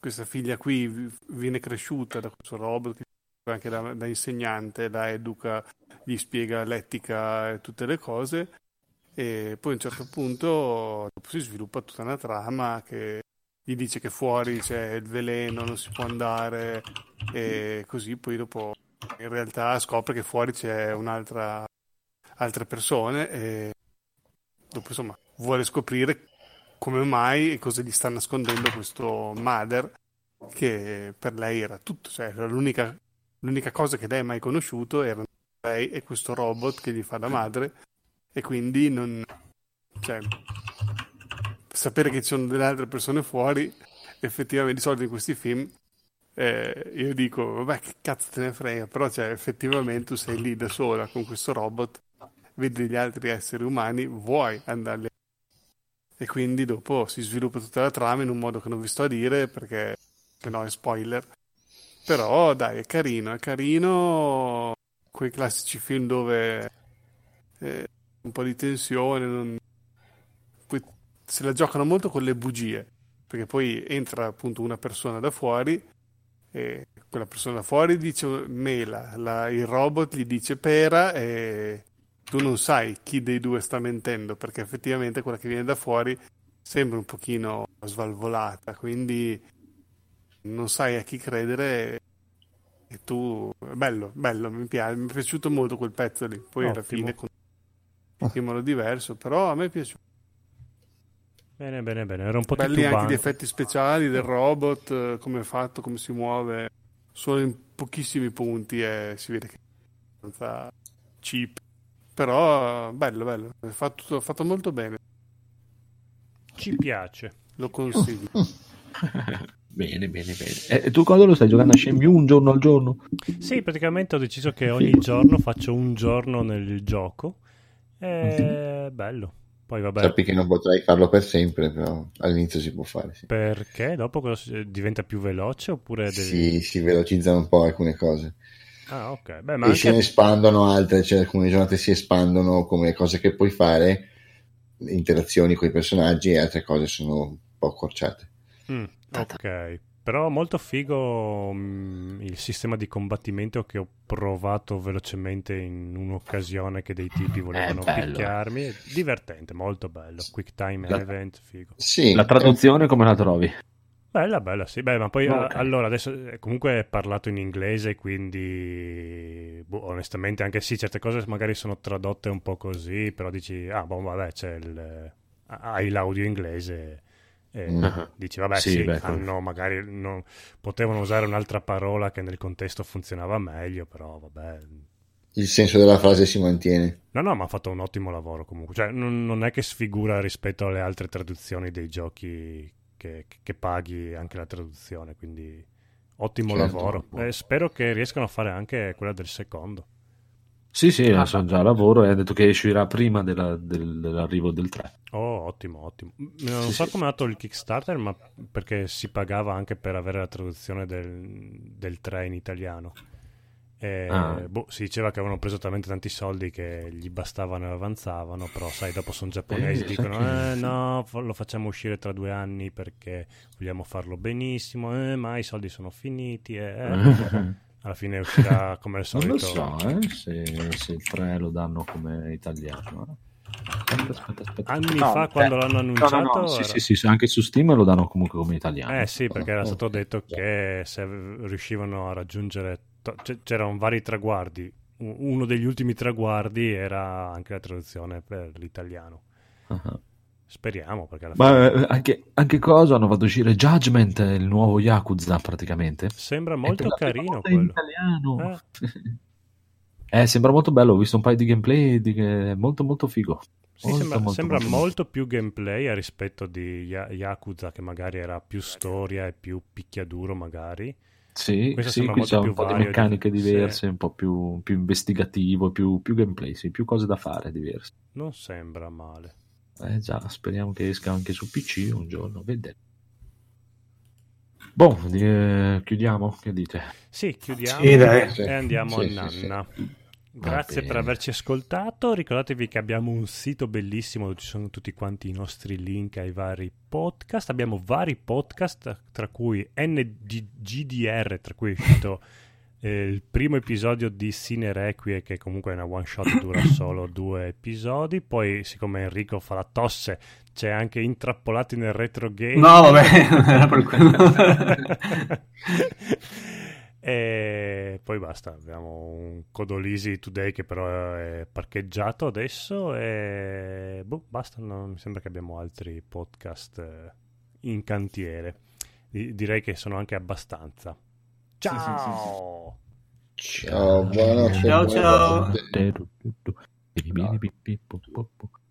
S5: questa figlia qui viene cresciuta da questo robot che anche da, da insegnante, la educa, gli spiega l'etica e tutte le cose e poi a un certo punto si sviluppa tutta una trama che gli dice che fuori c'è il veleno, non si può andare e così poi dopo in realtà scopre che fuori c'è un'altra altre persone e dopo insomma vuole scoprire come mai e cosa gli sta nascondendo questo mother che per lei era tutto, cioè era l'unica, l'unica cosa che lei ha mai conosciuto erano lei è questo robot che gli fa da madre e quindi non... Cioè, sapere che ci sono delle altre persone fuori, effettivamente di solito in questi film eh, io dico, vabbè che cazzo te ne frega, però cioè, effettivamente tu sei lì da sola con questo robot, vedi gli altri esseri umani, vuoi andarli e quindi dopo si sviluppa tutta la trama in un modo che non vi sto a dire perché che no è spoiler però dai è carino è carino quei classici film dove eh, un po' di tensione non... poi se la giocano molto con le bugie perché poi entra appunto una persona da fuori e quella persona da fuori dice mela la, il robot gli dice pera e tu non sai chi dei due sta mentendo perché effettivamente quella che viene da fuori sembra un pochino svalvolata quindi non sai a chi credere e tu bello bello mi, piace, mi è piaciuto molto quel pezzo lì poi Ottimo. alla fine con un timore diverso però a me è piaciuto
S3: bene bene bene era un po'
S5: belli
S3: titubante.
S5: anche gli effetti speciali del robot eh, come è fatto come si muove solo in pochissimi punti e si vede che è abbastanza cheap però bello bello è fatto, fatto, molto bene
S3: ci piace
S5: lo consiglio
S2: bene bene bene e tu quando lo stai giocando a Shenmue un giorno al giorno?
S3: sì praticamente ho deciso che ogni giorno faccio un giorno nel gioco
S5: Mm-hmm.
S3: è bello poi vabbè
S1: sappi che non potrai farlo per sempre però all'inizio si può fare sì.
S3: perché dopo eh, diventa più veloce oppure devi...
S1: sì, si velocizzano un po' alcune cose
S3: Ah, ok.
S1: Beh, ma e anche... se ne espandono altre, cioè alcune giornate si espandono come cose che puoi fare, interazioni con i personaggi e altre cose sono un po' accorciate.
S3: Mm, ok, però molto figo mh, il sistema di combattimento che ho provato velocemente in un'occasione che dei tipi volevano eh, picchiarmi. È divertente, molto bello. Quick time la... event, figo.
S2: Sì, la traduzione come la trovi?
S3: Bella, bella, sì. Beh, ma poi okay. a, allora adesso eh, comunque è parlato in inglese, quindi boh, onestamente anche sì, certe cose magari sono tradotte un po' così, però dici, ah, boh, vabbè, c'è il, hai l'audio inglese. E uh-huh. dici vabbè sì, sì beh, hanno, magari non, potevano usare un'altra parola che nel contesto funzionava meglio però vabbè
S1: il senso della frase si mantiene
S3: no no ma ha fatto un ottimo lavoro comunque cioè, non, non è che sfigura rispetto alle altre traduzioni dei giochi che, che, paghi anche la traduzione. Quindi ottimo certo, lavoro. Eh, spero che riescano a fare anche quella del secondo.
S2: Sì, sì, ah, sono già a lavoro e ha detto che uscirà prima della, del, dell'arrivo del 3.
S3: Oh, ottimo, ottimo. Non sì, so sì. come è nato il Kickstarter, ma perché si pagava anche per avere la traduzione del, del 3 in italiano. E, ah. boh, si diceva che avevano preso talmente tanti soldi che gli bastavano e avanzavano, però sai, dopo sono giapponesi, eh, dicono eh, no, lo facciamo uscire tra due anni perché vogliamo farlo benissimo, eh, ma i soldi sono finiti. eh,
S2: Eh.
S3: alla fine uscirà come al
S2: Non
S3: solito.
S2: lo so eh, se, se, il 3 lo danno come italiano. eh.
S3: Aspetta, aspetta, aspetta. Anni no, fa, quando l'hanno annunciato, no, no,
S2: era... sì, sì, sì, anche su Steam lo danno comunque come italiano.
S3: Eh sì, perché era stato detto che se riuscivano a raggiungere c'erano vari traguardi. Uno degli ultimi traguardi era anche la traduzione per l'italiano. Uh-huh. Speriamo, perché alla
S2: Ma eh, fine... anche, anche cosa hanno fatto uscire Judgment, eh, il nuovo Yakuza praticamente.
S3: Sembra molto carino quello.
S2: In italiano. Eh. eh. sembra molto bello, ho visto un paio di gameplay, di... molto molto figo.
S3: Sì, molto, sembra, molto, sembra molto, molto, più gameplay rispetto di Yakuza, che magari era più storia e più picchiaduro magari.
S2: Sì, Questo sì qui c'è un po' vario, di meccaniche diverse, sì. un po' più, più investigativo, più, più gameplay, sì, più cose da fare diverse.
S3: Non sembra male.
S2: Eh già, speriamo che esca anche su PC un giorno, vedete. Boh, eh, chiudiamo, che dite?
S3: Sì, chiudiamo e andiamo a Nanna. Grazie per averci ascoltato, ricordatevi che abbiamo un sito bellissimo dove ci sono tutti quanti i nostri link ai vari podcast, abbiamo vari podcast tra cui NGDR, tra cui è uscito eh, il primo episodio di Cine Requie che comunque è una one shot, dura solo due episodi, poi siccome Enrico fa la tosse c'è Cioè, anche Intrappolati nel retro game.
S6: No vabbè, non era per quello.
S3: E poi basta, abbiamo un Codolisi Today che però è parcheggiato adesso e boh, basta, non mi sembra che abbiamo altri podcast eh, in cantiere. Direi che sono anche abbastanza. Ciao!
S1: Ciao!
S8: Ciao, buonanotte.
S1: Ciao, ciao.
S2: Ciao.